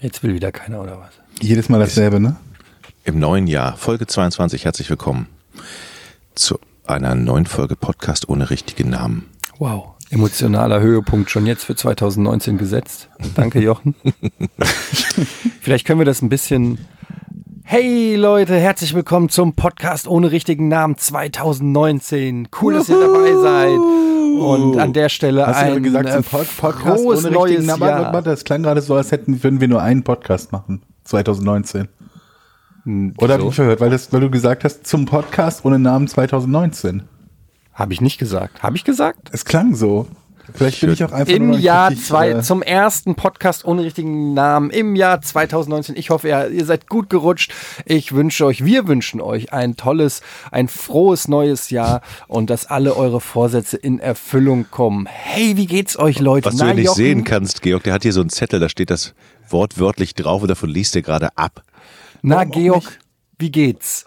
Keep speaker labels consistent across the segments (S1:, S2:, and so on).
S1: Jetzt will wieder keiner, oder was?
S2: Jedes Mal dasselbe, ne?
S3: Im neuen Jahr, Folge 22, herzlich willkommen zu einer neuen Folge Podcast ohne richtigen Namen.
S1: Wow. Emotionaler Höhepunkt schon jetzt für 2019 gesetzt. Danke, Jochen. Vielleicht können wir das ein bisschen. Hey Leute, herzlich willkommen zum Podcast ohne richtigen Namen 2019. Cool, dass ihr dabei seid. Und an der Stelle
S2: Hast
S1: ein
S2: du gesagt,
S1: äh,
S2: zum Pod Podcast
S1: frohes
S2: ohne
S1: neues
S2: richtigen Namen? Warte,
S1: Jahr.
S2: warte, Das klang gerade so, als hätten, würden wir nur einen Podcast machen. 2019.
S1: Hm,
S2: Oder habe ich mich verhört, weil, das, weil du gesagt hast, zum Podcast ohne Namen 2019.
S1: Habe ich nicht gesagt. Habe ich gesagt?
S2: Es klang so. Vielleicht bin
S3: Schön.
S2: ich auch einfach nur
S1: Im
S2: noch nicht
S1: Jahr
S2: richtig,
S1: zwei,
S2: äh,
S1: zum ersten Podcast ohne richtigen Namen im Jahr 2019. Ich hoffe, ihr, ihr seid gut gerutscht. Ich wünsche euch, wir wünschen euch ein tolles, ein frohes neues Jahr und dass alle eure Vorsätze in Erfüllung kommen. Hey, wie geht's euch, Leute?
S3: Was du ja nicht
S1: Jochen?
S3: sehen kannst, Georg, der hat hier so einen Zettel, da steht das wortwörtlich drauf und davon liest er gerade ab.
S1: Na,
S2: Warum auch
S1: Georg,
S2: nicht?
S1: wie geht's?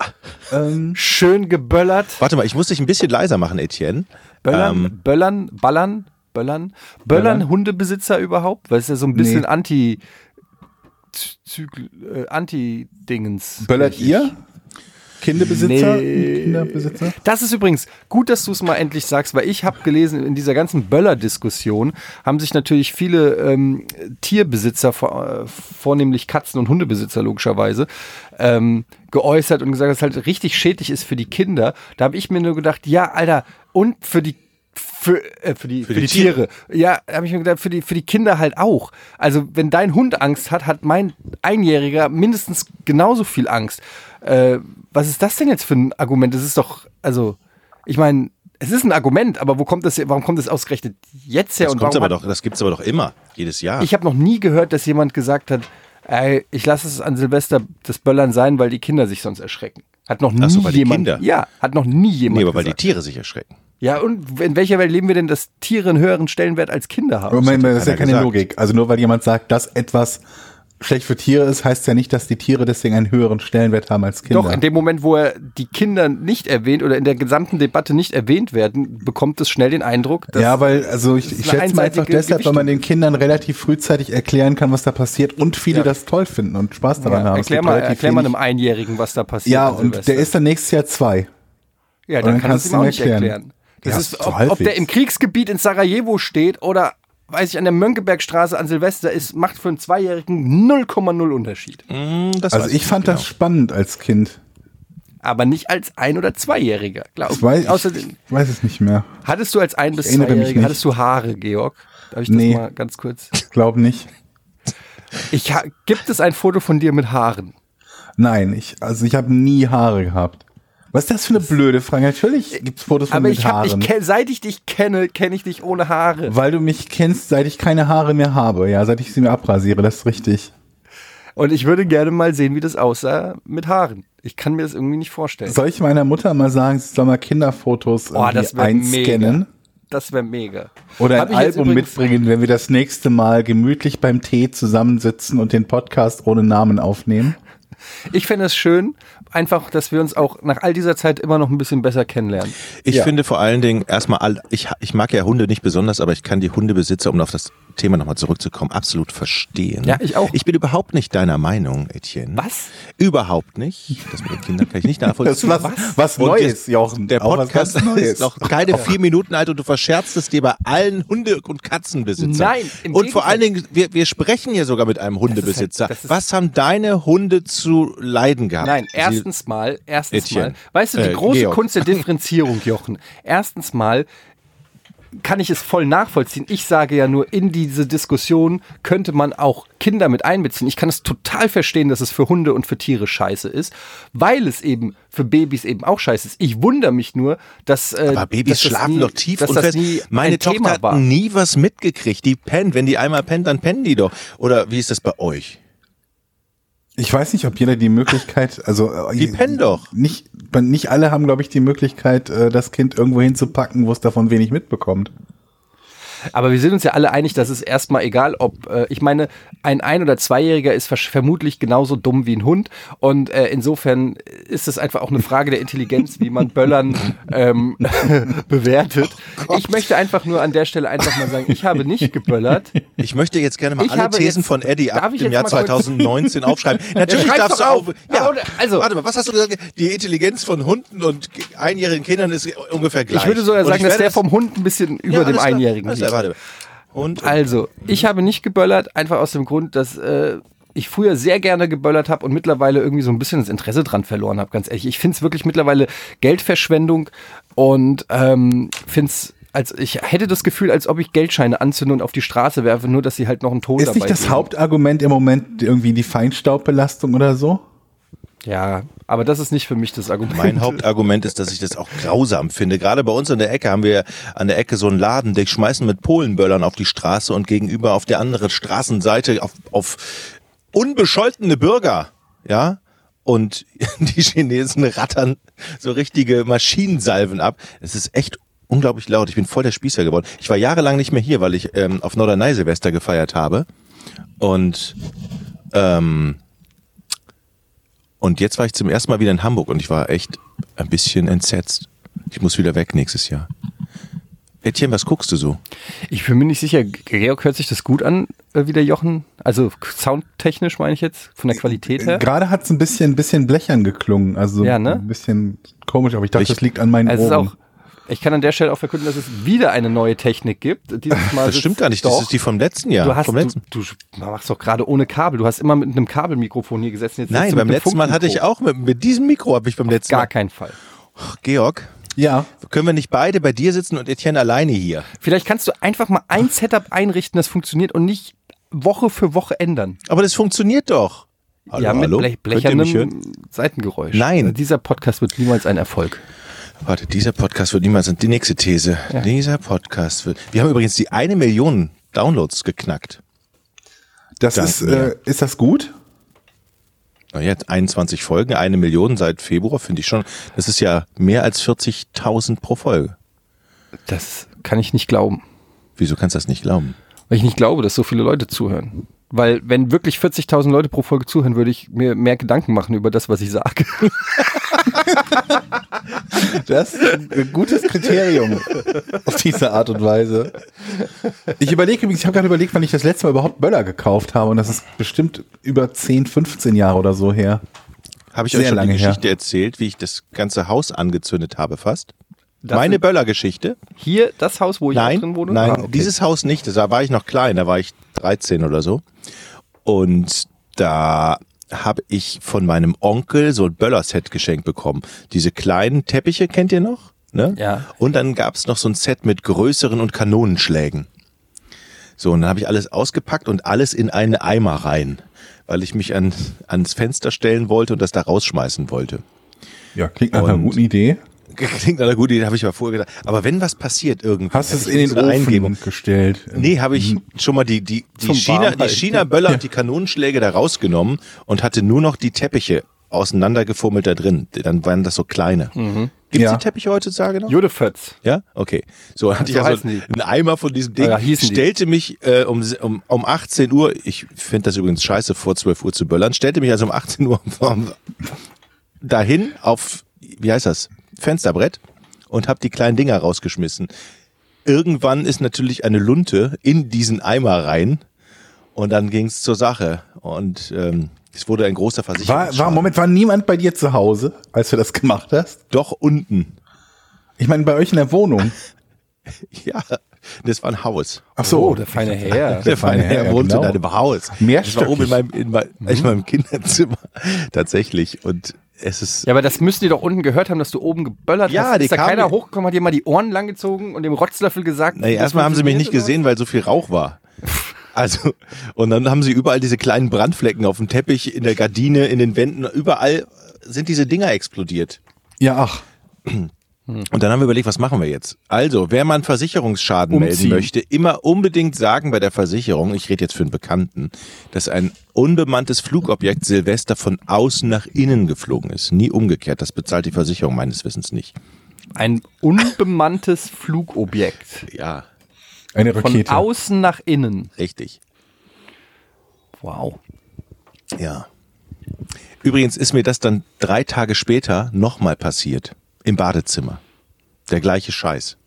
S2: ähm,
S1: Schön geböllert.
S3: Warte mal, ich muss dich ein bisschen leiser machen, Etienne.
S1: Böllern, Böllern, Ballern, Böllern. Böllern Hundebesitzer überhaupt? Weil es ist ja so ein bisschen
S2: Nee.
S1: anti Zyg- äh, Anti-Dingens.
S2: böllert ihr? Kindebesitzer?
S1: Nee.
S2: Kinderbesitzer?
S1: Das ist übrigens gut, dass du es mal endlich sagst, weil ich habe gelesen, in dieser ganzen Böller-Diskussion haben sich natürlich viele ähm, Tierbesitzer, vor, äh, vornehmlich Katzen- und Hundebesitzer logischerweise, ähm, geäußert und gesagt, dass es halt richtig schädlich ist für die Kinder. Da habe ich mir nur gedacht, ja, Alter, und für die für, äh, für die, für
S3: die
S1: die, Tiere. Ja, habe ich mir gedacht, für die, für die Kinder halt auch. Also, wenn dein Hund Angst hat, hat mein Einjähriger mindestens genauso viel Angst. Äh, was ist das denn jetzt für ein Argument? Das ist doch, also, ich meine, es ist ein Argument, aber wo kommt das, her- warum kommt das ausgerechnet jetzt her?
S3: Das,
S1: und
S3: kommt's
S1: warum
S3: aber
S1: hat-
S3: doch, das gibt's aber doch immer, jedes Jahr.
S1: ich habe noch nie gehört, dass jemand gesagt hat, ey, ich lasse es an Silvester das Böllern sein, weil die Kinder sich sonst erschrecken. Hat noch nie
S3: Ach so, weil die
S1: jemand.
S3: Kinder.
S1: Ja, hat noch nie jemand.
S3: nee, aber weil die
S1: gesagt.
S3: Tiere sich erschrecken.
S1: ja, und in welcher Welt leben wir denn, dass Tiere einen höheren Stellenwert als Kinder haben?
S2: Aber Oh, Moment,
S3: hat ja
S2: das ist ja
S3: keiner
S2: keine
S3: gesagt.
S2: Logik. Also nur weil jemand sagt, dass etwas schlecht für Tiere ist, heißt ja nicht, dass die Tiere deswegen einen höheren Stellenwert haben als Kinder.
S1: Doch, in dem Moment, wo er die Kinder nicht erwähnt oder in der gesamten Debatte nicht erwähnt werden, bekommt es schnell den Eindruck, dass.
S2: ja, weil, also ich,
S1: das ist
S2: ich
S1: eine
S2: schätze mal einfach
S1: einseitige
S2: deshalb, weil man den Kindern relativ frühzeitig erklären kann, was da passiert und viele
S1: Ja.
S2: das toll finden und Spaß daran haben. Es
S1: erklär
S2: gibt
S1: mal,
S2: relativ
S1: erklär mal
S2: wenig-
S1: einem Einjährigen, was da passiert.
S2: Ja,
S1: an
S2: und
S1: Silvester.
S2: der ist dann nächstes Jahr zwei.
S1: Ja,
S2: Und
S1: dann
S2: dann
S1: kannst du ihm auch nicht
S2: kannst du ihm
S1: erklären.
S2: erklären.
S1: Das
S2: Ja,
S1: ist,
S2: so
S1: ob, ob
S2: halbwegs.
S1: der im Kriegsgebiet in Sarajevo steht oder, weiß ich, an der Mönckebergstraße an Silvester ist, macht für einen Zweijährigen 0,0 Unterschied.
S3: Hm, das
S2: Also
S3: weiß
S2: ich fand
S3: genau.
S2: das spannend als Kind.
S1: Aber nicht als Ein- oder Zweijähriger, glaube
S2: Ich weiß, ich,
S1: Außerdem,
S2: ich weiß es nicht mehr.
S1: hattest du als Ein- bis
S2: Ich erinnere mich
S1: Zweijähriger,
S2: nicht.
S1: hattest du Haare, Georg? Darf ich das
S2: Nee.
S1: mal ganz kurz?
S2: Ich glaube nicht.
S1: Ich, ha- gibt es ein Foto von dir mit Haaren?
S2: Nein, ich, also ich habe nie Haare gehabt. Was ist das für eine blöde Frage? Natürlich gibt es Fotos von
S1: Äh, Aber
S2: mit
S1: ich hab,
S2: Haaren.
S1: ich kenn, seit ich dich kenne, kenne ich dich ohne Haare.
S2: Weil du mich kennst, seit ich keine Haare mehr habe. Ja, seit ich sie mir abrasiere, das ist richtig.
S1: Und ich würde gerne mal sehen, wie das aussah mit Haaren. Ich kann mir das irgendwie nicht vorstellen.
S2: Soll ich meiner Mutter mal sagen, sie soll mal Kinderfotos
S1: Oh,
S2: irgendwie
S1: das wäre mega.
S2: einscannen?
S1: Das wäre mega.
S2: Oder
S1: Hab
S2: ein
S1: ich jetzt
S2: Album
S1: übrigens-
S2: mitbringen, wenn wir das nächste Mal gemütlich beim Tee zusammensitzen und den Podcast ohne Namen aufnehmen?
S1: Ich fände es schön, einfach, dass wir uns auch nach all dieser Zeit immer noch ein bisschen besser kennenlernen.
S3: Ich
S2: Ja.
S3: finde vor allen Dingen erstmal, all, ich, ich mag ja Hunde nicht besonders, aber ich kann die Hundebesitzer, um auf das Thema nochmal zurückzukommen, absolut verstehen.
S1: Ja, ich auch.
S3: Ich bin überhaupt nicht deiner Meinung, Etienne.
S1: Was?
S3: Überhaupt nicht. Das mit den Kindern kann ich nicht nachvollziehen.
S2: Das ist was, was
S3: Und
S2: Neues,
S3: jetzt-
S2: Jochen.
S3: Der
S2: Auch was
S3: Podcast
S2: ganz Neues.
S3: ist noch keine vier Minuten alt und du verscherzt es dir bei allen Hunde- und Katzenbesitzern.
S1: Nein, im
S3: Und
S1: Gegenteil.
S3: vor allen Dingen, wir, wir sprechen hier sogar mit einem Hundebesitzer.
S1: das ist-
S3: was haben deine Hunde zu leiden gehabt?
S1: Nein,
S3: Sie-
S1: erstens mal, erstens
S3: Etienne.
S1: mal. Weißt du, die
S3: Äh,
S1: große
S3: Georg.
S1: Kunst der Differenzierung, Jochen. Erstens mal kann ich es voll nachvollziehen. Ich sage ja nur, in diese Diskussion könnte man auch Kinder mit einbeziehen. Ich kann es total verstehen, dass es für Hunde und für Tiere scheiße ist, weil es eben für Babys eben auch scheiße ist. Ich wundere mich nur, dass äh,
S3: Aber Babys
S1: dass das
S3: schlafen
S1: nie-
S3: doch tief
S1: dass
S3: und
S1: das
S3: fest.
S1: nie
S3: Meine
S1: ein
S3: Tochter
S1: Thema
S3: hat
S1: war.
S3: nie was mitgekriegt. Die pennt. Wenn die einmal pennt, dann pennen die doch. Oder wie ist das bei euch?
S2: Ich weiß nicht, ob jeder die Möglichkeit, also äh,
S3: Die pennen doch.
S2: Nicht, nicht alle haben, glaube ich, die Möglichkeit, äh, das Kind irgendwo hinzupacken, wo es davon wenig mitbekommt.
S1: Aber wir sind uns ja alle einig, dass es erstmal egal, ob, äh, ich meine, ein Ein- oder Zweijähriger ist versch- vermutlich genauso dumm wie ein Hund. Und äh, insofern ist es einfach auch eine Frage der Intelligenz, wie man Böllern ähm, bewertet.
S3: Oh
S1: ich möchte einfach nur an der Stelle einfach mal sagen, ich habe nicht geböllert.
S3: Ich möchte jetzt gerne mal
S1: Ich
S3: alle
S1: habe
S3: Thesen
S1: jetzt-
S3: von Eddie
S1: Darf
S3: ab
S1: ich
S3: dem
S1: jetzt
S3: Jahr
S1: mal kurz-
S3: 2019 aufschreiben. Natürlich
S1: schreib's
S3: darfst du
S1: doch
S3: auf.
S1: auf. Ja, oder- also-
S3: Warte mal, was hast du gesagt? Die Intelligenz von Hunden und einjährigen Kindern ist ungefähr gleich.
S1: Ich würde sogar
S3: Und
S1: sagen, dass
S3: werde
S1: der
S3: das-
S1: vom Hund ein bisschen
S3: Ja,
S1: über dem
S3: alles klar,
S1: Einjährigen
S3: alles
S1: liegt.
S3: klar, warte. Und
S1: Also, ich habe nicht geböllert, einfach aus dem Grund, dass äh, ich früher sehr gerne geböllert habe und mittlerweile irgendwie so ein bisschen das Interesse dran verloren habe, ganz ehrlich. Ich finde es wirklich mittlerweile Geldverschwendung und ähm, finde es, als ich hätte das Gefühl, als ob ich Geldscheine anzünde und auf die Straße werfe, nur dass sie halt noch einen Ton
S2: Ist
S1: dabei
S2: nicht das
S1: geben.
S2: Hauptargument im Moment irgendwie die Feinstaubbelastung oder so?
S1: Ja, aber das ist nicht für mich das Argument.
S3: Mein Hauptargument ist, dass ich das auch grausam finde. Gerade bei uns an der Ecke haben wir an der Ecke so einen Laden, die schmeißen mit Polenböllern auf die Straße und gegenüber auf der anderen Straßenseite auf, auf unbescholtene Bürger, ja. Und die Chinesen rattern so richtige Maschinensalven ab. Es ist echt unglaublich laut. Ich bin voll der Spießer geworden. Ich war jahrelang nicht mehr hier, weil ich ähm, auf Norderney Silvester gefeiert habe. Und ähm, und jetzt war ich zum ersten Mal wieder in Hamburg und ich war echt ein bisschen entsetzt. Ich muss wieder weg nächstes Jahr. Etienne, was guckst du so?
S1: Ich bin mir nicht sicher, Georg hört sich das gut an, äh, wie der Jochen? Also soundtechnisch meine ich jetzt, von
S2: Äh,
S1: der Qualität her.
S2: Gerade hat es ein bisschen, ein bisschen blechern geklungen. Also
S1: Ja, ne?
S2: ein bisschen komisch, aber ich dachte,
S3: Ich-
S2: das liegt an meinen
S1: Also es ist
S2: Ohren.
S1: auch, ich kann an der Stelle auch verkünden, dass es wieder eine neue Technik gibt. Dieses Mal
S3: Das
S1: sitzt-
S3: stimmt gar nicht,
S1: Also Doch,
S3: das ist die vom letzten Jahr.
S1: du hast,
S3: vom
S1: du,
S3: letzten.
S1: du machst doch gerade ohne Kabel. Du hast immer mit einem Kabelmikrofon hier gesessen. Jetzt sitzt
S3: Nein,
S1: du
S3: beim
S1: mit einem
S3: letzten Mal hatte ich
S1: Funkmikro.
S3: auch, mit, mit diesem Mikro habe ich beim letzten
S1: Gar
S3: Mal.
S1: keinen Fall.
S3: Ach, Georg,
S2: ja,
S3: können wir nicht beide bei dir sitzen und Etienne alleine hier?
S1: Vielleicht kannst du einfach mal ein Setup einrichten, das funktioniert und nicht Woche für Woche ändern.
S3: Aber das funktioniert doch. Hallo,
S1: ja, mit
S3: hallo?
S1: Blech,
S3: Könnt ihr mich hören?
S1: blechernem Seitengeräusch.
S3: Nein.
S1: Also dieser Podcast wird niemals ein Erfolg.
S3: Warte, dieser Podcast wird niemals. Die nächste These. Dieser Podcast wird. Wir haben übrigens die eine Million Downloads geknackt.
S2: das
S3: Dank
S2: ist,
S3: mir.
S2: äh, ist das gut?
S3: Na jetzt 21 Folgen, eine Million seit Februar, finde ich schon. Das ist ja mehr als 40.000 pro Folge.
S1: Das kann ich nicht glauben.
S3: Wieso kannst du das nicht glauben?
S1: Weil ich nicht glaube, dass so viele Leute zuhören. Weil wenn wirklich 40.000 Leute pro Folge zuhören, würde ich mir mehr Gedanken machen über das, was ich sage.
S2: Das ist ein gutes Kriterium auf diese Art und Weise. Ich überlege übrigens, ich habe gerade überlegt, wann ich das letzte Mal überhaupt Böller gekauft habe und das ist bestimmt über 10, 15 Jahre oder so her.
S3: Habe ich
S2: Sehr
S3: euch schon die
S2: lange her.
S3: Geschichte erzählt, wie ich das ganze Haus angezündet habe fast?
S1: Das
S3: Meine
S1: sind-
S3: Böller-Geschichte?
S1: Hier das Haus, wo ich auch
S3: Nein,
S1: drin wohne?
S3: nein,
S1: Ah, okay.
S3: dieses Haus nicht. Da war ich noch klein, da war ich 13 oder so. Und da habe ich von meinem Onkel so ein Böller-Set geschenkt bekommen. Diese kleinen Teppiche kennt ihr noch? Ne?
S1: Ja.
S3: Und dann gab es noch so ein Set mit größeren und Kanonenschlägen. So, und dann habe ich alles ausgepackt und alles in einen Eimer rein, weil ich mich an, ans Fenster stellen wollte und das da rausschmeißen wollte.
S2: Ja, klingt nach einer
S3: Und-
S2: guten Idee.
S3: Klingt alle gut, den habe ich mal vorher gedacht. Aber wenn was passiert irgendwie.
S2: Hast
S3: hätte
S2: es
S3: ich
S2: in den
S3: so eine
S2: Ofen
S3: Eingebung.
S2: gestellt?
S3: Nee, habe ich schon mal die, die, die
S2: Ähm, mhm. Zum
S3: China, die
S2: Warmhalten.
S3: China-Böller und die Kanonenschläge da rausgenommen und hatte nur noch die Teppiche auseinandergefummelt da drin. Dann waren das so kleine. Gibt's
S2: Mhm. Ja.
S3: die Teppiche heutzutage noch?
S1: Jodefötz.
S3: Ja, okay. So hatte ich
S1: So
S3: also
S1: heißen die. Ah,
S3: einen Eimer von diesem Ding,
S1: Ja, hießen die.
S3: stellte mich äh, um, um, um 18 Uhr, ich finde das übrigens scheiße, vor 12 Uhr zu böllern, stellte mich also um 18 Uhr vom- dahin auf, wie heißt das, Fensterbrett und habe die kleinen Dinger rausgeschmissen. Irgendwann ist natürlich eine Lunte in diesen Eimer rein und dann ging's zur Sache. Und ähm, es wurde ein großer
S2: War,
S3: Versicherungsschaden.
S2: war, Moment, war niemand bei dir zu Hause, als du das gemacht hast?
S3: Doch unten.
S2: Ich meine, bei euch in der Wohnung.
S3: Ja, das war ein Haus.
S2: Ach so.
S1: Oh, der feine Herr.
S3: Der feine Herr wohnt
S2: genau.
S3: in einem Haus. Ich war
S2: Mehrstöckig.
S3: oben in meinem, in, mein, in meinem Kinderzimmer. Tatsächlich. Und es ist.
S1: Ja, aber das müssen die doch unten gehört haben, dass du oben geböllert
S3: Ja,
S1: hast.
S3: die
S1: Ist da
S3: kamen-
S1: keiner hochgekommen, hat dir mal die Ohren langgezogen und dem Rotzlöffel gesagt.
S3: Naja,
S1: das
S3: erstmal haben sie mich nicht
S1: funktioniert
S3: gesehen, weil so viel Rauch war. Also, und dann haben sie überall diese kleinen Brandflecken auf dem Teppich, in der Gardine, in den Wänden, überall sind diese Dinger explodiert.
S2: Ja, ach.
S3: Und dann haben wir überlegt, was machen wir jetzt? Also, wer mal einen Versicherungsschaden
S2: Umziehen.
S3: melden möchte, immer unbedingt sagen bei der Versicherung, ich rede jetzt für einen Bekannten, dass ein unbemanntes Flugobjekt Silvester von außen nach innen geflogen ist. Nie umgekehrt. Das bezahlt die Versicherung meines Wissens nicht.
S1: oder? Ein unbemanntes Flugobjekt.
S3: Ja.
S2: Eine Rakete.
S1: Von außen nach innen.
S3: Richtig.
S1: Wow.
S3: Ja. Übrigens ist mir das dann drei Tage später nochmal passiert. Im Badezimmer. Der gleiche Scheiß.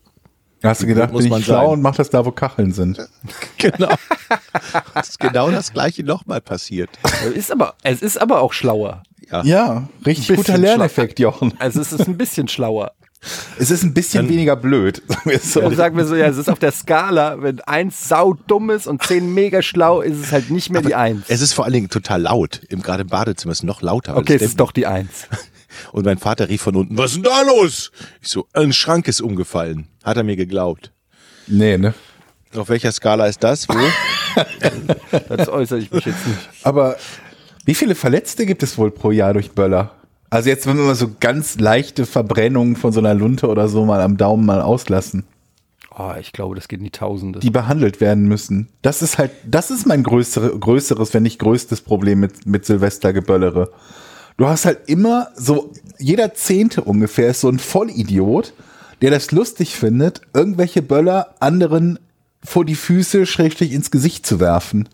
S2: Hast du gedacht,
S3: Muss
S2: bin
S3: man
S2: ich schlau
S3: sein.
S2: und mach das da, wo Kacheln sind.
S3: Genau. das ist genau das gleiche nochmal passiert.
S1: Es ist aber, es ist aber auch schlauer.
S2: Ja, richtig
S1: Bisschen
S2: guter Lerneffekt, Jochen.
S1: Also es ist ein bisschen schlauer.
S2: Es ist ein bisschen weniger blöd. sagen wir es so.
S1: Und sagen wir so, ja, es ist auf der Skala, wenn eins sau dumm ist und zehn mega schlau, ist es halt nicht mehr die Eins.
S3: Es ist vor allen Dingen total laut. Im, gerade im Badezimmer ist es noch lauter. weil
S1: Okay,
S3: es
S1: es ist doch die Eins.
S3: Und mein Vater rief von unten, was ist denn da los? Ich so, ein Schrank ist umgefallen. Hat er mir geglaubt.
S2: Nee, ne?
S3: Auf welcher Skala ist das? Wo?
S1: Das äußere ich mich jetzt nicht.
S2: Aber wie viele Verletzte gibt es wohl pro Jahr durch Böller? Also jetzt, wenn wir mal so ganz leichte Verbrennungen von so einer Lunte oder so mal am Daumen mal auslassen,
S1: Oh, ich glaube, das geht in die Tausende.
S2: die behandelt werden müssen. Das ist halt, das ist mein größere, größeres, wenn nicht größtes Problem mit, mit Silvestergeböllere. Du hast halt immer so, jeder Zehnte ungefähr ist so ein Vollidiot, der das lustig findet, irgendwelche Böller anderen vor die Füße schrägstrich ins Gesicht zu werfen.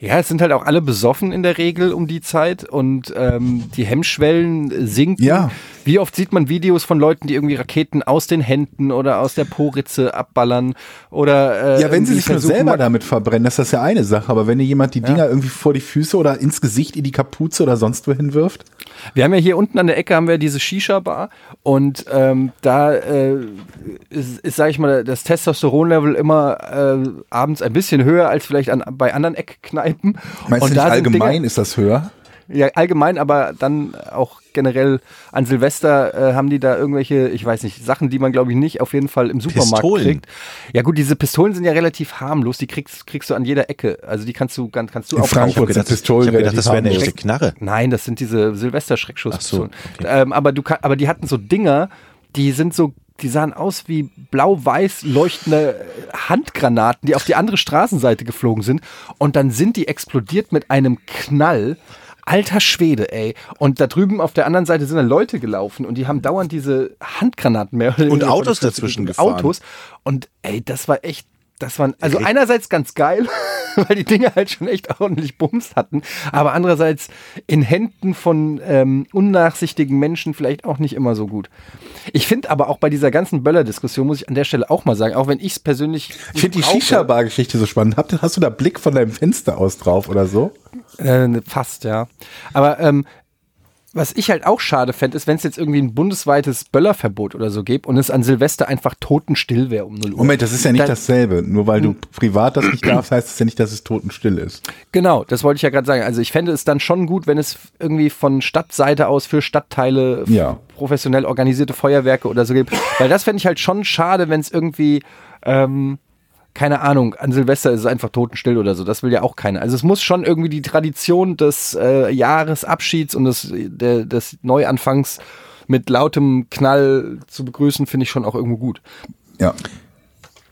S1: Ja, es sind halt auch alle besoffen in der Regel um die Zeit und ähm, die Hemmschwellen sinken.
S2: Ja.
S1: Wie oft sieht man Videos von Leuten, die irgendwie Raketen aus den Händen oder aus der Poritze abballern oder äh,
S2: Ja, wenn sie
S1: irgendwie
S2: sich nur
S1: versuchen,
S2: selber
S1: mal-
S2: damit verbrennen, das ist ja eine Sache, aber wenn dir jemand die Dinger irgendwie vor die Füße oder ins Gesicht, in die Kapuze oder sonst wohin wirft,
S1: Wir haben ja hier unten an der Ecke haben wir diese Shisha-Bar und ähm, da äh, ist, ist sage ich mal, das Testosteronlevel immer äh, abends ein bisschen höher als vielleicht an, bei anderen Eckkneipen.
S2: meinst
S1: da
S2: du nicht
S1: sind
S2: allgemein
S1: Dinge-
S2: ist das höher?
S1: Ja, allgemein, aber dann auch generell an Silvester äh, haben die da irgendwelche, ich weiß nicht, Sachen, die man glaube ich nicht auf jeden Fall im Supermarkt
S3: Pistolen.
S1: kriegt. Ja gut, diese Pistolen sind ja relativ harmlos, die kriegst, kriegst du an jeder Ecke. Also die kannst du kann- kannst du
S2: In
S1: auch
S2: Frankfurt
S1: kaufen.
S2: sind Pistolen
S3: ich hab gedacht,
S2: relativ
S3: das wäre eine
S2: harmlos.
S3: echte Knarre.
S1: Äh, Nein, das sind diese Silvester-Schreckschusspistolen.
S3: Ach so,
S1: ähm, aber, du kann, aber die hatten so Dinger, die sind so, die sahen aus wie blau-weiß leuchtende äh, Handgranaten, die auf die andere Straßenseite geflogen sind. Und dann sind die explodiert mit einem Knall. Alter Schwede, ey. Und da drüben auf der anderen Seite sind dann Leute gelaufen und die haben dauernd diese Handgranaten mehr. oder weniger vor die
S3: Autos
S1: Füße
S3: dazwischen
S1: gekriegt.
S3: gefahren. ne?
S1: Autos. Und ey, das war echt, das waren, also einerseits ganz geil, weil die Dinge halt schon echt ordentlich Bums hatten, aber andererseits in Händen von ähm, unnachsichtigen Menschen vielleicht auch nicht immer so gut. Ich finde aber auch bei dieser ganzen Böller-Diskussion, muss ich an der Stelle auch mal sagen, auch wenn ich es persönlich.
S2: Ich finde die Shisha-Bar-Geschichte so spannend. Habt, hast du da Blick von deinem Fenster aus drauf oder so?
S1: Äh, fast, ja. Aber ähm, was ich halt auch schade fände, ist, wenn es jetzt irgendwie ein bundesweites Böllerverbot oder so gäbe und es an Silvester einfach totenstill wäre um 0 Uhr.
S2: Moment, das ist ja nicht
S1: Dann-
S2: dasselbe. Nur weil du privat das nicht darfst, heißt es ja nicht, dass es totenstill ist.
S1: Genau, das wollte ich ja gerade sagen. Also ich fände es dann schon gut, wenn es irgendwie von Stadtseite aus für Stadtteile f-
S2: Ja.
S1: professionell organisierte Feuerwerke oder so gibt. Weil das fände ich halt schon schade, wenn es irgendwie, ähm, keine Ahnung, an Silvester ist es einfach totenstill oder so. Das will ja auch keiner. Also es muss schon irgendwie die Tradition des äh, Jahresabschieds und des, der, des Neuanfangs mit lautem Knall zu begrüßen, finde ich schon auch irgendwo gut.
S2: Ja.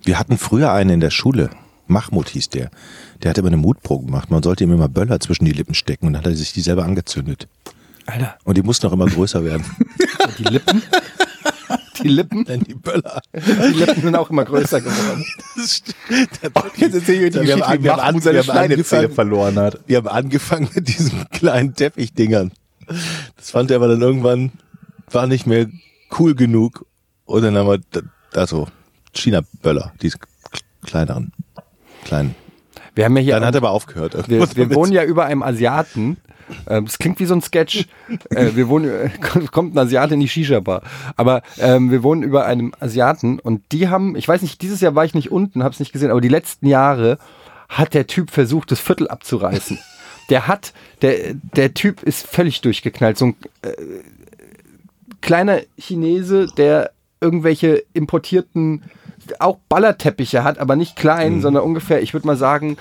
S3: Wir hatten früher einen in der Schule. Mahmoud hieß der. Der hat immer eine Mutprobe gemacht. Man sollte ihm immer Böller zwischen die Lippen stecken und dann hat er sich die selber angezündet.
S1: Alter,
S3: Und die mussten auch immer größer werden.
S1: die Lippen. Die Lippen,
S3: Denn die Böller.
S1: die Lippen sind auch immer größer geworden.
S2: Jetzt erzähl ich die
S3: Wir
S2: Geschichte,
S3: haben
S2: wie
S3: angefangen-
S2: Mahmoud seine
S3: wir haben angefangen-
S2: Schneidezähne verloren hat.
S3: Wir haben angefangen mit diesen kleinen Teppichdingern. Das fand er aber dann irgendwann, war nicht mehr cool genug. Und dann haben wir, d- also China-Böller, diese k- kleineren, kleinen.
S1: Wir haben ja hier
S3: Dann
S1: am-
S3: hat er aber aufgehört.
S1: Wir, wir wohnen ja über einem Asiaten. Ähm, Das klingt wie so ein Sketch. Äh, Wir wohnen, äh, kommt ein Asiate in die Shisha-Bar. Aber ähm, wir wohnen über einem Asiaten und die haben, ich weiß nicht, dieses Jahr war ich nicht unten, hab's nicht gesehen, aber die letzten Jahre hat der Typ versucht, das Viertel abzureißen. Der hat, der, der Typ ist völlig durchgeknallt. So ein kleiner Chinese, der irgendwelche importierten, auch Ballerteppiche hat, aber nicht klein,
S3: Mhm.
S1: sondern ungefähr, ich würde mal sagen,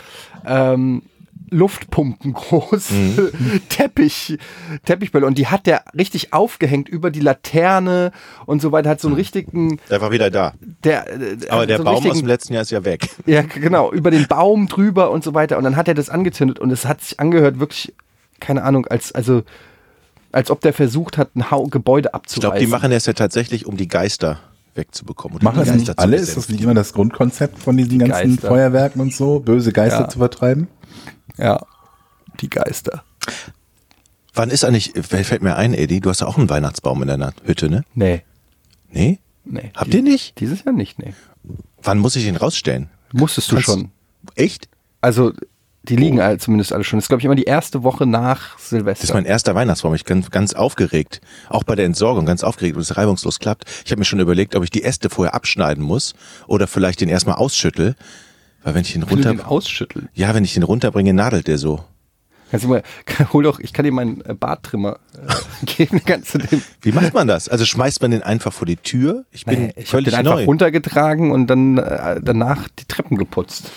S1: ähm, Luftpumpen groß,
S3: Mhm.
S1: Teppich, Teppichbälle. Und die hat der richtig aufgehängt über die Laterne und so weiter, hat so einen richtigen,
S3: Der war wieder da.
S1: der,
S3: Mhm.
S1: äh,
S3: Aber der
S1: so einen
S3: Baum aus
S1: richtigen-
S3: dem letzten Jahr ist ja weg.
S1: ja, g- genau, über den Baum drüber und so weiter. Und dann hat er das angezündet und es hat sich angehört, wirklich, keine Ahnung, als, also, als ob der versucht hat, ein Hau Gebäude
S3: Ich
S1: abzureißen.
S3: glaube, die machen das ja tatsächlich, um die Geister wegzubekommen. Und die
S2: Machen das
S3: Geister
S2: nicht
S3: zu
S2: alle? Ist das
S3: besänftigen.
S2: nicht immer das Grundkonzept von diesen ganzen
S1: Geister.
S2: Feuerwerken und so? Böse Geister
S1: Ja.
S2: zu vertreiben?
S1: Ja, die Geister.
S3: Wann ist eigentlich, fällt fällt mir ein, Eddie, du hast ja auch einen Weihnachtsbaum in deiner Hütte, ne?
S1: Nee,
S3: Nee?
S1: nee.
S3: Habt ihr nicht?
S1: Dieses Jahr nicht, nee.
S3: Wann muss ich ihn rausstellen?
S1: Musstest du
S3: Kannst-
S1: schon.
S3: Echt?
S1: Also, die liegen all- zumindest alle schon. Das ist, glaube ich, immer die erste Woche nach Silvester.
S3: Das ist mein erster Weihnachtsbaum. Ich bin ganz aufgeregt. Auch bei der Entsorgung ganz aufgeregt, ob es reibungslos klappt. Ich habe mir schon überlegt, ob ich die Äste vorher abschneiden muss oder vielleicht den erstmal ausschüttel. Weil wenn ich den
S1: Wenn du
S3: runter,
S1: den ausschütteln.
S3: ja, wenn ich den runterbringe, nadelt der so.
S1: Kannst du mal, hol doch, ich kann dir meinen äh, Barttrimmer äh, geben. Kannst du dem,
S3: Wie macht man das? Also schmeißt man den einfach vor die Tür? Ich bin
S1: Nee, ich habe
S3: völlig
S1: den einfach
S3: neu.
S1: runtergetragen und dann äh, danach die Treppen geputzt.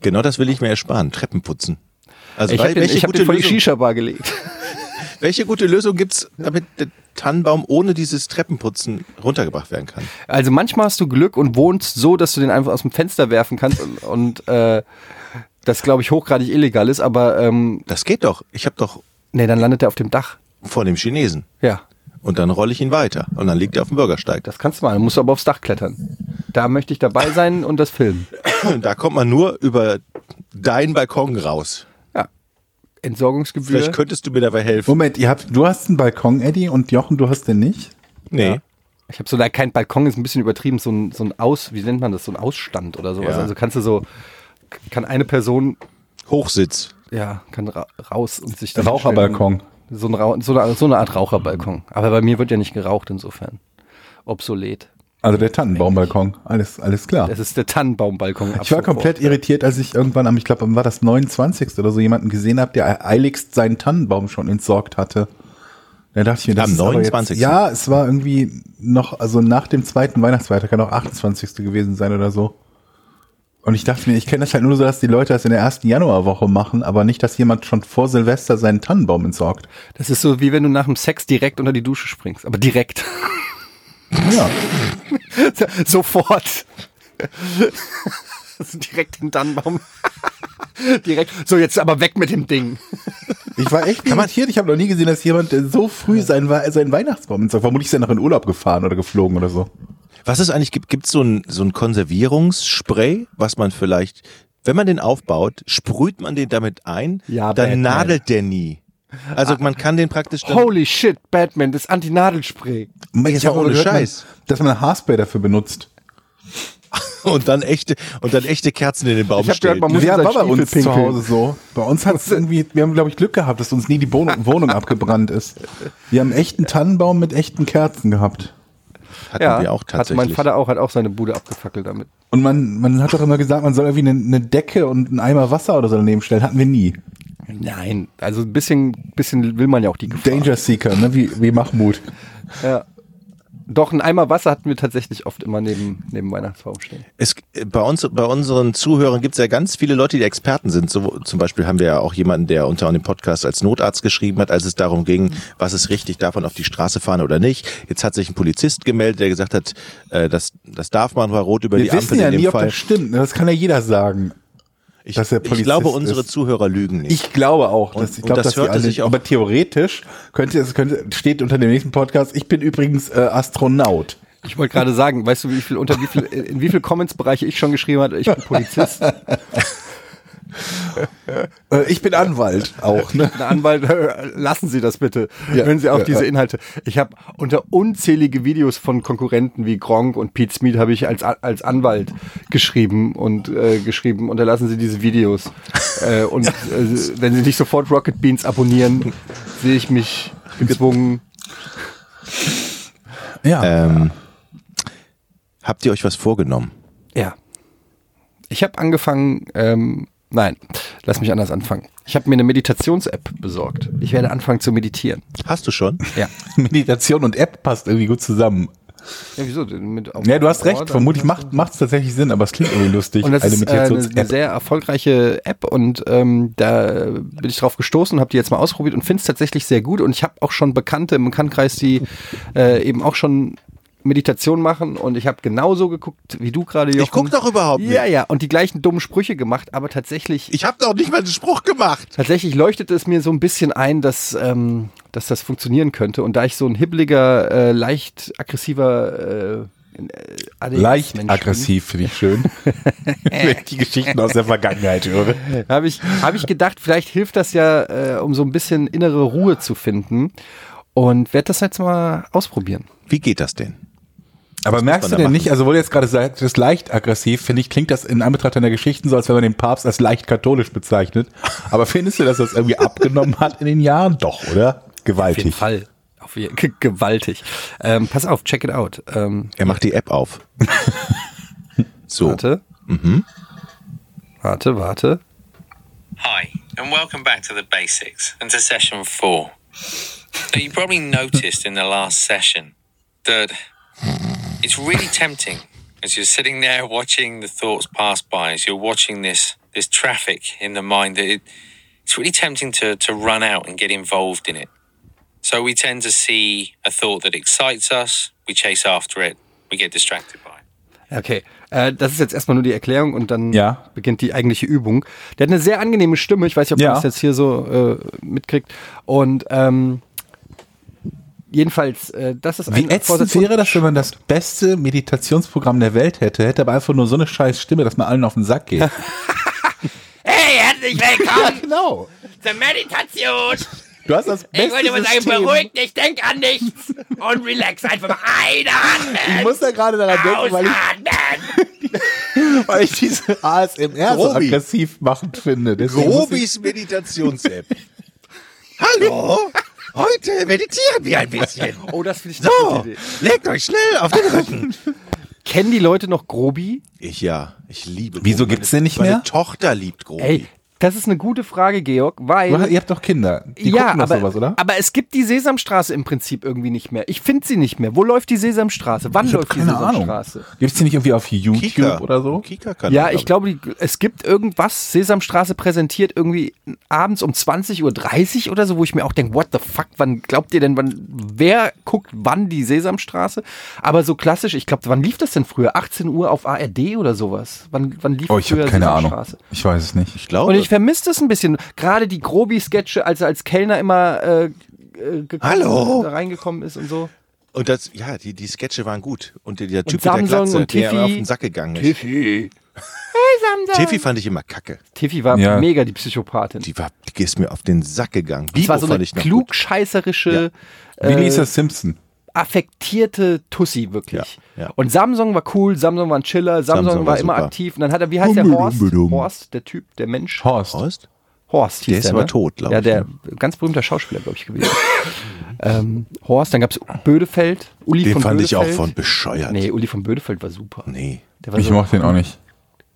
S3: Genau das will ich mir ersparen. Treppen putzen. Also
S1: ich habe den, ich hab den vor die
S3: Lösung,
S1: Shisha-Bar gelegt.
S3: welche gute Lösung gibt's, damit der Tannenbaum ohne dieses Treppenputzen runtergebracht werden kann?
S1: Also manchmal hast du Glück und wohnst so, dass du den einfach aus dem Fenster werfen kannst und, und äh, das, glaube ich, hochgradig illegal ist, aber ähm,
S3: Das geht doch. Ich habe doch
S1: nee, dann landet er auf dem Dach.
S3: vor dem Chinesen.
S1: Ja,
S3: Und dann rolle ich ihn weiter. Und dann liegt er auf dem Bürgersteig.
S1: das kannst du mal. Dann musst du aber aufs Dach klettern. Da möchte ich dabei sein und das filmen.
S3: Da kommt man nur über deinen Balkon raus.
S1: Ja. Entsorgungsgebühr.
S3: Vielleicht könntest du mir dabei
S1: Um?
S3: helfen.
S2: Moment, ihr habt, du hast einen Balkon, Eddie, und Jochen, du hast den nicht?
S3: Nee.
S1: Ich habe so da kein Balkon, ist ein bisschen übertrieben, so ein, so ein Aus, wie nennt man das, so ein Ausstand oder sowas.
S3: Ja.
S1: Also kannst du so, kann eine Person,
S3: Hochsitz.
S1: ja, kann ra raus und sich dann
S2: Raucherbalkon.
S1: hinstellen. So, ein Rau so, eine, so eine Art Raucherbalkon. Aber bei mir wird ja nicht geraucht insofern. Obsolet.
S2: Also der Tannenbaumbalkon. Alles, alles klar.
S1: Das ist der Tannenbaumbalkon. ab
S2: Ich war
S1: sofort.
S2: komplett irritiert, als ich irgendwann am, ich glaube, war das 29. oder so, jemanden gesehen habe, der eiligst seinen Tannenbaum schon entsorgt hatte. Da dachte ich mir, das
S3: Am
S2: ist aber
S3: 29..
S2: Jetzt, ja, es war irgendwie noch, also nach dem zweiten Weihnachtsfeiertag kann auch 28. gewesen sein oder so. Und ich dachte mir, ich kenne das halt nur so, dass die Leute das in der ersten Januarwoche machen, aber nicht, dass jemand schon vor Silvester seinen Tannenbaum entsorgt.
S1: Das ist so, wie wenn du nach dem Sex direkt unter die Dusche springst. Aber direkt.
S2: Ja,
S1: Sofort. Also direkt den Tannenbaum. direkt. So, jetzt aber weg mit dem Ding.
S2: ich war echt irritiert. Ich habe noch nie gesehen, dass jemand äh, so früh seinen, Wa- seinen Weihnachtsbaum entsorgt. Vermutlich ist er noch in Urlaub gefahren oder geflogen oder so.
S3: Was es eigentlich gibt, gibt so ein, so ein Konservierungsspray, was man vielleicht, wenn man den aufbaut, sprüht man den damit ein,
S1: Ja, Ah.
S3: dann
S1: Batman.
S3: nadelt der nie. Also man kann den praktisch dann,
S1: Holy shit, Batman, das Antinadelspray.
S2: Man,
S3: Jetzt mal
S2: hab aber
S3: ohne
S2: gehört,
S3: Scheiß.
S2: Man, dass man ein Haarspray dafür benutzt.
S3: und dann echte und dann echte Kerzen in den Baum
S1: Oh. Ich hab
S3: stellen.
S1: gehört, man muss-
S2: Wir
S1: in
S2: haben
S1: seinen
S2: bei
S1: Stiefel
S2: uns zu
S1: pinkeln.
S2: Hause so. Bei uns hat es irgendwie, wir haben, glaube ich, Glück gehabt, dass uns nie die Wohnung, Wohnung abgebrannt ist. Wir haben echten Tannenbaum mit echten Kerzen gehabt.
S3: Hatten wir auch
S1: hat
S3: tatsächlich.
S1: mein Vater auch, hat auch seine Bude abgefackelt damit.
S2: Und man, man hat doch immer gesagt, man soll irgendwie eine, eine Decke und einen Eimer Wasser oder so daneben stellen. Hatten wir nie.
S1: Nein, also ein bisschen, bisschen will man ja auch die Gefahr.
S2: Danger Seeker, ne? wie, wie Mahmoud.
S1: Ja. Doch, ein Eimer Wasser hatten wir tatsächlich oft immer neben, neben Weihnachtsbaum stehen.
S3: Es, äh, bei, uns, bei unseren Zuhörern gibt es ja ganz viele Leute, die Experten sind. So, zum Beispiel haben wir ja auch jemanden, der unter dem Podcast als Notarzt geschrieben hat, als es darum ging,
S2: Mhm.
S3: was ist richtig, darf man auf die Straße fahren oder nicht. Jetzt hat sich ein Polizist gemeldet, der gesagt hat, äh, das, das darf man, war rot über
S2: Wir
S3: die
S2: wissen
S3: Ampel
S2: ja
S3: in dem
S2: nie, ob
S3: Fall.
S2: das stimmt. ne? Das kann ja jeder sagen.
S3: ich,
S2: dass der
S3: ich
S2: Polizist
S3: glaube, unsere
S2: ist.
S3: Zuhörer lügen nicht.
S2: Ich glaube auch,
S3: Und-
S2: dass ich
S3: und
S2: glaube,
S3: das
S2: dass die
S3: hörte
S2: alle,
S3: sich auch-
S2: aber theoretisch könnte es könnte steht unter dem nächsten Podcast. Ich bin übrigens äh, Astronaut.
S1: Ich wollte gerade sagen, weißt du, wie viel, unter wie viel, in wie viel Comments-Bereiche ich schon geschrieben habe, ich bin Polizist,
S2: Äh, ich bin Anwalt auch. Ne?
S1: ein Anwalt, äh, lassen Sie das bitte,
S2: Ja,
S1: hören Sie auf
S2: ja,
S1: diese
S2: ja.
S1: Inhalte. Ich habe unter unzählige Videos von Konkurrenten wie Gronk und Pete Smith habe ich als, A- als Anwalt geschrieben und äh, geschrieben, unterlassen Sie diese Videos. äh, und äh, wenn Sie nicht sofort Rocket Beans abonnieren, sehe ich mich gezwungen.
S2: Ja.
S3: ähm, habt ihr euch was vorgenommen?
S1: Ja. Ich habe angefangen, ähm, nein, lass mich anders anfangen. Ich habe mir eine Meditations-App besorgt. Ich werde anfangen zu meditieren.
S3: Hast du schon?
S1: Ja.
S2: Meditation und App passt irgendwie gut zusammen.
S1: Ja, wieso? denn? Mit auf-
S2: Ja, du hast
S1: Ohr,
S2: recht.
S1: dann-
S2: Vermutlich macht macht's tatsächlich Sinn, aber es klingt irgendwie lustig.
S1: Und das ist äh, eine, eine
S2: Meditations-App.
S1: sehr erfolgreiche App und ähm, da bin ich drauf gestoßen, habe die jetzt mal ausprobiert und finde es tatsächlich sehr gut. Und ich habe auch schon Bekannte im Bekanntenkreis, die äh, eben auch schon Meditation machen und ich habe genauso geguckt wie du gerade. Jochen.
S3: guck doch überhaupt nicht.
S1: Ja, ja. Und die gleichen dummen Sprüche gemacht, aber tatsächlich
S3: Ich habe doch nicht mal einen Spruch gemacht.
S1: Tatsächlich leuchtete es mir so ein bisschen ein, dass, ähm, dass das funktionieren könnte. Und da ich so ein hibbeliger, äh, leicht aggressiver äh, ADS
S2: Leicht
S1: Menschen.
S2: aggressiv finde ich schön. Wenn ich die Geschichten aus der Vergangenheit höre.
S1: Habe ich, hab ich gedacht, vielleicht hilft das ja, äh, um so ein bisschen innere Ruhe zu finden. Und werde das jetzt mal ausprobieren.
S3: Wie geht das denn?
S2: Aber merkst du
S3: man da
S2: denn
S3: machen?
S2: nicht, also wo du jetzt gerade sagst, das ist leicht aggressiv, finde ich, klingt das in Anbetracht deiner Geschichten so, als wenn man den Papst als leicht katholisch bezeichnet. Aber findest du, dass das irgendwie abgenommen hat in den Jahren? Doch, oder?
S1: Auf jeden
S2: Gewaltig.
S1: Fall. Auf je ge- gewaltig. Ähm, pass auf, check it out. Ähm,
S3: Er macht die App auf. so.
S1: Warte. Warte, warte.
S4: Hi, and welcome back to the basics and to session four. Now, you probably noticed in the last session that it's really tempting as you're sitting there watching the thoughts pass by, as you're watching this this traffic in the mind, that it, it's really tempting to, to run out and get involved in it. So we tend to see a thought that excites us, we chase after it, we get distracted by it.
S1: Okay, äh, das ist jetzt erstmal nur die Erklärung und dann
S2: Ja.
S1: beginnt die eigentliche Übung. Der hat eine sehr angenehme Stimme, ich weiß nicht, ob
S2: Ja.
S1: man das jetzt hier so äh, mitkriegt. Und ähm, jedenfalls, äh, das ist
S2: Wie
S1: Vorsatz
S2: ätzend
S1: von-
S2: wäre das, wenn man das beste Meditationsprogramm der Welt hätte, hätte aber einfach nur so eine scheiß Stimme, dass man allen auf den Sack geht.
S5: Hey, herzlich willkommen
S2: genau.
S5: zur Meditation.
S2: Du hast das beste
S5: Ich wollte mal sagen,
S2: System.
S5: beruhig dich, denk an nichts und relax. Einfach mal einatmen,
S2: Ich muss da gerade daran denken, weil ich,
S5: ausatmen.
S2: weil ich diese ASMR so
S3: Grobi.
S2: aggressiv machend finde. Deswegen muss ich-
S3: Grobis Meditations-App. Hallo, heute meditieren wir ein bisschen.
S1: Oh, das finde ich eine
S3: So,
S1: gute Idee.
S3: legt euch schnell auf den Rücken.
S1: Kennen die Leute noch Grobi?
S3: Ich ja, ich liebe
S2: Wieso
S3: Grobi.
S2: gibt's den nicht
S3: Meine
S2: mehr?
S3: Tochter liebt Grobi.
S1: Ey, das ist eine gute Frage, Georg, weil...
S2: Du hast- Ihr habt doch Kinder. Die
S1: ja,
S2: gucken doch
S1: aber,
S2: sowas, oder?
S1: aber es gibt die Sesamstraße im Prinzip irgendwie nicht mehr. Ich finde sie nicht mehr. Wo läuft die Sesamstraße? Wann läuft die Sesamstraße?
S2: Gibt es die nicht irgendwie auf YouTube
S3: Kika
S2: oder so?
S3: Kika kann
S1: Ja, ich glaube, die- es gibt irgendwas, Sesamstraße präsentiert irgendwie abends um 20.30 Uhr oder so, wo ich mir auch denke, what the fuck, wann glaubt ihr denn, wann, wer guckt wann die Sesamstraße? Aber so klassisch, ich glaube, wann lief das denn früher? 18 Uhr auf ARD oder sowas? Wann, wann lief
S2: Oh, ich habe
S1: früher
S2: keine Ahnung.
S1: Sesamstraße?
S2: Ich weiß es nicht.
S3: Ich glaube.
S1: Und ich vermisse das ein bisschen. Gerade die Grobi-Sketche, als er als Kellner immer äh, äh, gekommen,
S3: Hallo.
S1: da reingekommen ist und so.
S3: und das, ja, die, die Sketche waren gut. Und der, der Typ mit der
S1: Samson
S3: Glatze,
S1: und
S3: der
S1: Tiffy.
S3: immer auf den Sack gegangen ist. Tiffy. Tiffy fand ich immer kacke.
S1: Tiffy war
S2: Ja.
S1: mega die Psychopathin.
S3: Die, war, die ist mir auf den Sack gegangen.
S1: Das
S3: Bibo
S1: war so eine
S3: fand ich noch gut.
S1: klugscheißerische, äh,
S2: Wie Lisa Simpson.
S1: affektierte Tussi wirklich.
S3: Ja, ja.
S1: Und Samsung war cool, Samsung war ein Chiller, Samsung,
S3: Samsung
S1: war,
S3: war
S1: immer
S3: super.
S1: aktiv. Und dann hat er, wie heißt der
S3: Dumm,
S1: Horst?
S3: dumm, dumm.
S1: Horst, der Typ, der Mensch.
S2: Horst.
S3: Horst?
S1: Horst hieß
S3: Der
S1: der.
S3: ist aber
S1: ne?
S3: tot, glaub
S1: Ja,
S3: ich,
S1: der ganz berühmter Schauspieler, glaube ich, gewesen. ähm, Horst, dann gab's Bödefeld. Uli
S3: Den
S1: von
S3: fand ich
S1: Bödefeld.
S3: auch von bescheuert.
S1: Nee, Uli von Bödefeld war super.
S3: Nee.
S1: Der, war
S2: ich
S1: so,
S2: mochte den auch nicht.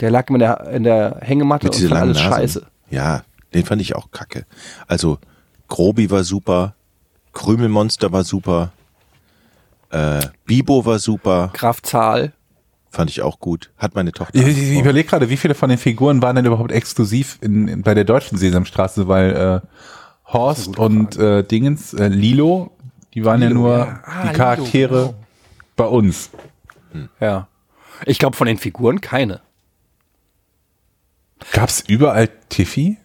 S1: der lag immer in der, in der Hängematte
S3: Mit
S1: und
S3: diese
S1: fand
S3: langen
S1: alles
S3: Nasen.
S1: scheiße.
S3: Ja, den fand ich auch kacke. Also, Grobi war super. Krümelmonster war super. Äh, Bibo war super.
S1: Graf Zahl.
S3: Fand ich auch gut. Hat meine Tochter.
S2: Ich, ich, ich
S3: angesprochen.
S2: überlege gerade, wie viele von den Figuren waren denn überhaupt exklusiv in, in, bei der deutschen Sesamstraße, weil äh, Horst und äh, Dingens, äh, Lilo, die waren ja nur
S1: Ah,
S2: die
S1: Lilo,
S2: Charaktere bei uns.
S1: Ja. Ich glaube, von den Figuren keine.
S2: Gab es überall Tiffy?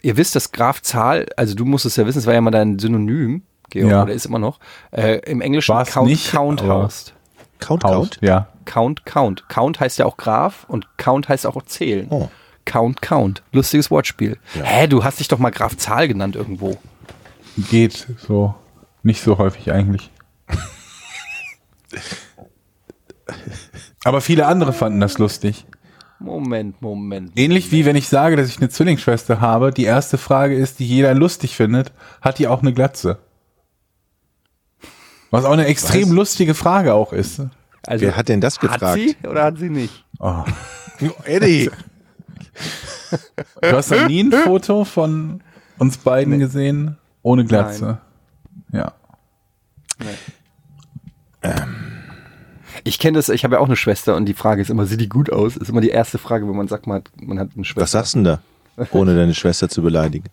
S1: ihr wisst, dass Graf Zahl, also du musst es ja wissen, es war ja mal dein Synonym, Georg,
S2: Ja.
S1: oder ist immer noch, äh, im Englischen
S2: War's nicht,
S1: Count
S2: aber-
S1: heißt.
S3: Count,
S2: Haus,
S3: Count?
S2: Ja.
S1: Count, Count. Count heißt ja auch Graf und Count heißt auch Zählen.
S3: Oh.
S1: Count, Count. Lustiges Wortspiel. Hä, du hast dich doch mal Graf Zahl genannt irgendwo.
S2: Geht so. Nicht so häufig eigentlich. Aber viele andere fanden das lustig.
S1: Moment, Moment.
S2: Ähnlich wie wenn ich sage, dass ich eine Zwillingsschwester habe, die erste Frage ist, die jeder lustig findet, hat die auch eine Glatze? Was auch eine extrem
S3: Was?
S2: lustige Frage auch ist.
S1: Also,
S3: Wer hat denn das gefragt?
S1: Hat sie oder hat sie nicht?
S2: Oh.
S3: Eddie.
S2: Du hast noch nie ein Foto von uns beiden gesehen ohne Glatze. Ja.
S1: Ich kenne das, ich habe ja auch eine Schwester und die Frage ist immer, sieht die gut aus? Ist immer die erste Frage, wenn man sagt, man hat, man hat eine
S3: Was
S1: Schwester.
S3: sagst du denn da? Ohne deine Schwester zu beleidigen.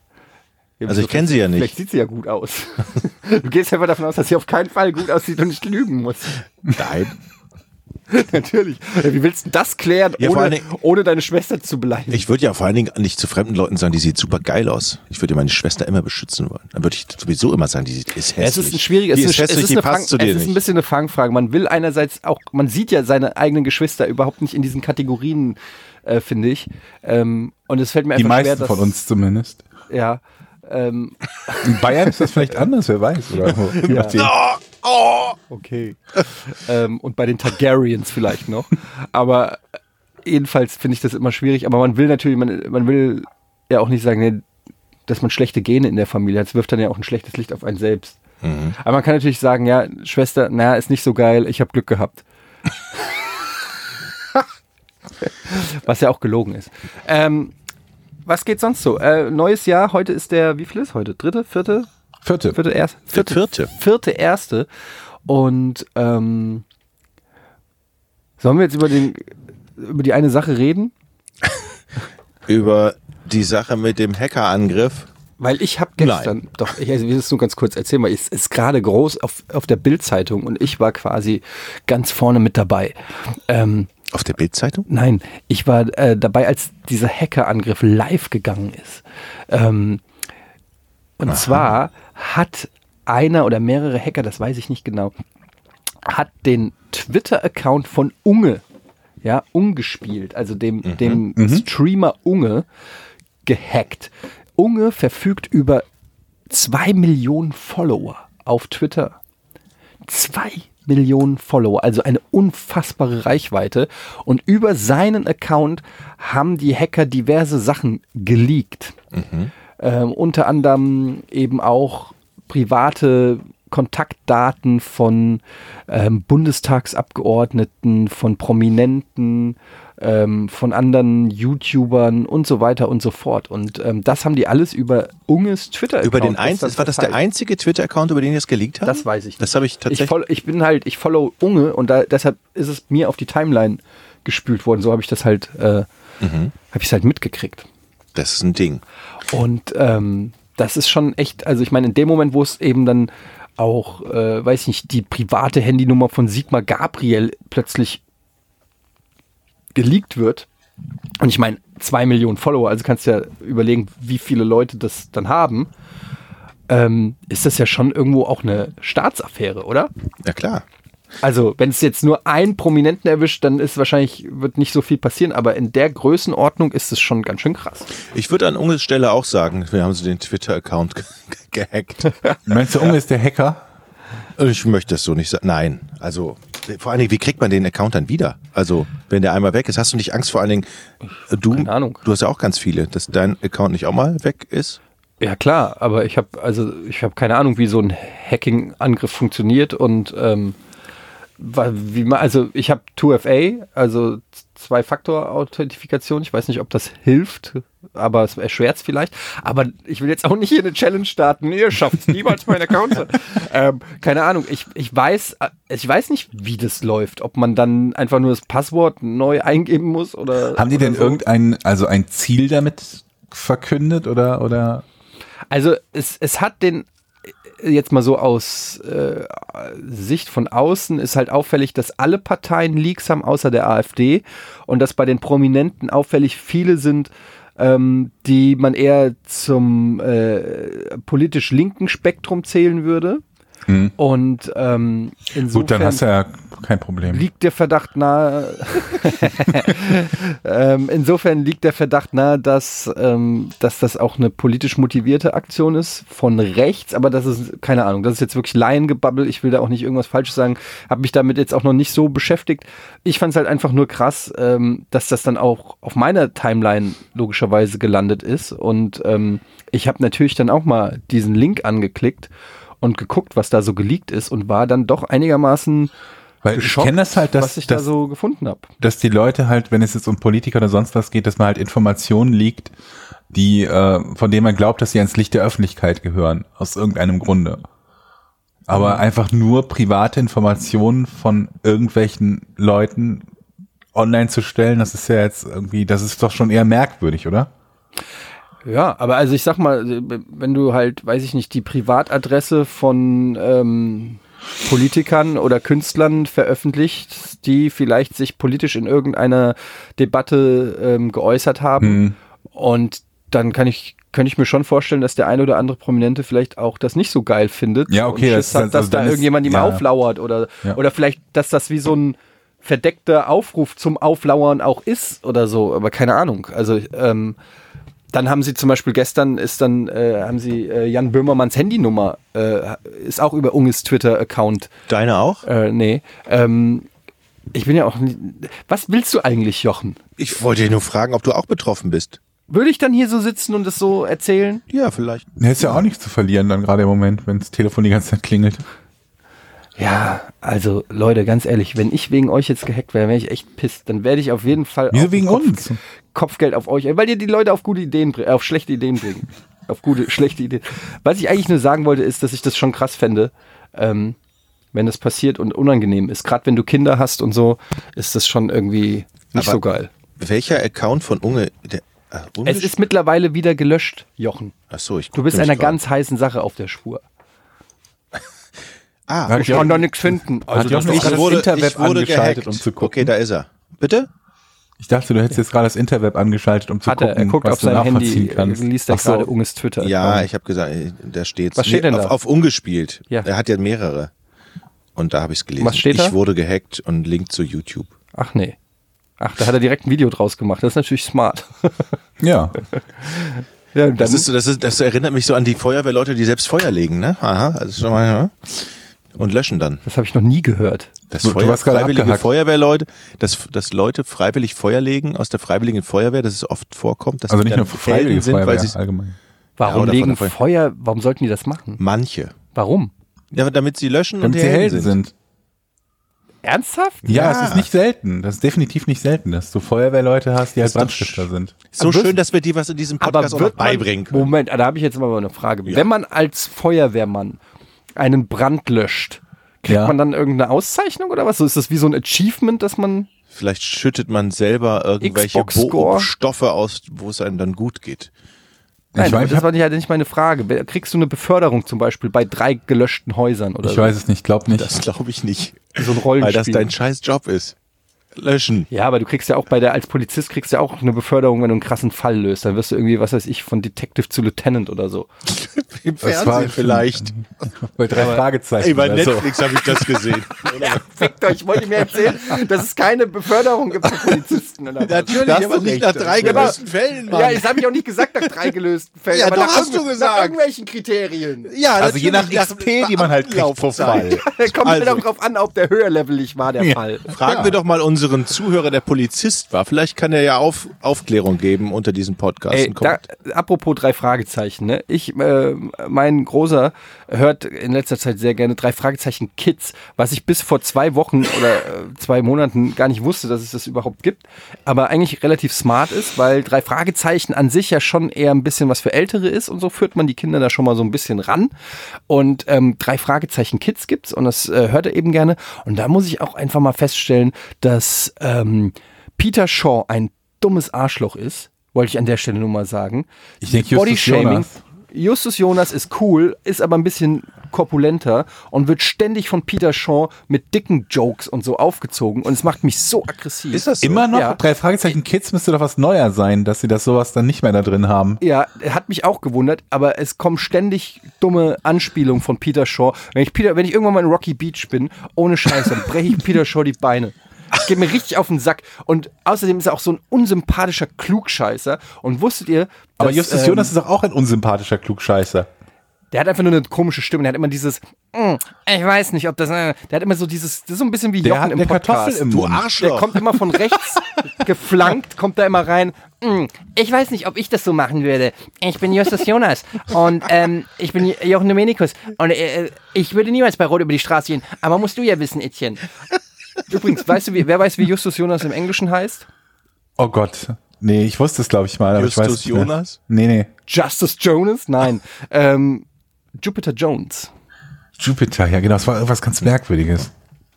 S3: also ich kenn sie ja nicht.
S1: Vielleicht sieht sie ja gut aus. Du gehst einfach davon aus, dass sie auf keinen Fall gut aussieht und nicht lügen muss.
S3: Nein.
S1: Natürlich. Ja, Wie willst du das klären,
S3: Ja, vor allen
S1: ohne,
S3: Dingen-
S1: ohne deine Schwester zu beleidigen?
S3: Ich würde ja vor allen Dingen nicht zu fremden Leuten sagen, die sieht super geil aus. Ich würde meine Schwester immer beschützen wollen. Dann würde ich sowieso immer sagen, die sieht, ist hässlich.
S1: Ja, es ist ein schwieriges,
S3: die
S1: es
S3: ist hässlich,
S1: es ist
S3: die
S1: eine
S3: passt
S1: Fang-
S3: zu dir
S1: es ist ein
S3: nicht.
S1: bisschen eine Fangfrage. Man will einerseits auch, man sieht ja seine eigenen Geschwister überhaupt nicht in diesen Kategorien, äh, finde ich. Ähm, und es fällt mir
S2: Die
S1: einfach schwer,
S2: meisten
S1: dass,
S2: von uns zumindest.
S1: ja, ähm,
S2: In Bayern ist das vielleicht anders, wer weiß. Oder wo, je nachdem.
S1: okay, ähm, und bei den Targaryens vielleicht noch. Aber jedenfalls finde ich das immer schwierig. Aber man will natürlich, man, man will ja auch nicht sagen, nee, dass man schlechte Gene in der Familie hat. Das wirft dann ja auch ein schlechtes Licht auf einen selbst. Aber man kann natürlich sagen, ja, Schwester, na, ist nicht so geil, ich habe Glück gehabt. was ja auch gelogen ist. Ähm, was geht sonst so? Äh, neues Jahr, heute ist der, wie viel ist heute? Dritte, vierte?
S2: Vierte.
S1: Vierte, erste?
S3: Der vierte.
S1: Vierte, erste. Und ähm, sollen wir jetzt über, den, über die eine Sache reden?
S3: Über die Sache mit dem Hackerangriff.
S1: Weil ich habe gestern, doch, ich also, ich will es nur ganz kurz erzählen, weil es ist gerade groß auf, auf der Bildzeitung und ich war quasi ganz vorne mit dabei. Ähm,
S3: Auf der Bildzeitung?
S1: nein, ich war äh, dabei, als dieser Hackerangriff live gegangen ist. Ähm, und zwar hat einer oder mehrere Hacker, das weiß ich nicht genau, hat den Twitter-Account von Unge, ja, umgespielt, also dem, dem Streamer Unge, gehackt. Unge verfügt über zwei Millionen Follower auf Twitter. Zwei Millionen Follower, also eine unfassbare Reichweite. Und über seinen Account haben die Hacker diverse Sachen geleakt.
S3: Mhm.
S1: Ähm, unter anderem eben auch private Kontaktdaten von ähm, Bundestagsabgeordneten, von Prominenten, ähm, von anderen YouTubern und so weiter und so fort. Und ähm, das haben die alles über Unges Twitter-Account.
S3: Über den einzigen,
S1: gestern
S3: war das der
S1: verteilt.
S3: einzige Twitter-Account, über den ihr es geleakt habt?
S1: Das weiß ich nicht.
S3: Das habe ich
S1: Ich,
S3: tatsächlich.
S1: follow, ich bin halt, ich follow Unge und da, deshalb ist es mir auf die Timeline gespült worden. So habe ich das halt, äh,
S3: Mhm.
S1: habe ich es halt mitgekriegt.
S3: das ist ein Ding.
S1: Und ähm, das ist schon echt, also ich meine, in dem Moment, wo es eben dann auch, äh, weiß ich nicht, die private Handynummer von Sigmar Gabriel plötzlich geleakt wird. Und ich meine, zwei Millionen Follower, also kannst ja überlegen, wie viele Leute das dann haben. Ähm, ist das ja schon irgendwo auch eine Staatsaffäre, oder?
S3: Ja klar.
S1: Also, wenn es jetzt nur einen Prominenten erwischt, dann ist wahrscheinlich, wird nicht so viel passieren, aber in der Größenordnung ist es schon ganz schön krass.
S3: Ich würde an Unges Stelle auch sagen, wir haben so den Twitter-Account ge- ge- gehackt.
S2: Meinst du, Unge ist der Hacker?
S3: Ich möchte das so nicht sagen. Nein, also vor allen Dingen, wie kriegt man den Account dann wieder? Also wenn der einmal weg ist, hast du nicht Angst vor allen Dingen, äh, du,
S1: Keine Ahnung.
S3: du hast ja auch ganz viele, dass dein Account nicht auch mal weg ist?
S1: Ja klar, aber ich habe also ich habe keine Ahnung, wie so ein Hacking-Angriff funktioniert und ähm, wa- wie man, also ich habe 2FA, also Zwei-Faktor-Authentifikation. Ich weiß nicht, ob das hilft, aber es erschwert es vielleicht. Aber ich will jetzt auch nicht hier eine Challenge starten. Ihr schafft niemals meinen Account. ähm, keine Ahnung. Ich, ich weiß äh, ich weiß nicht, wie das läuft. Ob man dann einfach nur das Passwort neu eingeben muss oder
S2: Haben die
S1: oder
S2: denn
S1: so.
S2: irgendein, also ein Ziel damit verkündet oder, oder?
S1: Also es, es hat den, jetzt mal so aus äh, Sicht von außen, ist halt auffällig, dass alle Parteien Leaks haben, außer der AfD. Und dass bei den Prominenten auffällig viele sind, ähm, die man eher zum äh, politisch linken Spektrum zählen würde. Und ähm, insofern
S2: Mhm. Gut, dann hast du ja kein Problem.
S1: liegt der Verdacht nahe. ähm, insofern liegt der Verdacht nahe, dass, ähm, dass das auch eine politisch motivierte Aktion ist von rechts, aber das ist, keine Ahnung, das ist jetzt wirklich Laiengebabbel, ich will da auch nicht irgendwas Falsches sagen, habe mich damit jetzt auch noch nicht so beschäftigt. Ich fand es halt einfach nur krass, ähm, dass das dann auch auf meiner Timeline logischerweise gelandet ist und ähm, ich habe natürlich dann auch mal diesen Link angeklickt und geguckt, was da so geleakt ist und war dann doch einigermaßen
S2: Weil ich
S1: geschockt,
S2: kenne das halt, dass,
S1: was ich da
S2: dass,
S1: so gefunden habe.
S2: dass die Leute halt, wenn es jetzt um Politiker oder sonst was geht, dass man halt Informationen liegt, die, äh, von denen man glaubt, dass sie ans Licht der Öffentlichkeit gehören, aus irgendeinem Grunde.
S1: Mhm.
S2: Aber einfach nur private Informationen von irgendwelchen Leuten online zu stellen, das ist ja jetzt irgendwie, das ist doch schon eher merkwürdig, oder?
S1: Ja, aber äh, also ich sag mal, wenn du halt, weiß ich nicht, die Privatadresse von ähm, Politikern oder Künstlern veröffentlicht, die vielleicht sich politisch in irgendeiner Debatte ähm, geäußert haben.
S2: Mhm.
S1: Und dann kann ich, könnte ich mir schon vorstellen, dass der eine oder andere Prominente vielleicht auch das nicht so geil findet.
S2: Ja, okay,
S1: Und
S2: das
S1: Schiss
S2: ist
S1: hat,
S2: halt-
S1: dass
S2: also
S1: da
S2: dann ist-
S1: irgendjemand ihm
S2: ja, ja.
S1: auflauert oder,
S2: Ja.
S1: oder vielleicht, dass das wie so ein verdeckter Aufruf zum Auflauern auch ist oder so, aber keine Ahnung. Also, ähm, dann haben sie zum Beispiel gestern ist dann äh, haben sie äh, Jan Böhmermanns Handynummer äh, ist auch über Unges Twitter Account
S3: Deine auch?
S1: äh, nee. Ähm, ich bin ja auch. nie- Was willst du eigentlich, Jochen?
S3: Ich wollte dich nur fragen, ob du auch betroffen bist.
S1: Würde ich dann hier so sitzen und es so erzählen?
S3: Ja, vielleicht.
S2: Er ist ja auch nichts zu verlieren dann gerade im Moment, wenn das Telefon die ganze Zeit klingelt.
S1: Ja, also Leute, ganz ehrlich, wenn ich wegen euch jetzt gehackt wäre, wäre ich echt pisst. Dann werde ich auf jeden Fall.
S2: Wieso
S1: auf
S2: wegen
S1: Kopf-
S2: uns?
S1: Kopfgeld auf euch, weil ihr die Leute auf gute Ideen, bring- auf schlechte Ideen bringen. auf gute, schlechte Ideen. Was ich eigentlich nur sagen wollte, ist, dass ich das schon krass fände, ähm, wenn das passiert und unangenehm ist. Gerade wenn du Kinder hast und so, ist das schon irgendwie nicht
S3: Aber-
S1: so geil.
S3: Welcher Account von Unge? Der, äh, Unge
S1: Es ist mittlerweile wieder gelöscht, Jochen.
S3: Ach so, ich
S1: Du bist
S3: guckte
S1: einer
S3: mich grad.
S1: ganz heißen Sache auf der Spur.
S3: Ah,
S1: Ich kann doch nichts finden. Also
S2: Hat Jochen
S1: das
S2: auch
S1: ist
S2: gerade
S1: doch
S2: das Interweb angeschaltet, um zu gucken.
S3: Okay, da ist er. Bitte?
S2: Ich dachte, du hättest jetzt gerade das Interweb angeschaltet, um zu
S1: hat
S2: gucken,
S1: er, er guckt
S2: was
S1: auf
S2: du
S1: sein Handy, äh,
S2: nachvollziehen kannst.
S1: liest er
S2: Ach so.
S1: gerade um- Unges Twitter.
S3: Ja, ich habe gesagt, äh, da steht's.
S1: Was steht denn
S3: auf,
S1: da?
S3: auf ungespielt.
S1: Ja.
S3: Er hat ja mehrere. Und da habe ich es gelesen.
S1: Was steht
S3: ich
S1: da?
S3: wurde gehackt und Link zu YouTube.
S1: Ach nee. Ach, da hat er direkt ein Video draus gemacht. Das ist natürlich smart.
S2: Ja.
S1: Ja, dann
S3: Das, ist, so- das, ist, das erinnert mich so an die Feuerwehrleute, die selbst Feuer legen, ne? Aha, also schon mal, ja. Und löschen dann.
S1: das habe ich noch nie gehört.
S3: Das
S2: Du- du
S3: Feuer,
S2: warst gerade
S3: freiwillige
S2: abgehackt.
S3: Feuerwehrleute, dass, dass Leute freiwillig Feuer legen aus der freiwilligen Feuerwehr, dass es oft vorkommt, dass
S2: Also
S3: die
S2: nicht nur
S3: dann
S2: freiwillige
S3: Helden sind, weil
S2: Feuerwehr also
S3: sie
S2: allgemein.
S3: Ja,
S1: Warum
S3: oder
S1: legen
S3: von der Feu-
S1: Feuer, warum sollten die das machen?
S3: manche.
S1: Warum?
S3: Ja, damit sie löschen
S2: Damit
S3: und
S2: sie Helden sind.
S1: Ernsthaft?
S2: Ja,
S3: Ja.
S2: es ist nicht selten. Das ist definitiv nicht selten, dass du Feuerwehrleute hast, die halt
S3: ist doch
S2: Brandstifter
S3: sch-
S2: sind.
S3: So
S1: Aber wirst-
S3: schön, dass wir die was in diesem
S1: Aber
S3: Podcast auch noch
S1: wird man,
S3: beibringen können.
S1: Moment, da habe ich jetzt mal eine Frage. Wenn man als Feuerwehrmann einen Brand löscht, kriegt
S2: Ja.
S1: man dann irgendeine Auszeichnung oder was? So ist das wie so ein Achievement, dass man
S3: Vielleicht schüttet man selber irgendwelche
S1: Xbox-Score.
S3: Bo- Stoffe aus, wo es einem dann gut geht.
S1: Nein,
S2: ich
S1: aber
S2: weiß, ich
S1: das
S2: hab-
S1: war nicht, nicht meine Frage. Wer- Kriegst du eine Beförderung zum Beispiel bei drei gelöschten Häusern oder
S2: ich
S1: so?
S2: weiß es nicht, glaub nicht.
S3: Das glaube ich nicht.
S1: so ein
S3: Weil
S1: Rollenspiel?
S3: das dein scheiß Job ist. Löschen.
S1: ja, aber du kriegst ja auch bei der, als Polizist kriegst du ja auch eine Beförderung, wenn du einen krassen Fall löst. Dann wirst du irgendwie, was weiß ich, von Detective zu Lieutenant oder so.
S3: Im
S2: Das
S3: Fernsehen vielleicht.
S2: Bei drei Fragezeichen.
S3: Ey, bei
S2: oder so.
S3: Netflix habe ich das gesehen.
S1: Fickt euch, wollt ihr mir erzählen, dass es keine Beförderung gibt für Polizisten oder was?
S3: Natürlich,
S2: Da hast
S3: aber
S2: du
S3: nicht
S2: recht.
S3: nach drei
S1: Genau.
S3: gelösten Fällen, Mann.
S1: Ja, das habe ich auch nicht gesagt nach drei gelösten Fällen.
S3: Ja,
S1: aber
S3: doch,
S1: nach
S3: hast du
S1: irgendw-
S3: gesagt.
S1: Nach irgendwelchen Kriterien.
S3: Ja,
S2: Also je nach
S3: natürlich,
S2: XP, die man halt kriegt pro Fall.
S1: Da kommt
S3: Also.
S1: also. auch drauf an, ob der höherlevelig war, der Fall.
S3: Fragen wir doch mal unseren Zuhörer, der Polizist war. Vielleicht kann er ja auf, Aufklärung geben unter diesem Podcast.
S1: Ey,
S3: Und
S1: da,
S3: kommt-
S1: apropos drei Fragezeichen, ne? Ich, äh, mein Großer hört in letzter Zeit sehr gerne drei Fragezeichen Kids, was ich bis vor zwei Wochen oder äh, zwei Monaten gar nicht wusste, dass es das überhaupt gibt, aber eigentlich relativ smart ist, weil drei Fragezeichen an sich ja schon eher ein bisschen was für Ältere ist und so führt man die Kinder da schon mal so ein bisschen ran. Und ähm, drei Fragezeichen Kids gibt's und das äh, hört er eben gerne. Und da muss ich auch einfach mal feststellen, dass ähm, Peter Shaw ein dummes Arschloch ist wollte ich an der Stelle nur mal sagen.
S2: Ich denk, Justus Jonas.
S1: Justus Jonas ist cool, ist aber ein bisschen korpulenter und wird ständig von Peter Shaw mit dicken Jokes und so aufgezogen und es macht mich so aggressiv.
S3: ist das so?
S2: Immer noch?
S1: Ja.
S2: Drei Fragezeichen Kids müsste doch was neuer sein, dass sie das sowas dann nicht mehr da drin haben.
S1: ja, hat mich auch gewundert, aber es kommen ständig dumme Anspielungen von Peter Shaw. Wenn ich, Peter, wenn ich irgendwann mal in Rocky Beach bin, ohne Scheiß, dann breche ich Peter Shaw die Beine. Das geht mir richtig auf den Sack. Und außerdem ist er auch so ein unsympathischer Klugscheißer. Und wusstet ihr,
S2: Aber
S1: dass,
S2: Justus
S1: ähm,
S2: Jonas ist doch auch ein unsympathischer Klugscheißer.
S1: Der hat einfach nur eine komische Stimme. Der hat immer dieses, "Mm, ich weiß nicht, ob das. äh." Der hat immer so dieses, das ist so ein bisschen wie
S2: Der
S1: Jochen
S2: hat
S1: im
S2: eine
S1: Podcast.
S2: Kartoffel im
S3: du
S2: Mund.
S1: der
S3: Arschloch.
S1: kommt immer von rechts geflankt, kommt da immer rein. "Mm, Ich weiß nicht, ob ich das so machen würde. Ich bin Justus Jonas und ähm, ich bin Jochen Dominikus und äh, ich würde niemals bei Rot über die Straße gehen. Aber musst du ja wissen, Etienne. Übrigens, weißt du, wie, wer weiß, wie Justus Jonas im Englischen heißt?
S2: Oh Gott. Nee, ich wusste es, glaube ich, mal. Aber ich weiß
S3: Justus
S2: es nicht mehr.
S3: Jonas?
S2: Nee, nee.
S1: Justus Jonas? Nein. Ähm, Jupiter Jones.
S2: Jupiter, ja genau. Es war irgendwas ganz Merkwürdiges.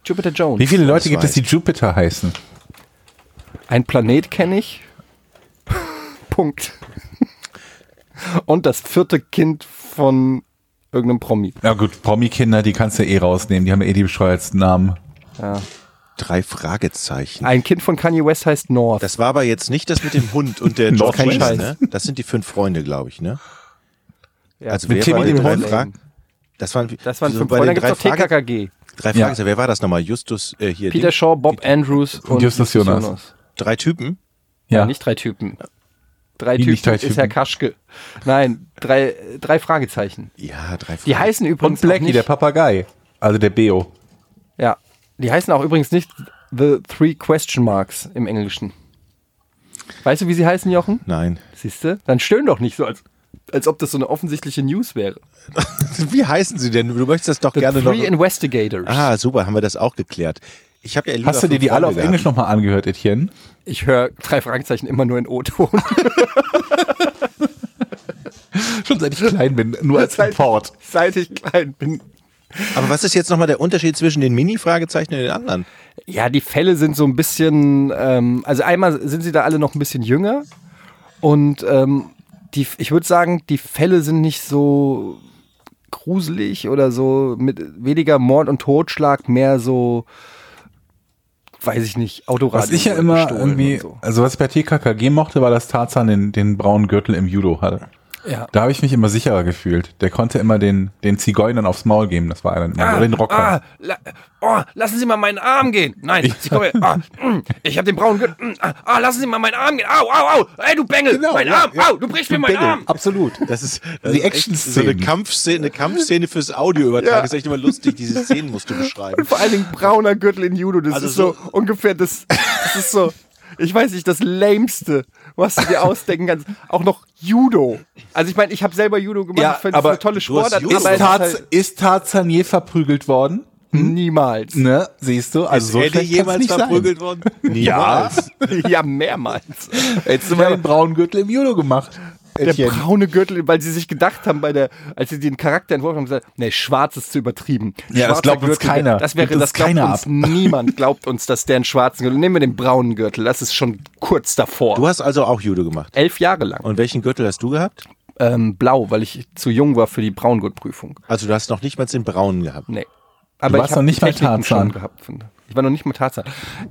S1: Jupiter Jones.
S2: Wie viele Leute gibt
S3: weiß
S2: es, die Jupiter heißen?
S1: Ein Planet kenne ich. Punkt. Und das vierte Kind von irgendeinem Promi.
S2: Ja gut, Promi-Kinder, die kannst du eh rausnehmen. Die haben ja eh die bescheuertsten Namen.
S3: Drei Fragezeichen.
S1: Ein Kind von Kanye West heißt North.
S3: Das war aber jetzt nicht das mit dem Hund und der
S1: Doch,
S3: George
S1: kein
S3: West,
S1: Scheiß.
S3: ne? Das sind die fünf Freunde, glaube ich, ne?
S1: Ja.
S3: Also
S2: Mit
S3: wer
S2: Tim
S3: war
S2: und
S3: die
S2: dem
S3: drei
S2: Hund.
S3: Fragen? Das waren,
S1: Das waren
S3: so
S1: fünf
S3: bei
S1: Freunde.
S3: den
S1: Da
S3: drei,
S1: gibt's auch
S3: Frage,
S1: TKKG.
S3: drei
S2: Ja.
S3: Fragezeichen. Wer war das nochmal? Justus, äh, hier.
S1: Peter
S3: Ding.
S1: Shaw, Bob Andrews und
S2: Justus Jonas.
S3: drei Typen.
S1: Ja. Nicht drei Typen. Drei
S2: Wie
S1: Typen,
S2: nicht drei
S1: ist
S2: Typen?
S1: Herr Kaschke. Nein, drei, äh, drei Fragezeichen.
S3: Ja, drei Fragezeichen.
S1: Die heißen übrigens
S2: Und
S1: auch
S2: Blackie,
S1: nicht,
S2: der Papagei. Also der Beo.
S1: Ja, die heißen auch übrigens nicht The Three Question Marks im Englischen. Weißt du, wie sie heißen, Jochen?
S3: Nein.
S1: Siehste? Dann stöhn doch nicht so, als, als ob das so eine offensichtliche News wäre.
S3: Wie heißen sie denn? Du möchtest das doch
S1: The
S3: gerne noch.
S1: Three Investigators.
S3: Ah, super, haben wir das auch geklärt. Ich habe ja lieber
S2: Hast du dir
S3: fünf
S2: die alle auf
S3: Freunde
S2: Englisch
S3: gehabt.
S2: nochmal angehört, Etienne?
S1: Ich höre drei Fragezeichen immer nur in O-Ton.
S2: Schon seit ich klein bin, nur als Import.
S1: Seit ich klein bin.
S3: Aber was ist jetzt nochmal der Unterschied zwischen den Mini-Fragezeichen und den anderen?
S1: Ja, die Fälle sind so ein bisschen, ähm, also einmal sind sie da alle noch ein bisschen jünger und ähm, die, ich würde sagen, die Fälle sind nicht so gruselig oder so mit weniger Mord und Totschlag, mehr so, weiß ich nicht, Autoradio.
S2: Was ich ja
S1: wurde
S2: immer
S1: gestohlen
S2: irgendwie,
S1: und so.
S2: also was ich bei TKKG mochte, war, dass Tarzan den, den braunen Gürtel im Judo hatte.
S1: Ja.
S2: Da habe ich mich immer sicherer gefühlt. Der konnte immer den, den Zigeunern aufs Maul geben. Das war einer, oder den Rocker.
S1: Ah, la, oh, lassen Sie mal meinen Arm gehen. Nein, Sie kommen, ah, mm, ich habe den braunen Gürtel. mm, ah, ah, lassen Sie mal meinen Arm gehen. Au, au, au. Ey, du Bengel.
S2: Genau,
S1: mein
S2: ja,
S1: Arm. Au, du brichst mir meinen Arm.
S2: Absolut.
S3: Das ist
S2: Die
S3: das ist echt
S2: Action-Szenen.
S3: So eine Kampfszene, eine Kampfszene fürs Audio übertragen. Ist echt immer lustig. Diese Szenen musst du beschreiben.
S1: Vor allen Dingen brauner Gürtel in Judo, das
S3: Also
S1: ist so, ungefähr das, das ist so, ich weiß nicht, das lämste, was du dir ausdenken kannst. Auch noch Judo. Also ich meine, ich habe selber Judo gemacht,
S2: Ja,
S1: ich finde es
S2: aber
S1: eine tolle
S3: du hast
S1: Sportart,
S3: Judo
S2: Ist,
S1: aber es ist
S2: Tarz,
S1: halt
S2: ist Tarzan je verprügelt worden?
S1: niemals.
S2: Ne, siehst du? Also so
S3: Eddie
S2: schlecht kann's
S3: jemals
S2: nicht sein.
S3: verprügelt worden? Niemals.
S1: Ja, mehrmals.
S2: Hättest du mal den braunen Gürtel im Judo gemacht.
S1: Der
S2: Etienne.
S1: braune Gürtel, weil sie sich gedacht haben, bei der, als sie den Charakter entworfen haben, gesagt, nee, schwarz ist zu übertrieben.
S2: Ja, das
S1: Schwarzer
S2: glaubt uns
S1: Gürtel,
S2: keiner.
S1: Das wäre,
S2: Gibt uns
S1: das glaubt
S2: keiner
S1: uns
S2: ab.
S1: niemand glaubt uns, dass der einen schwarzen Gürtel, nehmen wir den braunen Gürtel, das ist schon kurz davor.
S3: Du hast also auch Judo gemacht.
S1: Elf Jahre lang.
S3: Und welchen Gürtel hast du gehabt?
S1: ähm, blau, weil ich zu jung war für die Braungurtprüfung.
S3: Also du hast noch nicht mal den braunen gehabt.
S1: Nee. Aber ich
S2: warst noch
S1: hab
S2: nicht
S1: die
S2: mal
S1: Techniken
S2: Tarzan.
S1: schon gehabt, finde. Ich war noch nicht mal Tarzan.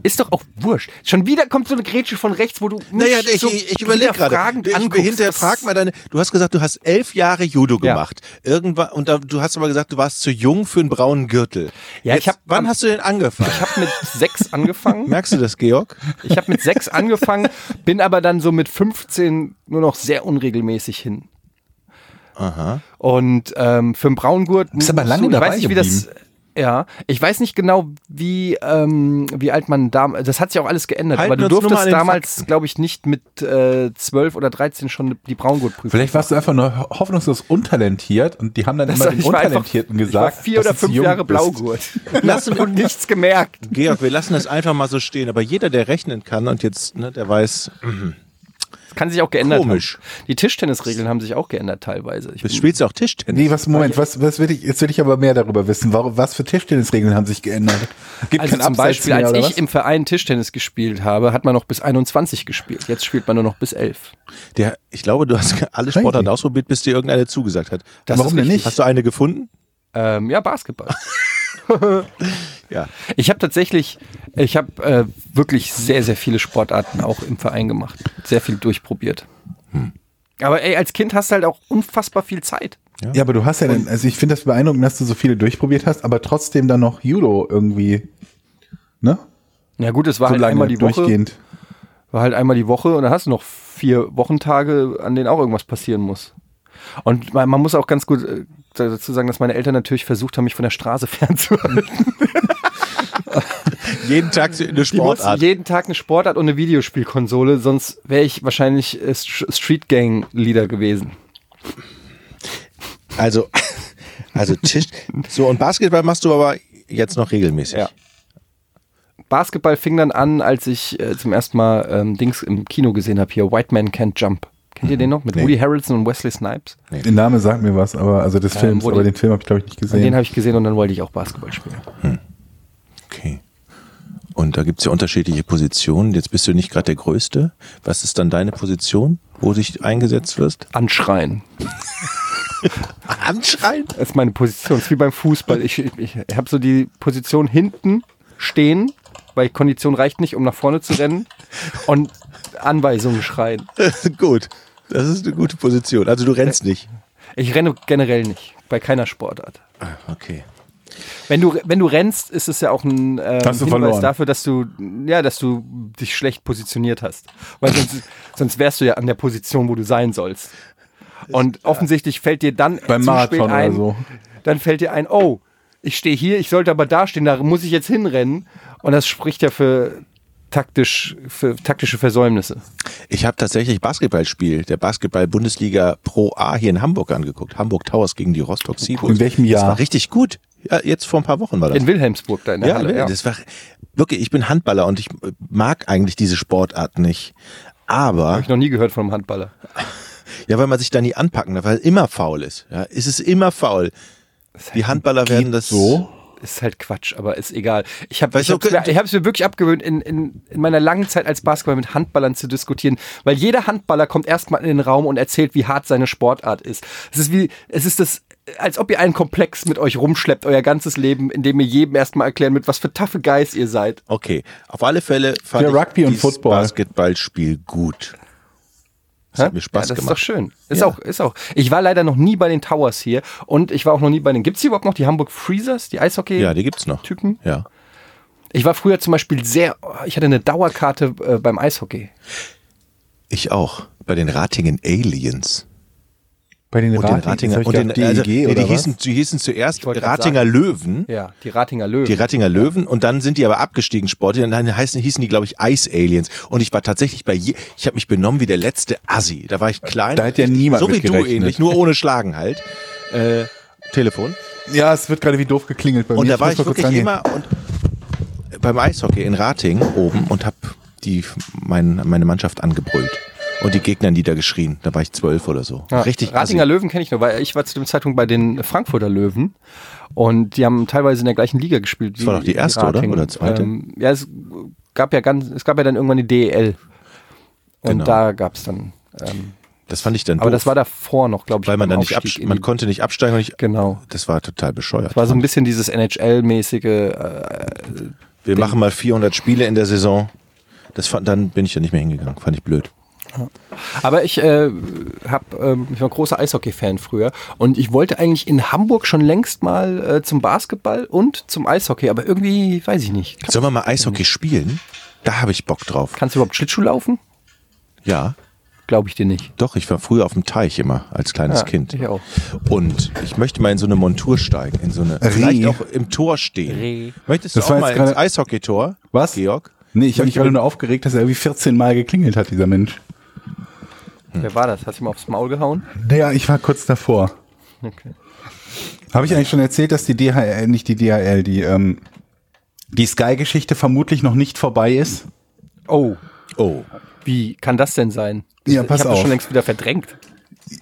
S1: Ist doch auch wurscht. Schon wieder kommt so eine Grätsche von rechts, wo du mich
S3: Naja, ich,
S1: so
S3: ich, ich überlege gerade.
S1: hinterfragend
S3: Ich
S1: anguckst.
S3: hinterfrag
S1: Das-
S3: mal deine. Du hast gesagt, du hast elf Jahre Judo
S1: Ja.
S3: gemacht. Irgendwann und da, du hast aber gesagt, du warst zu jung für einen braunen Gürtel.
S1: Ja, ich hab-
S3: Wann hast du denn angefangen?
S1: Ich habe mit sechs angefangen.
S3: Merkst du das, Georg?
S1: Ich habe mit sechs angefangen, bin aber dann so mit 15 nur noch sehr unregelmäßig hin.
S3: Aha.
S1: Und ähm, für den Braungurt.
S2: Bist aber lange
S1: ich
S2: dabei
S1: weiß nicht, wie das. Ja, ich weiß nicht genau, wie, ähm, wie alt man damals. Das hat sich auch alles geändert,
S3: Halten
S1: aber du
S3: wir uns nur mal an
S1: durftest
S3: den
S1: damals, glaube ich, nicht mit äh, 12 oder 13 schon die Braungurtprüfung.
S2: Vielleicht warst du einfach nur ho- hoffnungslos untalentiert und die haben dann immer den
S1: Also ich war einfach-
S2: Untalentierten
S1: ich war
S2: gesagt.
S1: vier oder
S2: dass du zu
S1: fünf
S2: jung
S1: Jahre
S2: bist.
S1: Blaugurt. und nichts gemerkt.
S3: Georg, wir lassen das einfach mal so stehen. Aber jeder, der rechnen kann und jetzt, ne, der weiß,
S1: Das kann sich auch geändert
S3: Komisch.
S1: haben. Die Tischtennisregeln haben sich auch geändert teilweise. Ich
S3: du spielst ja auch Tischtennis.
S2: Nee, was, Moment, was, was will ich, jetzt will ich aber mehr darüber wissen. Warum, was für Tischtennisregeln haben sich geändert? Gibt
S1: Also
S2: kein
S1: zum
S2: Abseits
S1: Beispiel,
S2: mehr,
S1: als
S2: oder
S1: ich
S2: was?
S1: im Verein Tischtennis gespielt habe, hat man noch bis 21 gespielt. Jetzt spielt man nur noch bis 11.
S3: Der, ich glaube, du hast alle Sportarten ausprobiert, bis dir irgendeine zugesagt hat.
S2: Das Warum ist denn richtig. nicht?
S3: Hast du eine gefunden?
S1: Ähm, ja, Basketball.
S3: Ja.
S1: Ich habe tatsächlich, ich habe äh, wirklich sehr, sehr viele Sportarten auch im Verein gemacht. Sehr viel durchprobiert. Hm. Aber ey, als Kind hast du halt auch unfassbar viel Zeit.
S2: Ja, aber du hast ja, den, also ich finde das beeindruckend, dass du so viele durchprobiert hast, aber trotzdem dann noch Judo irgendwie, ne?
S1: Na gut, es war
S2: So
S1: halt
S2: lange
S1: einmal die Woche.
S2: durchgehend.
S1: War halt einmal die Woche und dann hast du noch vier Wochentage, an denen auch irgendwas passieren muss. Und man, man muss auch ganz gut äh, dazu sagen, dass meine Eltern natürlich versucht haben, mich von der Straße fernzuhalten.
S3: Jeden Tag eine
S1: Die
S3: Sportart.
S1: mussten jeden Tag eine Sportart und eine Videospielkonsole, sonst wäre ich wahrscheinlich äh, St- Street Gang Leader gewesen.
S3: Also, also Tisch. So, und Basketball machst du aber jetzt noch regelmäßig.
S1: Ja. Basketball fing dann an, als ich äh, zum ersten Mal ähm, Dings im Kino gesehen habe, hier White Man Can't Jump. Kennt ihr den noch? Mit
S3: Mhm. Nee.
S1: Woody Harrelson und Wesley Snipes.
S2: Der Name sagt mir was, aber also des Films,
S1: wo
S2: aber
S1: die-
S2: den Film habe ich glaube ich nicht
S1: Und den
S2: gesehen.
S1: habe ich gesehen und dann wollte ich auch Basketball spielen.
S3: Okay. Und da gibt's ja unterschiedliche Positionen. Jetzt bist du nicht gerade der Größte. Was ist dann deine Position, wo du dich eingesetzt wirst?
S1: Anschreien.
S3: anschreien?
S1: Das ist meine Position. Das ist wie beim Fußball. Ich, ich, ich habe so die Position hinten stehen, weil Kondition reicht nicht, um nach vorne zu rennen und Anweisungen schreien.
S3: Gut. Das ist eine gute Position. Also du rennst nicht.
S1: Ich renne generell nicht, bei keiner Sportart.
S3: Okay.
S1: Wenn du, wenn du rennst, ist es ja auch ein ähm,
S2: Hast du
S1: Hinweis
S2: verloren.
S1: dafür, dass du, ja, dass du dich schlecht positioniert hast. Weil sonst, sonst wärst du ja an der Position, wo du sein sollst. Und offensichtlich fällt dir dann
S2: Beim
S1: zu
S2: Marathon
S1: spät
S2: oder
S1: ein,
S2: so.
S1: dann fällt dir ein, oh, ich stehe hier, ich sollte aber da stehen, da muss ich jetzt hinrennen. Und das spricht ja für, taktisch, für taktische Versäumnisse.
S3: Ich habe tatsächlich Basketballspiel der Basketball-Bundesliga Pro A hier in Hamburg angeguckt. Hamburg Towers gegen die Rostock Seabulls.
S2: In welchem Jahr?
S3: Das war richtig gut. Ja, jetzt vor ein paar Wochen war das.
S1: In Wilhelmsburg da in der
S3: ja,
S1: Halle.
S3: ja, das war wirklich. Ich bin Handballer und ich mag eigentlich diese Sportart nicht. Aber
S1: Habe ich noch nie gehört von einem Handballer.
S3: ja, weil man sich da nie anpacken darf, weil es immer faul ist. Ja, es ist immer faul. Die Handballer werden das
S2: so?
S1: Ist halt Quatsch, aber ist egal. Ich habe
S3: Weißt
S1: ich
S3: du,
S1: hab's
S3: okay.
S1: mir, ich hab's mir wirklich abgewöhnt, in, in, in meiner langen Zeit als Basketballer mit Handballern zu diskutieren, weil jeder Handballer kommt erstmal in den Raum und erzählt, wie hart seine Sportart ist. Es ist wie, es ist das, als ob ihr einen Komplex mit euch rumschleppt, euer ganzes Leben, indem ihr jedem erstmal erklären mit was für taffe Guys ihr seid.
S3: Okay, auf alle Fälle fand
S2: Ja,
S3: ich
S2: Rugby und
S3: dieses
S2: Football.
S3: Basketballspiel gut. Das hat
S1: Hä?
S3: mir Spaß
S1: ja, das
S3: gemacht.
S1: ist doch schön. Ist
S3: Ja.
S1: auch, ist auch. Ich war leider noch nie bei den Towers hier und ich war auch noch nie bei den. Gibt's die überhaupt noch die Hamburg Freezers, die Eishockey?
S3: Ja, die gibt's noch.
S1: Typen?
S3: Ja.
S1: Ich war früher zum Beispiel sehr, ich hatte eine Dauerkarte äh, beim Eishockey.
S3: Ich auch. Bei den Ratingen Aliens.
S2: Bei den
S3: Und den
S2: Ratingen,
S3: Ratingen, und den, also,
S2: DEG
S3: nee, die,
S2: E oder was?
S3: hießen, die hießen zuerst
S1: wollte grad
S3: Ratinger
S1: sagen.
S3: Löwen.
S1: Ja, die Ratinger Löwen.
S3: Die Rattinger Löwen und dann sind die aber abgestiegen sportlich und dann heißen, hießen die, glaube ich, Ice Aliens. Und ich war tatsächlich bei je, ich habe mich benommen wie der letzte Assi. Da war ich klein.
S2: Da hätte ja niemand
S3: So wie
S2: mit
S3: du
S2: gerechnet.
S3: ähnlich, nur ohne Schlagen halt. Äh, Telefon.
S2: Ja, es wird gerade wie doof geklingelt bei
S3: Und
S2: mir.
S3: da war
S2: muss
S3: ich
S2: mal kurz
S3: wirklich
S2: rangehen.
S3: immer und beim Eishockey in Rating oben und habe die mein, meine Mannschaft angebrüllt und die Gegner niedergeschrien. Da war ich zwölf oder so.
S1: Ja,
S3: Richtig. also-
S1: Ratinger
S3: assi.
S1: Löwen kenne ich nur, weil ich war zu dem Zeitpunkt bei den Frankfurter Löwen und die haben teilweise in der gleichen Liga gespielt. Das
S3: war doch die erste, oder? Oder zweite?
S1: Ähm, ja, es gab ja ganz, es gab ja dann irgendwann die DEL. Und
S3: Genau.
S1: da gab es dann. Ähm,
S3: Das fand ich dann.
S1: aber
S3: doof,
S1: das war davor noch, glaube ich.
S3: weil man
S1: beim
S3: dann nicht
S1: Aufstieg
S3: abst-
S1: in
S3: man
S1: die-
S3: konnte nicht absteigen. Und ich,
S1: Genau.
S3: Das war total bescheuert.
S1: Das war so ein bisschen dieses NHL-mäßige. Äh,
S3: Wir machen mal 400 Spiele in der Saison. Das fand, dann bin ich ja nicht mehr hingegangen. Fand ich blöd.
S1: aber ich äh, hab, ähm, ich war ein großer Eishockey-Fan früher und ich wollte eigentlich in Hamburg schon längst mal äh, zum Basketball und zum Eishockey, aber irgendwie weiß ich nicht.
S3: Sollen wir mal Eishockey spielen? Da habe ich Bock drauf.
S1: Kannst du überhaupt Schlittschuh laufen?
S3: Ja,
S1: Glaube ich dir nicht.
S3: doch. Ich war früher auf dem Teich immer als kleines
S1: Ja,
S3: Kind.
S1: ich auch.
S3: Und ich möchte mal in so eine Montur steigen, in so eine.
S2: Reh.
S3: Vielleicht auch im Tor stehen.
S1: Reh.
S3: Möchtest
S2: Das
S3: du
S2: war
S3: auch
S2: jetzt
S3: mal ins
S2: gerade-
S3: Eishockey-Tor?
S2: Was?
S3: Georg?
S2: Nee, ich habe mich gerade nur aufgeregt, dass er irgendwie 14 Mal geklingelt hat, dieser Mensch.
S3: Hm.
S1: Wer war das? Hast du ihm aufs Maul gehauen?
S2: Naja, ich war kurz davor.
S1: Okay.
S2: Habe ich eigentlich schon erzählt, dass die DHL, nicht die DHL, die, ähm, die Sky-Geschichte vermutlich noch nicht vorbei ist?
S1: Oh,
S3: Oh.
S1: wie kann das denn sein?
S2: Ja, pass
S1: ich hab das
S2: auf.
S1: schon längst wieder verdrängt.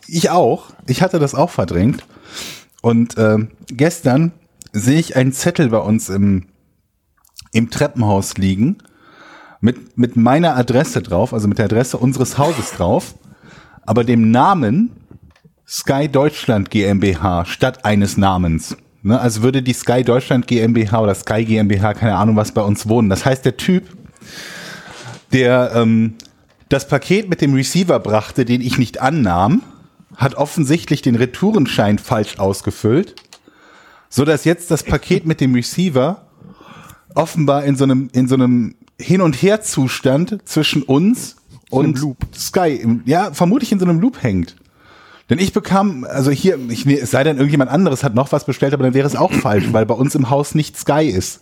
S2: Ich auch. Ich hatte das auch verdrängt. Und ähm, gestern sehe ich einen Zettel bei uns im, im Treppenhaus liegen mit, mit meiner Adresse drauf, also mit der Adresse unseres Hauses drauf, aber dem Namen Sky Deutschland GmbH statt eines Namens. Ne, also würde die Sky Deutschland GmbH oder Sky GmbH, keine Ahnung was, bei uns wohnen. Das heißt, der Typ, der ähm, das Paket mit dem Receiver brachte, den ich nicht annahm, hat offensichtlich den Retourenschein falsch ausgefüllt, so dass jetzt das Paket mit dem Receiver offenbar in so einem in so einem hin und her Zustand zwischen uns und Sky, im- ja vermutlich in so einem Loop hängt. Denn ich bekam, also hier, ich, nee, es sei denn, irgendjemand anderes hat noch was bestellt, aber dann wäre es auch falsch, weil bei uns im Haus nicht Sky ist.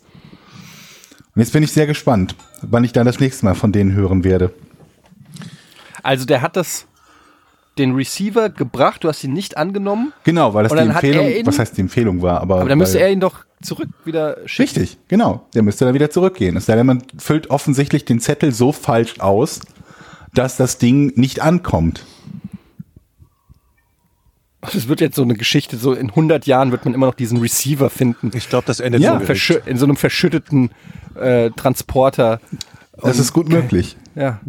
S2: Und jetzt bin ich sehr gespannt, wann ich dann das nächste Mal von denen hören werde.
S1: Also der hat das den Receiver gebracht, du hast ihn nicht angenommen,
S2: Genau, weil das
S1: Und
S2: die
S1: dann hat
S2: Empfehlung,
S1: er ihn-
S2: was heißt die Empfehlung war, aber.
S1: aber dann müsste
S2: weil-
S1: er ihn doch zurück wieder schicken.
S2: Richtig, genau. Der müsste dann wieder zurückgehen. Es sei denn, man füllt offensichtlich den Zettel so falsch aus, dass das Ding nicht ankommt.
S1: Das wird jetzt so eine Geschichte, so in 100 Jahren wird man immer noch diesen Receiver finden.
S3: Ich glaube, das endet
S2: Ja, versch-
S3: so.
S1: Verschü in so einem verschütteten äh, Transporter.
S2: Das ist gut möglich.
S1: Ja.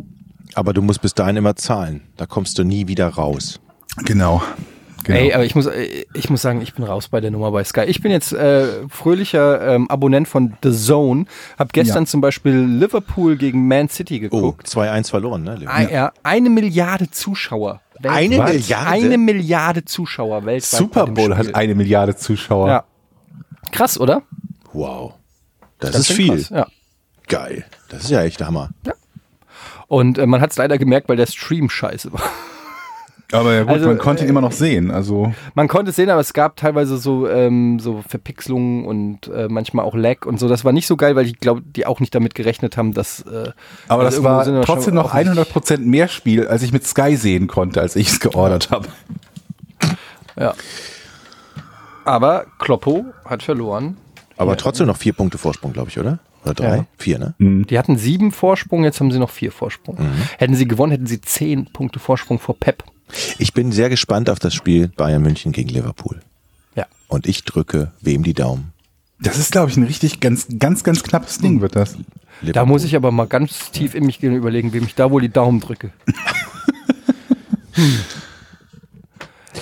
S3: Aber du musst bis dahin immer zahlen. Da kommst du nie wieder raus.
S2: Genau. Genau.
S1: Ey, aber ich muss, äh, ich muss sagen, ich bin raus bei der Nummer bei Sky. Ich bin jetzt äh, fröhlicher ähm, Abonnent von The Zone. Hab gestern
S2: Ja.
S1: zum Beispiel Liverpool gegen Man City
S3: Oh,
S1: geguckt.
S3: 2-1 verloren, ne? Leon?
S1: Ein, ja. Eine Milliarde Zuschauer. weltweit.
S3: Eine Milliarde?
S1: Eine Milliarde Zuschauer weltweit.
S2: Super
S1: bei dem
S2: Bowl hat
S1: Spiel.
S2: eine Milliarde Zuschauer.
S1: Ja. Krass, oder?
S3: Wow. Das, ist
S1: schon
S3: viel.
S1: krass, Ja.
S3: Geil. Das ist ja echt Hammer.
S1: Und äh, man hat es leider gemerkt, weil der Stream scheiße war.
S2: Aber ja gut,
S1: Also,
S2: man konnte ihn immer noch sehen. Also
S1: Man konnte es sehen, aber es gab teilweise so, ähm, so Verpixelungen und äh, manchmal auch Lag und so. Das war nicht so geil, weil ich glaube, die auch nicht damit gerechnet haben, dass. Äh, also
S2: Aber das
S1: irgendwo
S2: war
S1: sind wir
S2: trotzdem
S1: schon
S2: noch
S1: auch nicht-
S2: 100% mehr Spiel, als ich mit Sky sehen konnte, als ich es geordert habe.
S1: Aber Kloppo hat verloren.
S3: Aber trotzdem noch vier Punkte Vorsprung, glaube ich, oder? Oder drei?
S1: Ja.
S3: Vier, ne?
S2: Mhm.
S1: Die hatten sieben Vorsprung, jetzt haben sie noch vier Vorsprung. Hätten sie gewonnen, hätten sie zehn Punkte Vorsprung vor Pep.
S3: Ich bin sehr gespannt auf das Spiel Bayern München gegen Liverpool.
S1: Ja.
S3: Und ich drücke wem die Daumen?
S2: Das ist, glaube ich, ein richtig ganz, ganz, ganz knappes Ding wird das.
S1: Da
S3: Liverpool.
S1: muss ich aber mal ganz tief in mich gehen und überlegen, wem ich da wohl die Daumen drücke. Hm.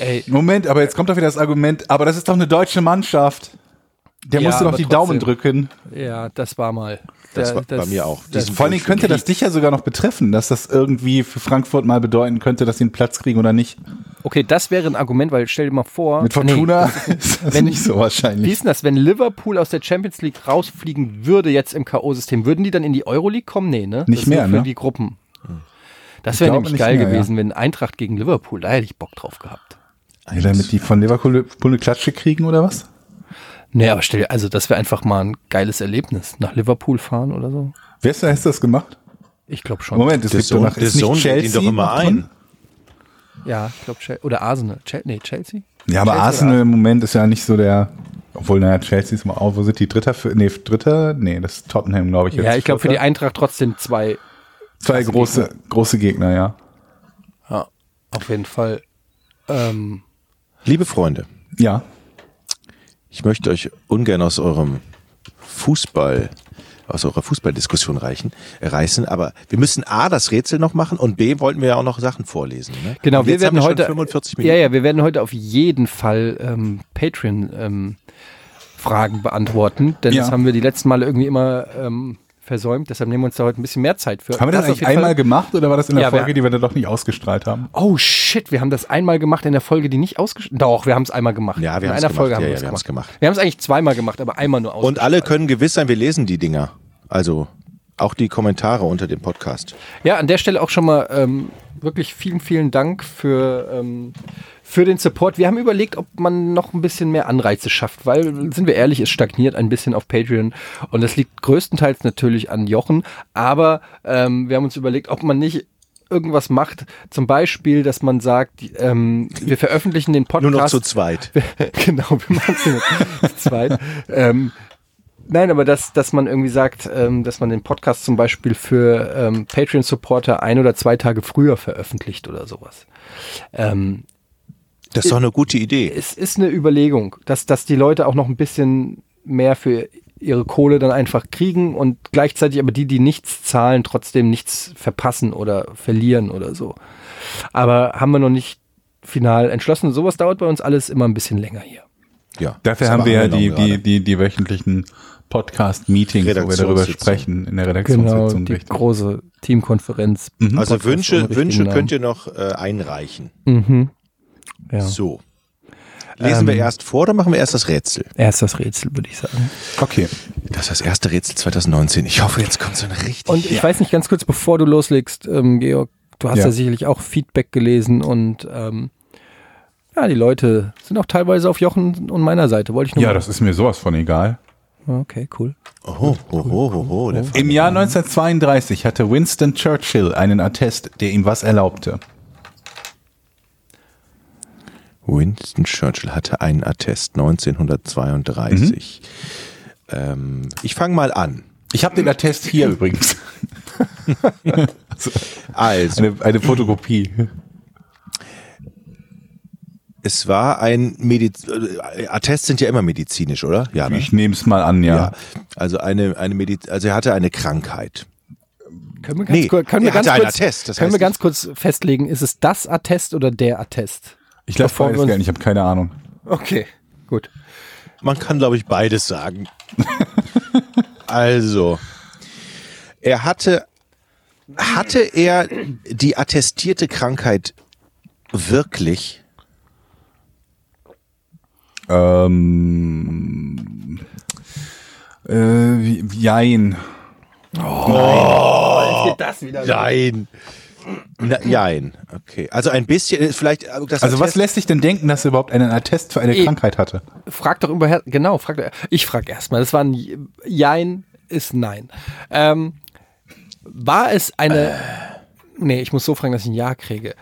S1: Ey,
S2: Moment, aber jetzt kommt doch wieder das Argument, aber das ist doch eine deutsche Mannschaft. Der
S1: Ja,
S2: musste doch
S1: aber
S2: die
S1: trotzdem.
S2: Daumen drücken.
S1: ja, das war mal.
S3: Das
S1: Da-
S3: war bei mir auch.
S1: Das,
S3: Diesen
S2: Vor allen Dingen könnte das dich ja sogar noch betreffen, dass das irgendwie für Frankfurt mal bedeuten könnte, dass sie einen Platz kriegen oder nicht.
S1: okay, das wäre ein Argument, weil stell dir mal vor.
S2: Mit
S1: Nee,
S2: Fortuna ist das
S1: wenn-
S2: nicht so
S1: wie
S2: wahrscheinlich.
S1: ist denn das, wenn Liverpool aus der Champions League rausfliegen würde jetzt im K.O.-System, würden die dann in die Euroleague kommen? Nee, ne? das
S2: Nicht
S1: ist nur
S2: mehr,
S1: für
S2: ne?
S1: die Gruppen. Das wäre
S2: glaube
S1: nämlich
S2: nicht
S1: geil
S2: mehr, ja.
S1: gewesen, wenn Eintracht gegen Liverpool, da hätte ich Bock drauf gehabt.
S2: Ja, damit die von Liverpool eine Klatsche kriegen oder was?
S1: Nee, aber stell dir, also das wäre einfach mal ein geiles Erlebnis. Nach Liverpool fahren oder so.
S2: Wer ist da, hast du das gemacht?
S1: Ich glaube schon.
S2: Moment, es
S3: Der
S2: gibt
S3: Sohn,
S2: danach
S3: der
S2: ist nicht
S3: Sohn lädt
S2: Chelsea.
S3: ihn doch immer
S2: noch drin?
S3: ein.
S1: Ja, ich glaube Chelsea. Oder Arsenal. Chel nee, Chelsea?
S2: Ja, aber
S1: Chelsea
S2: Arsenal im Moment ist ja nicht so der. Obwohl, naja, Chelsea ist mal auf. Wo sind die? Dritter? für- Nee, Dritter? Nee, das ist Tottenham, glaube ich.
S1: oder-
S2: jetzt.
S1: Ja, ich glaube für die Eintracht trotzdem zwei.
S2: Zwei große, große Gegner, ja.
S1: Ja, auf jeden Fall. Ähm,
S3: Liebe Freunde,
S2: Ja.
S3: ich möchte euch ungern aus eurem Fußball, aus eurer Fußballdiskussion reichen, äh, reißen, aber wir müssen A, das Rätsel noch machen und B, wollten wir ja auch noch Sachen vorlesen. Ne?
S1: genau,
S3: Und
S1: wir
S3: jetzt
S1: werden
S3: haben wir
S1: heute.
S3: Schon 45 Minuten.
S1: Ja, ja, wir werden heute auf jeden Fall ähm, Patreon-Fragen beantworten, denn
S2: Ja.
S1: das haben wir die letzten Male irgendwie immer ähm, versäumt. Deshalb nehmen wir uns da heute ein bisschen mehr Zeit für.
S2: Haben wir das,
S1: auf
S2: eigentlich
S1: jeden
S2: einmal
S1: Fall-
S2: gemacht oder war das in der
S1: Ja, wir-
S2: Folge, die wir dann doch nicht ausgestrahlt haben?
S1: Oh shit, wir haben das einmal gemacht in der Folge, die nicht ausgeschnitten. Doch, wir haben es einmal gemacht.
S3: Ja, wir
S1: in
S3: haben's
S1: einer Folge
S3: gemacht.
S1: haben
S3: Ja,
S1: wir
S3: ja,
S1: es
S3: wir haben's
S1: gemacht.
S3: gemacht.
S1: Wir haben es eigentlich zweimal gemacht, aber einmal nur aus.
S3: Und alle können gewiss sein, wir lesen die Dinger. Also auch die Kommentare unter dem Podcast.
S1: Ja, an der Stelle auch schon mal ähm, wirklich vielen, vielen Dank für, ähm, für den Support. Wir haben überlegt, ob man noch ein bisschen mehr Anreize schafft, weil, sind wir ehrlich, es stagniert ein bisschen auf Patreon und das liegt größtenteils natürlich an Jochen, aber ähm, wir haben uns überlegt, ob man nicht irgendwas macht, zum Beispiel, dass man sagt, ähm, wir veröffentlichen den Podcast.
S3: Nur noch zu zweit.
S1: genau, wir machen es nur zu zweit. Ähm, nein, aber dass, dass man irgendwie sagt, ähm, dass man den Podcast zum Beispiel für ähm, Patreon-Supporter ein oder zwei Tage früher veröffentlicht oder sowas. Ähm,
S3: Das ist doch eine gute Idee.
S1: es ist eine Überlegung, dass, dass die Leute auch noch ein bisschen mehr für ihre Kohle dann einfach kriegen und gleichzeitig aber die, die nichts zahlen, trotzdem nichts verpassen oder verlieren oder so. Aber haben wir noch nicht final entschlossen. Sowas dauert bei uns alles immer ein bisschen länger hier.
S3: Ja,
S2: Dafür
S3: das
S2: haben wir ja
S3: angenommen
S2: die, die,
S3: gerade.
S2: die, die wöchentlichen Podcast-Meetings, wo wir darüber
S3: Redaktionssitzung.
S2: sprechen, in der
S1: Genau,
S2: Redaktionssitzung.
S1: die
S2: richtig.
S1: große Teamkonferenz.
S3: Also
S1: Hm? Podcast ohne
S3: Wünsche,
S1: richtigen
S3: Wünsche
S1: Namen.
S3: könnt ihr noch äh, einreichen.
S1: Mhm. Ja. Ähm.
S3: So. Lesen wir erst vor oder machen wir erst das Rätsel?
S1: Erst das Rätsel, würde ich sagen.
S2: Okay.
S3: Das ist das erste Rätsel 2019. Ich hoffe, jetzt kommt so ein richtig.
S1: Und ich weiß nicht, ganz kurz, bevor du loslegst, ähm, Georg, du hast ja.
S2: Ja.
S1: sicherlich auch Feedback gelesen und ähm, ja, die Leute sind auch teilweise auf Jochen und meiner Seite, wollte ich nur
S2: Ja,
S1: mal-
S2: das ist mir sowas von egal.
S1: Okay, cool. oh,
S3: Oho, oho, oho, der Fa-
S2: Im Jahr 1932 hatte Winston Churchill einen Attest, der ihm was erlaubte.
S3: Winston Churchill hatte einen Attest 1932.
S1: Mhm.
S3: Ähm, ich fange mal an.
S2: Ich habe den Attest hier übrigens.
S3: Also,
S2: Eine, eine Fotokopie.
S3: es war ein Mediz äh, Attest sind ja immer medizinisch, oder? Ja, ne?
S2: Ich nehme es mal an, ja.
S3: ja. Also eine eine Mediz also er hatte eine Krankheit.
S1: Können wir ganz,
S3: Nee,
S1: kur- können wir
S3: er hatte
S1: ganz
S3: einen
S1: kurz,
S3: Attest, das
S1: können wir
S3: heißt
S1: ganz kurz festlegen, ist es das Attest oder der Attest?
S2: Ich lasse
S1: Bevor wir
S2: beides
S1: uns-
S2: gern, ich habe keine Ahnung.
S1: Okay, gut.
S3: Man kann, glaube ich, beides sagen. also, er hatte, hatte er die attestierte Krankheit wirklich?
S2: Ähm, äh, wie- jein.
S3: Oh. Nein. Na, nein. Okay. Also ein bisschen, äh, vielleicht. äh, Das
S2: Also was
S3: Attest- E.
S2: lässt sich denn denken, dass er überhaupt einen Attest für eine
S1: Eh.
S2: Krankheit hatte?
S1: Frag doch über, genau, frag doch, ich frag erstmal. Das war ein Jein ist Nein. Ähm, war es eine, nee, ich muss so fragen, dass ich ein Ja kriege.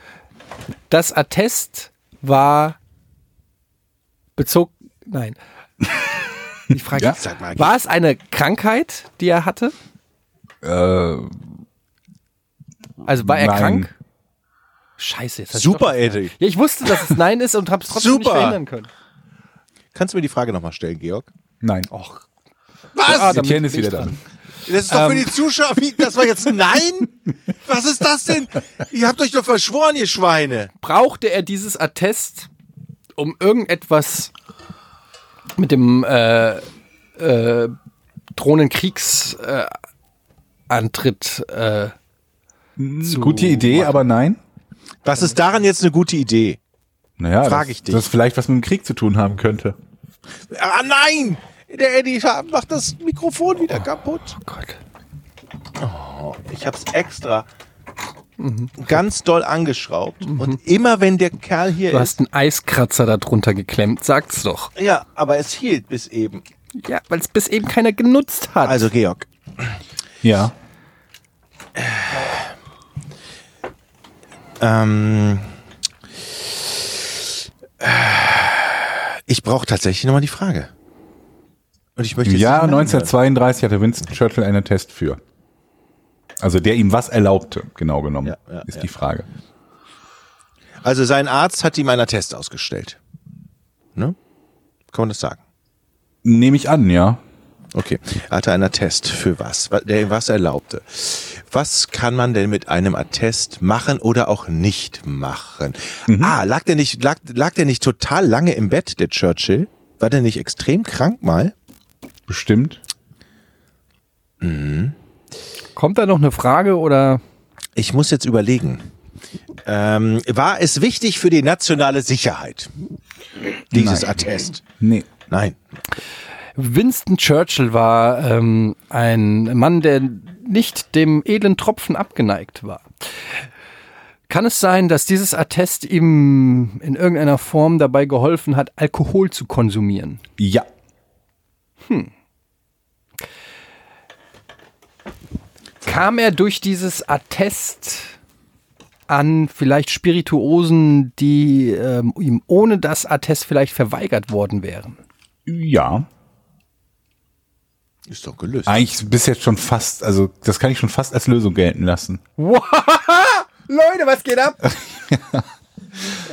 S1: Das Attest war bezog, nein. Ich frage,
S2: Ja?
S3: Sag mal,
S1: war es eine Krankheit, die er hatte?
S2: Äh,
S1: Also war er
S2: Nein.
S1: krank? Scheiße, jetzt hab ich
S3: super,
S1: doch-
S3: Eddie.
S1: Ja, ich wusste, dass es Nein ist und hab's trotzdem nicht
S3: Super.
S1: verhindern können.
S3: Kannst du mir die Frage nochmal stellen, Georg?
S2: nein.
S1: Och,
S3: Was? Ähm.
S1: Ah, damit
S2: Etienne ist
S1: bin ich
S2: wieder da.
S1: dran.
S3: Das ist doch für die Zuschauer. Wie, das war jetzt nein? Was ist das denn? Ihr habt euch doch verschworen, ihr Schweine.
S1: brauchte er dieses Attest, um irgendetwas mit dem äh, äh, Drohnenkriegsantritt äh, Antritt, äh, zu
S2: Gute Idee, aber nein.
S3: Was ist daran jetzt eine gute Idee?
S2: Naja,
S3: Frag
S2: das,
S3: ich dich.
S2: das vielleicht was mit dem Krieg zu tun haben könnte.
S3: Ah, nein! Der Eddie macht das Mikrofon wieder kaputt.
S1: Oh Gott.
S3: Ich hab's extra Mhm. ganz doll angeschraubt. Und immer wenn der Kerl hier
S1: Du
S3: ist.
S1: hast einen Eiskratzer da drunter geklemmt, sag's doch.
S3: Ja, aber es hielt bis eben.
S1: Ja, weil es bis eben keiner genutzt hat.
S3: Also, Georg,
S2: Ja.
S3: ähm, äh, ich brauche tatsächlich nochmal die Frage. Und ich möchte
S2: Im
S3: jetzt
S2: Jahr
S3: nicht mehr
S2: 1932 hatte Winston Churchill einen Attest für. Also der ihm was erlaubte, genau genommen,
S3: Ja, ja,
S2: ist
S3: ja.
S2: die Frage.
S3: anhören. Also, sein Arzt hat ihm einen Attest ausgestellt. Ne? Kann man das sagen?
S2: Nehme ich an, ja.
S3: Okay. Er hatte einen Attest für was? Wa- Der ihm was erlaubte. Was kann man denn mit einem Attest machen oder auch nicht machen?
S2: Mhm.
S3: Ah, lag der nicht, lag, lag der nicht total lange im Bett, der Churchill? War der nicht extrem krank mal?
S2: Bestimmt.
S1: Kommt da noch eine Frage oder?
S3: Ich muss jetzt überlegen. Ähm, war es wichtig für die nationale Sicherheit? Dieses Attest?
S2: Nee.
S3: Nein.
S1: Winston Churchill war ähm, ein Mann, der nicht dem edlen Tropfen abgeneigt war. Kann es sein, dass dieses Attest ihm in irgendeiner Form dabei geholfen hat, Alkohol zu konsumieren?
S2: Ja.
S1: Kam er durch dieses Attest an vielleicht Spirituosen, die ähm, ihm ohne das Attest vielleicht verweigert worden wären?
S2: Ja.
S3: Ist doch gelöst.
S2: Eigentlich bis jetzt schon fast, also das kann ich schon fast als Lösung gelten lassen.
S1: Leute, was geht ab?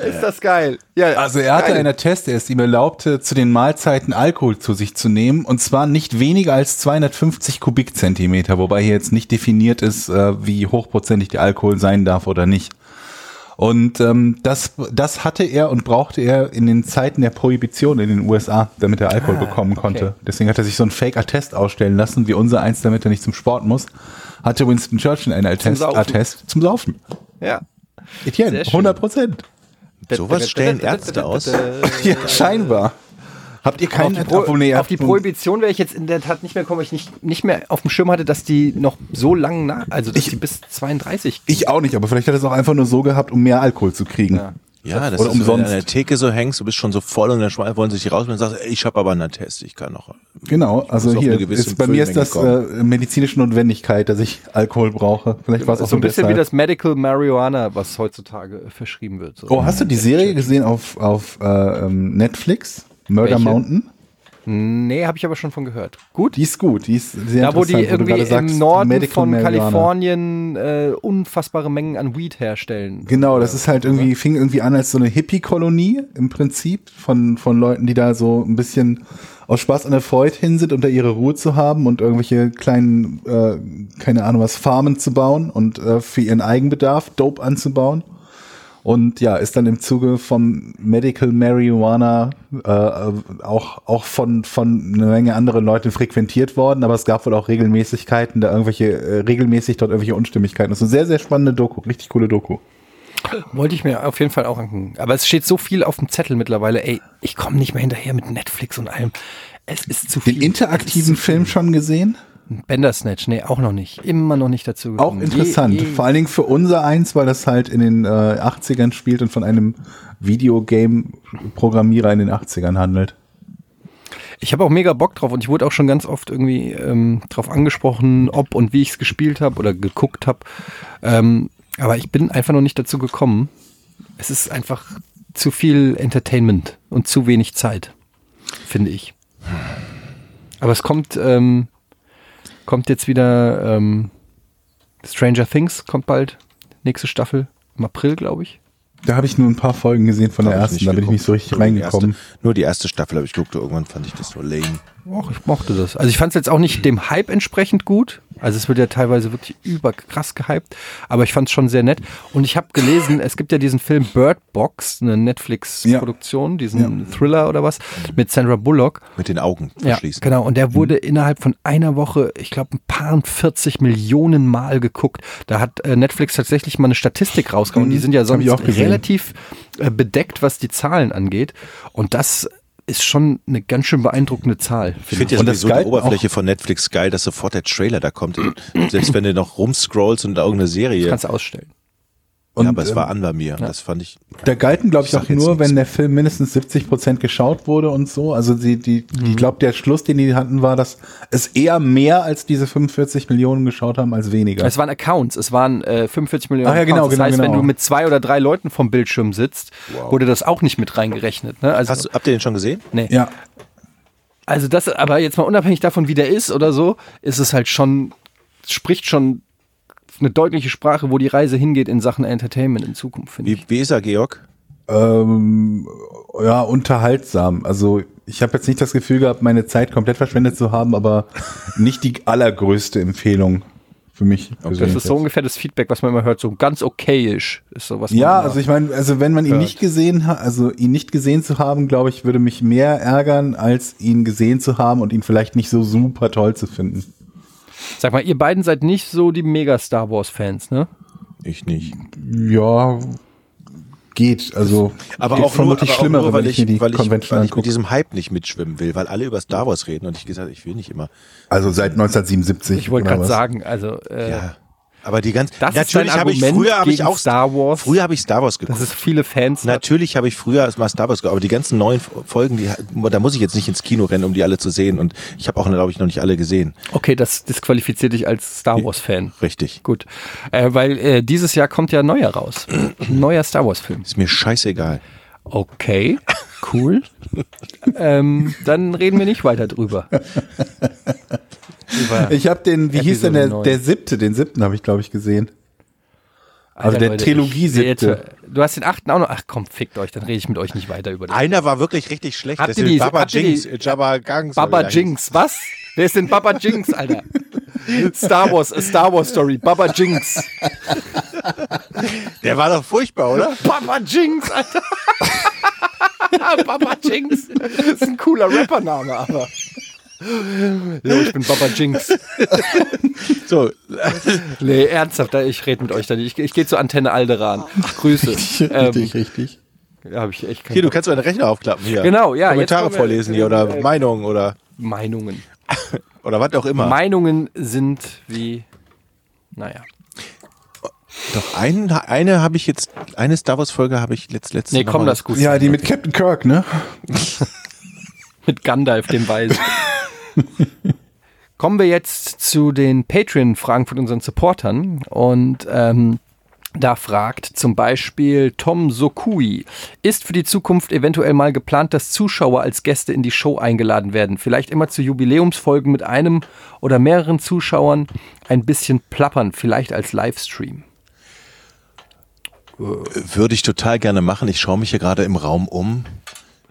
S1: Ist das geil. Ja,
S2: Also er hatte einen Attest, der es ihm erlaubte, zu den Mahlzeiten Alkohol zu sich zu nehmen und zwar nicht weniger als 250 Kubikzentimeter, wobei hier jetzt nicht definiert ist, äh, wie hochprozentig der Alkohol sein darf oder nicht. Und ähm, das, das hatte er und brauchte er in den Zeiten der Prohibition in den USA, damit er
S1: Ah,
S2: Alkohol bekommen konnte. Deswegen hat er sich so einen Fake-Attest ausstellen lassen, wie unser eins, damit er nicht zum Sport muss. Hatte Winston Churchill einen Attest
S1: Saufen.
S2: Attest zum Saufen.
S1: ja.
S2: Etienne,
S1: Sehr schön.
S2: 100 Prozent.
S3: Sowas stellen Ärzte aus.
S2: Ja, scheinbar. Habt ihr
S1: Auf
S2: keinen
S1: die, Pro
S2: obwohl, nee, ihr
S1: auf die
S2: habt einen-
S1: Prohibition wäre ich jetzt in der Tat nicht mehr gekommen, weil ich nicht, nicht mehr auf dem Schirm hatte, dass die noch so lang nach, also dass die bis 32.
S2: Ich auch nicht, aber vielleicht hat er es auch einfach nur so gehabt, um mehr Alkohol zu kriegen.
S3: Ja, das
S2: Oder
S3: ist, wenn du
S2: umsonst.
S3: an der Theke so hängst, du bist schon so voll und dann schmeißen- wollen sie dich raus und sagst, ey, ich habe aber einen Attest, ich kann noch.
S2: Genau,
S3: muss
S2: also
S3: auf
S2: hier
S3: eine gewisse
S2: ist, bei mir ist
S3: Füllmenge
S2: das äh, medizinische Notwendigkeit, dass ich Alkohol brauche. Vielleicht war es
S1: Genau, so
S2: auch
S1: ein bisschen
S2: deshalb.
S1: wie das Medical Marijuana, was heutzutage äh, verschrieben wird. So.
S2: Oh, hast du die Serie gesehen auf auf äh, ähm, Netflix? Murder
S1: Welche?
S2: Mountain?
S1: Nee, habe ich aber schon von gehört. Gut.
S2: Die ist gut, die ist sehr
S1: Da, wo die
S2: interessant, du
S1: irgendwie
S2: gerade
S1: im
S2: sagst,
S1: Norden
S2: Medical
S1: von
S2: Marijuana.
S1: Kalifornien äh, unfassbare Mengen an Weed herstellen.
S2: Genau, das ist halt irgendwie, fing irgendwie an als so eine Hippie-Kolonie im Prinzip von, von Leuten, die da so ein bisschen aus Spaß an der Freude hin sind, um da ihre Ruhe zu haben und irgendwelche kleinen, äh, keine Ahnung was, Farmen zu bauen und äh, für ihren Eigenbedarf Dope anzubauen. Und ja, ist dann im Zuge vom Medical Marijuana äh, auch, auch von, von einer Menge anderen Leuten frequentiert worden, aber es gab wohl auch Regelmäßigkeiten, da irgendwelche, äh, regelmäßig dort irgendwelche Unstimmigkeiten. Das ist eine sehr, sehr spannende Doku, richtig coole Doku.
S1: Wollte ich mir auf jeden Fall auch angucken. Aber es steht so viel auf dem Zettel mittlerweile. Ey, ich komme nicht mehr hinterher mit Netflix und allem. Es ist zu viel.
S2: Den interaktiven Film schon gesehen?
S1: Bandersnatch, nee, auch noch nicht. Immer noch nicht dazu
S2: Auch
S3: Mhm.
S1: gekommen.
S2: interessant. Vor allen Dingen für unser Eins, weil das halt in den äh, 80ern spielt und von einem Videogame-Programmierer in den 80ern handelt.
S1: Ich habe auch mega Bock drauf und ich wurde auch schon ganz oft irgendwie ähm, drauf angesprochen, ob und wie ich es gespielt habe oder geguckt habe. Ähm, aber ich bin einfach noch nicht dazu gekommen. Es ist einfach zu viel Entertainment und zu wenig Zeit, finde ich. Aber es kommt, ähm, kommt jetzt wieder ähm, Stranger Things, kommt bald. Nächste Staffel, im April, glaube ich.
S2: Da habe ich nur ein paar Folgen gesehen von
S3: Hab
S2: der
S3: ich
S2: ersten,
S3: nicht
S2: da bin ich
S3: geguckt.
S2: nicht so richtig
S3: Nur die
S2: reingekommen.
S3: erste- Nur die erste Staffel habe ich geguckt. Irgendwann fand ich das so lame.
S1: Och, ich mochte das. Also ich fand es jetzt auch nicht dem Hype entsprechend gut. Also es wird ja teilweise wirklich überkrass gehypt, aber ich fand es schon sehr nett. Und ich habe gelesen, es gibt ja diesen Film Bird Box, eine Netflix-Produktion, diesen Thriller oder was, mit Sandra Bullock.
S3: Mit den Augen verschließen.
S1: Ja, genau. Und
S2: Mhm.
S1: der wurde innerhalb von einer Woche, ich glaube, ein paar 40 Millionen Mal geguckt. Da hat äh, Netflix tatsächlich mal eine Statistik rausgehauen. Die sind ja
S2: Mhm. Hab ich
S1: sonst
S2: auch gesehen.
S1: relativ äh, bedeckt, was die Zahlen angeht. Und das ist schon eine ganz schön beeindruckende Zahl.
S3: Ich
S1: finde
S3: finde ja
S2: Und das
S3: sowieso die
S2: galt
S3: Oberfläche von Netflix geil, dass sofort der Trailer da kommt. Selbst wenn du noch rumscrollst und irgendeine Serie.
S1: Kannst du ausstellen.
S2: Und,
S3: ja, aber es
S2: ähm,
S3: war an bei mir. Das fand ich.
S2: Da galten, glaube
S3: Ich
S2: ich,
S3: sag
S2: auch
S3: jetzt
S2: nur,
S3: nichts.
S2: wenn der Film mindestens 70 Prozent geschaut wurde und so. Also die, die,
S3: Mhm.
S2: ich glaube, der Schluss, den die hatten, war, dass es eher mehr als diese 45 Millionen geschaut haben als weniger.
S1: Es waren Accounts, es waren äh, 45 Millionen
S2: Ach ja, genau,
S1: Accounts. Das
S2: genau,
S1: heißt,
S2: genau.
S1: wenn du mit zwei oder drei Leuten vom Bildschirm sitzt, wurde das auch nicht mit reingerechnet. Ne? Also,
S3: Hast, du- habt ihr den schon gesehen?
S1: nee.
S2: ja,
S1: Also das, aber jetzt mal unabhängig davon, wie der ist oder so, ist es halt schon, spricht schon eine deutliche Sprache, wo die Reise hingeht in Sachen Entertainment in Zukunft, finde
S3: Wie,
S1: ich.
S3: wie ist er, Georg?
S2: ähm, ja, unterhaltsam. Also ich habe jetzt nicht das Gefühl gehabt, meine Zeit komplett verschwendet zu haben, aber nicht die allergrößte Empfehlung für mich.
S1: Das
S2: persönlich
S1: ist so
S2: jetzt.
S1: ungefähr das Feedback, was man immer hört, so ganz okayisch ist so was.
S2: Ja,
S1: man
S2: also ich meine, also wenn man ihn
S1: Hört.
S2: nicht gesehen hat, also ihn nicht gesehen zu haben, glaube ich, würde mich mehr ärgern, als ihn gesehen zu haben und ihn vielleicht nicht so super toll zu finden.
S1: Sag mal, ihr beiden seid nicht so die mega Star Wars Fans, ne?
S3: Ich nicht.
S2: Ja, geht. Also
S3: Aber
S2: gibt
S3: auch nur,
S2: vermutlich
S3: aber auch
S2: schlimmere,
S3: nur, weil
S2: wenn
S3: ich,
S2: ich mir die
S3: weil ich,
S2: Convention
S3: weil ich mit
S2: angucke.
S3: diesem Hype nicht mitschwimmen will, weil alle über Star Wars reden und ich gesagt, ich will nicht immer.
S2: Also seit 1977.
S1: Ich wollte
S2: oder
S1: gerade
S2: Genau was?
S1: sagen, also äh,
S3: Ja. Aber die ganze
S1: Das ist
S3: natürlich
S1: dein
S3: habe ich
S1: Argument
S3: früher habe ich
S1: gegen
S3: auch
S1: Star Wars?
S3: Früher habe ich Star Wars
S1: dass
S3: geguckt.
S1: es viele Fans
S2: ne?
S1: hat.
S3: Natürlich habe ich früher erstmal Star Wars geguckt, aber die ganzen neuen Folgen, die, da muss ich jetzt nicht ins Kino rennen, um die alle zu sehen. Und ich habe auch, glaube ich, noch nicht alle gesehen.
S1: Okay, das disqualifiziert dich als Star Wars Fan.
S3: Richtig.
S1: Gut, äh, weil äh, dieses Jahr kommt ja ein neuer raus, ein neuer Star Wars Film.
S3: Ist mir scheißegal.
S1: Okay, cool. ähm, dann reden wir nicht weiter drüber. Über
S2: Ich habe den, wie hieß denn der,
S1: Episode
S2: der siebte? Den siebten habe ich, glaube ich, gesehen. Also
S1: Alter,
S2: der
S1: Leute,
S2: Trilogie
S1: ich sehe jetzt-
S2: siebte.
S1: Du hast den achten auch noch. Ach komm, fickt euch, dann rede ich mit euch nicht weiter über das.
S3: Einer war wirklich richtig schlecht.
S1: Habt
S3: das
S1: ihr
S3: ist
S1: die-
S3: Baba
S1: habt ihr
S3: Jinx, äh,
S1: die-
S3: Jabba Gangs.
S1: Baba
S3: oder wie der
S1: Jinx, was? Wer ist denn Baba Jinx, Alter? Star Wars, a Star Wars Story, Baba Jinx.
S3: hieß. Der war doch furchtbar, oder?
S1: Baba Jinx, Alter. Baba Jinx. ist ein cooler Rappername, aber. Jo, ich bin Baba Jinx.
S3: So,
S1: Nee, ernsthaft, da- ich rede mit euch da nicht. Ich, ich gehe zur Antenne Alderan. Grüße.
S2: Richtig,
S1: ähm,
S2: richtig, richtig.
S1: da habe ich echt keine
S3: hier, du kannst meinen Rechner aufklappen hier.
S1: Genau, ja, jetzt
S3: Kommentare
S1: wollen wir- Äh,
S3: vorlesen hier oder Meinungen oder,
S1: Meinungen.
S3: oder was auch
S1: Ah.
S3: immer.
S1: Meinungen sind wie. Naja.
S3: doch, einen, eine habe ich jetzt, eine Star Wars Folge habe ich letzt, letzte
S1: Nee, komm,
S3: nochmal-
S1: das ist gut.
S2: Ja, die mit Captain Kirk, ne?
S1: Mit Gandalf, dem Weisen. Kommen wir jetzt zu den Patreon-Fragen von unseren Supportern. Und ähm, da fragt zum Beispiel Tom Sokui, ist für die Zukunft eventuell mal geplant, dass Zuschauer als Gäste in die Show eingeladen werden? Vielleicht immer zu Jubiläumsfolgen mit einem oder mehreren Zuschauern ein bisschen plappern, vielleicht als Livestream.
S3: Würde ich total gerne machen. Ich schaue mich hier gerade im Raum um.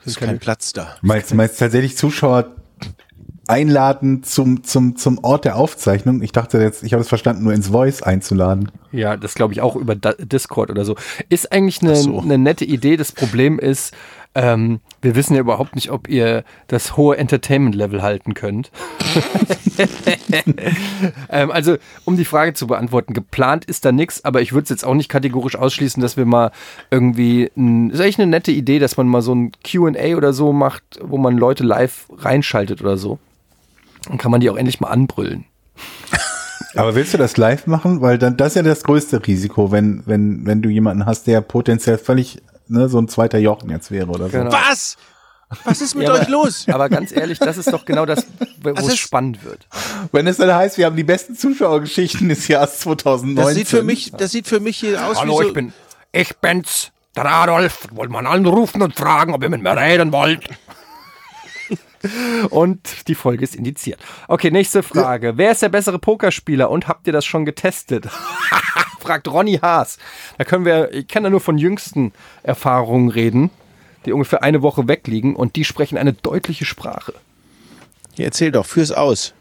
S3: Es ist kein Platz da.
S2: Meinst, meinst du tatsächlich Zuschauer einladen zum, zum, zum Ort der Aufzeichnung. Ich dachte jetzt, ich habe das verstanden, nur ins Voice einzuladen.
S1: Ja, das glaube ich auch über Da- Discord oder so. Ist eigentlich eine,
S3: Ach so.
S1: eine nette Idee. Das Problem ist, ähm, wir wissen ja überhaupt nicht, ob ihr das hohe Entertainment-Level halten könnt. ähm, also, um die Frage zu beantworten, geplant ist da nichts, aber ich würde es jetzt auch nicht kategorisch ausschließen, dass wir mal irgendwie, ein, ist eigentlich eine nette Idee, dass man mal so ein Q&A oder so macht, wo man Leute live reinschaltet oder so. Dann kann man die auch endlich mal anbrüllen.
S2: Aber willst du das live machen? Weil dann das ist ja das größte Risiko, wenn, wenn, wenn du jemanden hast, der potenziell völlig ne, so ein zweiter Jochen jetzt wäre oder so.
S1: Genau.
S3: Was? Was ist mit
S1: Ja,
S3: euch
S1: aber-
S3: los?
S1: Aber ganz ehrlich, das ist doch genau das, wo
S3: Das
S1: es
S3: ist-
S1: spannend wird.
S2: Wenn es dann heißt, wir haben die besten Zuschauergeschichten des Jahres 2019.
S3: Das sieht für mich, das sieht für mich hier aus wie so,
S1: ich bin's, der Adolf. Wollt man anrufen und fragen, ob ihr mit mir reden wollt? Und die Folge ist indiziert. Okay, nächste Frage. Wer ist der bessere Pokerspieler und habt ihr das schon getestet? Fragt Ronny Haas. Da können wir, ich kann da nur von jüngsten Erfahrungen reden, die ungefähr eine Woche wegliegen und die sprechen eine deutliche Sprache.
S3: Ja, erzähl doch, führ's aus.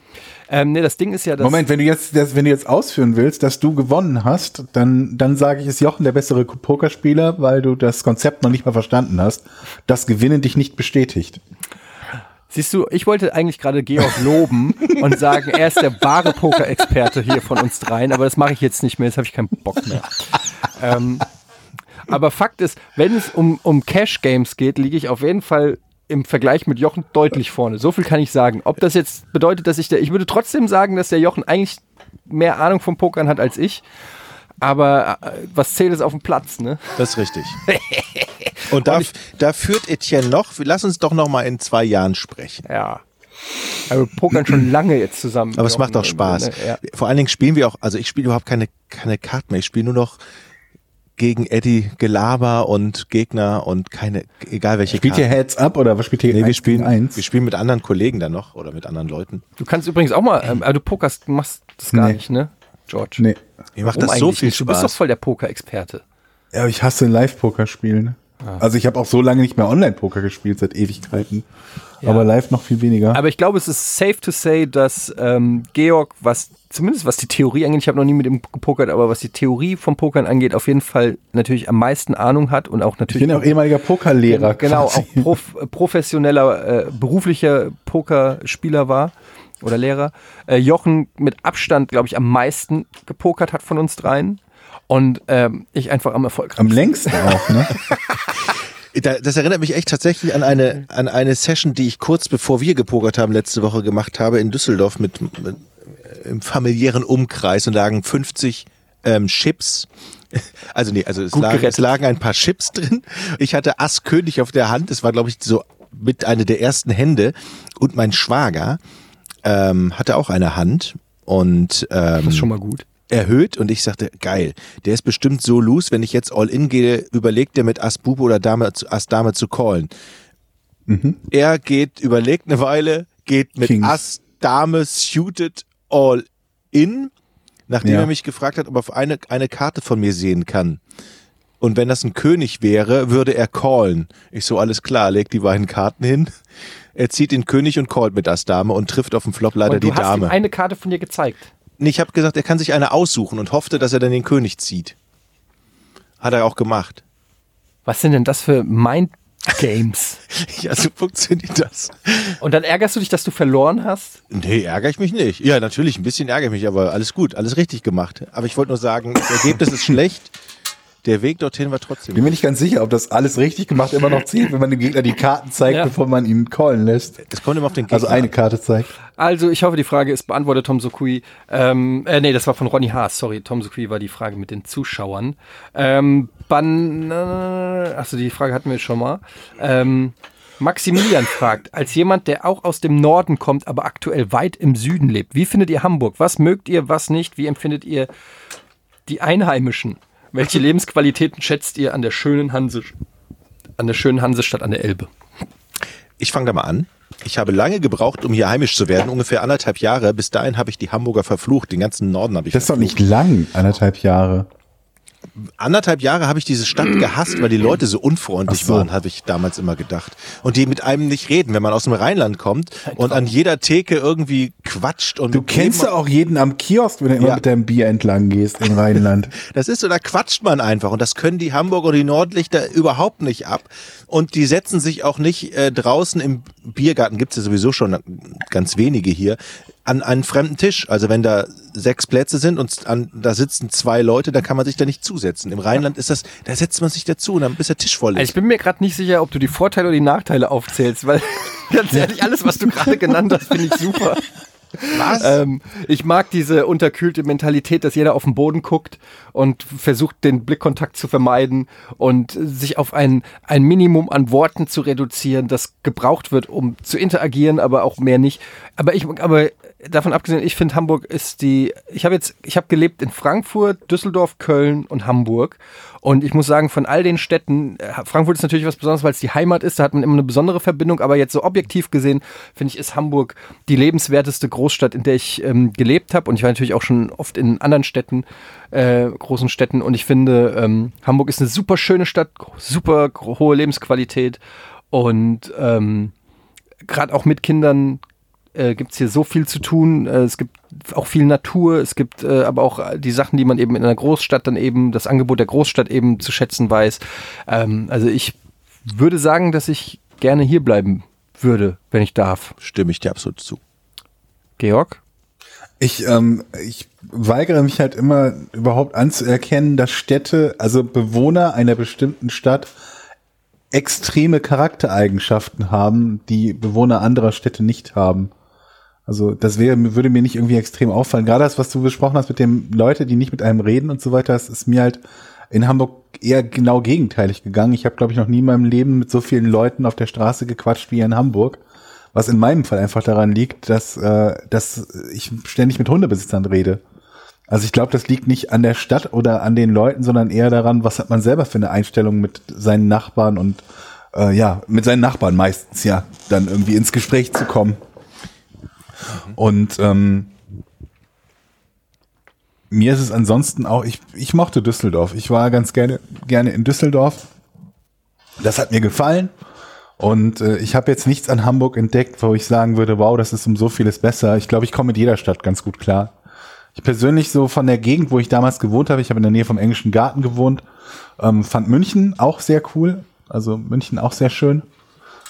S1: Ähm, nee, das Ding ist ja, dass.
S2: Moment, wenn du jetzt, das, wenn du jetzt ausführen willst, dass du gewonnen hast, dann, dann sage ich, ist Jochen der bessere Pokerspieler, weil du das Konzept noch nicht mal verstanden hast. Das Gewinnen dich nicht bestätigt.
S1: Siehst du, ich wollte eigentlich gerade Georg loben und sagen, er ist der wahre Poker-Experte hier von uns dreien, aber das mache ich jetzt nicht mehr, jetzt habe ich keinen Bock mehr. Ähm, aber Fakt ist, wenn es um, um Cash-Games geht, liege ich auf jeden Fall im Vergleich mit Jochen deutlich vorne. So viel kann ich sagen. Ob das jetzt bedeutet, dass ich der, ich würde trotzdem sagen, dass der Jochen eigentlich mehr Ahnung vom Pokern hat als ich. Aber äh, was zählt ist auf dem Platz, ne?
S3: Das ist richtig. Und da, da führt Etienne noch. Lass uns doch noch mal in zwei Jahren sprechen.
S1: Ja. Aber Also wir pokern schon lange jetzt zusammen.
S3: Aber es macht auch
S2: ne,
S1: Jochen. äh,
S3: Spaß.
S1: Ja.
S3: Vor allen Dingen spielen wir auch, also ich spiele überhaupt keine, keine Karten mehr. Ich spiele nur noch gegen Eddie Gelaber und Gegner und keine, egal welche
S2: Spielt ihr Heads Up oder was spielt ihr?
S3: Nee, wir
S2: Eins gegen
S3: spielen,
S2: eins.
S3: wir spielen mit anderen Kollegen dann noch oder mit anderen Leuten.
S1: Du kannst übrigens auch mal, ähm, aber du pokerst, machst das gar
S2: Nee.
S1: nicht, ne? George.
S2: Nee.
S3: Mir
S2: Oh
S3: macht
S1: Warum
S3: das so
S1: eigentlich
S3: viel
S1: nicht? Du bist doch
S3: Spaß.
S1: voll der Poker-Experte.
S2: Ja, aber ich hasse Live-Poker spielen. Also ich habe auch so lange nicht mehr Online-Poker gespielt seit Ewigkeiten. Aber live noch viel weniger.
S1: Aber ich glaube, es ist safe to say, dass ähm, Georg, was zumindest was die Theorie angeht, ich habe noch nie mit ihm gepokert, aber was die Theorie vom Pokern angeht, auf jeden Fall natürlich am meisten Ahnung hat und auch
S2: ich
S1: natürlich
S2: bin
S3: Genau.
S2: auch ehemaliger Pokerlehrer.
S1: genau
S2: quasi.
S1: auch prof, äh, professioneller äh, beruflicher Pokerspieler war oder Lehrer. Äh, Jochen mit Abstand, glaube ich, am meisten gepokert hat von uns dreien und ähm, ich einfach am erfolgreichsten.
S2: Am längsten auch, ne?
S3: Da- Das erinnert mich echt tatsächlich an
S1: Mhm.
S3: eine, an eine Session, die ich kurz bevor wir gepokert haben, letzte Woche gemacht habe in Düsseldorf mit, mit im familiären Umkreis und lagen 50 ähm, Chips. Also nee, also es
S1: Gut
S3: lagen, es
S1: gerettet.
S3: lagen ein paar Chips drin. Ich hatte Ass König auf der Hand. Es war, glaube ich, so mit einer der ersten Hände. Und mein Schwager ähm, hatte auch eine Hand und ähm,
S1: Schon mal gut.
S3: erhöht und ich sagte, geil, der ist bestimmt so loose, wenn ich jetzt all in gehe, überlegt er mit Ass Bube oder Dame, zu- Ass Dame zu callen. Er geht, überlegt eine Weile, geht mit
S2: Mhm. Kings.
S3: Ass Dame suited all in, nachdem
S2: Ja.
S3: er mich gefragt hat, ob er auf eine, eine Karte von mir sehen kann. Und wenn das ein König wäre, würde er callen. Ich so, alles klar, legt die beiden Karten hin. Er zieht den König und callt mit Ass Dame und trifft auf dem Flop leider
S1: Und du
S3: die
S1: hast
S3: Dame.
S1: ihm eine Karte von dir gezeigt.
S3: Nee, ich habe gesagt, er kann sich eine aussuchen und hoffte, dass er dann den König zieht. Hat er auch gemacht.
S1: Was sind denn das für Mind Games?
S3: Ja, so funktioniert das.
S1: Und dann ärgerst du dich, dass du verloren hast?
S3: Nee, ärgere ich mich nicht. Ja, natürlich, ein bisschen ärgere ich mich, aber alles gut, alles richtig gemacht. Aber ich wollte nur sagen, das Ergebnis ist schlecht. Der Weg dorthin war
S2: Bin
S3: trotzdem.
S2: mir nicht ganz sicher, ob das alles richtig gemacht immer noch zählt, wenn man dem Gegner die Karten zeigt,
S1: Ja.
S2: bevor man ihn callen lässt.
S3: Es kommt immer auf den Gegner.
S2: Also eine Karte zeigt.
S1: Also, ich hoffe, die Frage ist beantwortet, Tom Sokui. Ähm, äh, nee, das war von Ronny Haas, sorry. Tom Sokui war die Frage mit den Zuschauern. Ähm, Ban Achso, die Frage hatten wir schon mal. Ähm, Maximilian fragt, als jemand, der auch aus dem Norden kommt, aber aktuell weit im Süden lebt, wie findet ihr Hamburg? Was mögt ihr, was nicht? Wie empfindet ihr die Einheimischen? Welche Lebensqualitäten schätzt ihr an der schönen Hanse, an der schönen Hansestadt an der Elbe?
S3: Ich fange da mal an. Ich habe lange gebraucht, um hier heimisch zu werden, ungefähr anderthalb Jahre. Bis dahin habe ich die Hamburger verflucht, den ganzen Norden habe ich
S2: Das ist doch
S3: verflucht.
S2: nicht lang, anderthalb Jahre.
S3: anderthalb Jahre habe ich diese Stadt gehasst, weil die Leute so unfreundlich
S2: Ach so.
S3: waren, habe ich damals immer gedacht. Und die mit einem nicht reden, wenn man aus dem Rheinland kommt und an jeder Theke irgendwie quatscht und
S2: Du kennst
S3: Eben-
S2: ja auch jeden am Kiosk, wenn du immer
S3: Ja.
S2: mit deinem Bier entlang gehst im Rheinland.
S3: Das ist so, da quatscht man einfach. Und das können die Hamburger oder die Nordlichter überhaupt nicht ab. Und die setzen sich auch nicht äh, draußen im Biergarten, gibt's ja sowieso schon ganz wenige hier, an einen fremden Tisch. Also wenn da sechs Plätze sind und an, da sitzen zwei Leute, dann kann man sich da nicht zusetzen. Im Rheinland ist das, da setzt man sich dazu und dann bis der Tisch voll
S1: Also ich
S3: ist.
S1: bin mir gerade nicht sicher, ob du die Vorteile oder die Nachteile aufzählst, weil ganz ehrlich, alles, was du gerade genannt hast, finde ich super.
S3: Was?
S1: Ähm, ich mag diese unterkühlte Mentalität, dass jeder auf den Boden guckt und versucht, den Blickkontakt zu vermeiden und äh, sich auf ein, ein Minimum an Worten zu reduzieren, das gebraucht wird, um zu interagieren, aber auch mehr nicht. Aber ich, aber davon abgesehen, ich finde Hamburg ist die, ich habe jetzt, ich habe gelebt in Frankfurt, Düsseldorf, Köln und Hamburg. Und ich muss sagen, von all den Städten, äh, Frankfurt ist natürlich was Besonderes, weil es die Heimat ist, da hat man immer eine besondere Verbindung, aber jetzt so objektiv gesehen, finde ich, ist Hamburg die lebenswerteste Großstadt, in der ich ähm, gelebt habe. Und ich war natürlich auch schon oft in anderen Städten, äh, großen Städten. Und ich finde, ähm, Hamburg ist eine super schöne Stadt, super gro- hohe Lebensqualität. Und ähm, gerade auch mit Kindern äh, gibt es hier so viel zu tun. Äh, es gibt auch viel Natur, es gibt äh, aber auch äh, die Sachen, die man eben in einer Großstadt dann eben, das Angebot der Großstadt eben zu schätzen weiß. Ähm, also ich würde sagen, dass ich gerne hier bleiben würde, wenn ich darf.
S3: Stimme ich dir absolut zu.
S1: Georg?
S2: Ich, ähm, ich weigere mich halt immer überhaupt anzuerkennen, dass Städte, also Bewohner einer bestimmten Stadt, extreme Charaktereigenschaften haben, die Bewohner anderer Städte nicht haben. Also das wäre, würde mir nicht irgendwie extrem auffallen. Gerade das, was du besprochen hast mit den Leuten, die nicht mit einem reden und so weiter, das ist mir halt in Hamburg eher genau gegenteilig gegangen. Ich habe, glaube ich, noch nie in meinem Leben mit so vielen Leuten auf der Straße gequatscht wie in Hamburg. Was in meinem Fall einfach daran liegt, dass, äh, dass ich ständig mit Hundebesitzern rede. Also ich glaube, das liegt nicht an der Stadt oder an den Leuten, sondern eher daran, was hat man selber für eine Einstellung mit seinen Nachbarn und äh, ja, mit seinen Nachbarn meistens ja, dann irgendwie ins Gespräch zu kommen. Und ähm, mir ist es ansonsten auch, ich, ich mochte Düsseldorf. Ich war ganz gerne, gerne in Düsseldorf. Das hat mir gefallen. Und äh, ich habe jetzt nichts an Hamburg entdeckt, wo ich sagen würde, wow, das ist um so vieles besser. Ich glaube, ich komme mit jeder Stadt ganz gut klar. Ich persönlich so von der Gegend, wo ich damals gewohnt habe, ich habe in der Nähe vom Englischen Garten gewohnt, ähm, fand München auch sehr cool. Also München auch sehr schön.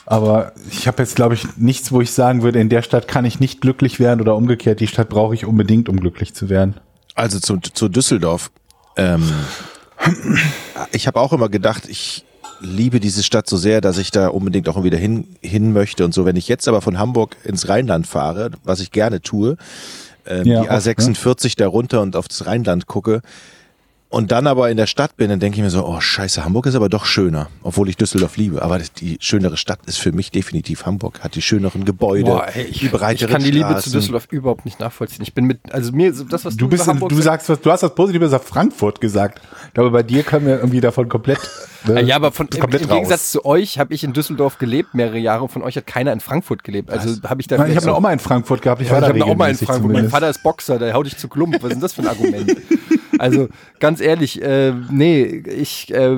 S2: Aber ich habe jetzt, glaube ich, nichts, wo ich sagen würde, in der Stadt kann ich nicht glücklich werden oder umgekehrt, die Stadt brauche ich unbedingt, um glücklich zu werden.
S3: Also zu, zu Düsseldorf. Ähm, ich habe auch immer gedacht, ich liebe diese Stadt so sehr, dass ich da unbedingt auch wieder hin, hin möchte und so. Wenn ich jetzt aber von Hamburg ins Rheinland fahre, was ich gerne tue, ähm,
S2: Ja,
S1: ne?
S3: die
S2: oft,
S3: A46 da runter und aufs Rheinland gucke und dann aber in der Stadt bin, dann denke ich mir so, oh scheiße, Hamburg ist aber doch schöner, obwohl ich Düsseldorf liebe. Aber die schönere Stadt ist für mich definitiv Hamburg, hat die schöneren Gebäude, die breitere
S1: ich kann die Liebe zu
S3: Straßen.
S1: Düsseldorf überhaupt nicht nachvollziehen. Ich bin mit, also mir, so das, was
S2: Du bist,
S1: über
S2: in,
S1: Hamburg
S2: du sagst, was, du hast was Positives auf Frankfurt gesagt. Ich glaube, bei dir können wir irgendwie davon komplett. ne,
S1: Ja, aber von, im, im
S2: komplett raus.
S1: Gegensatz zu euch habe ich in Düsseldorf gelebt mehrere Jahre und von euch hat keiner in Frankfurt gelebt. Also habe ich da
S2: Nein, ich
S1: vielleicht
S2: habe eine
S1: so-
S2: Oma in Frankfurt gehabt. Ich
S1: Ja,
S2: war
S1: ich
S2: da
S1: habe eine Oma in
S2: regelmäßig
S1: Frankfurt. Mein
S2: zumindest.
S1: Vater ist Boxer, der haut dich zu Klump. Was ist denn das für ein Argument? also ganz ehrlich, äh, nee, ich äh,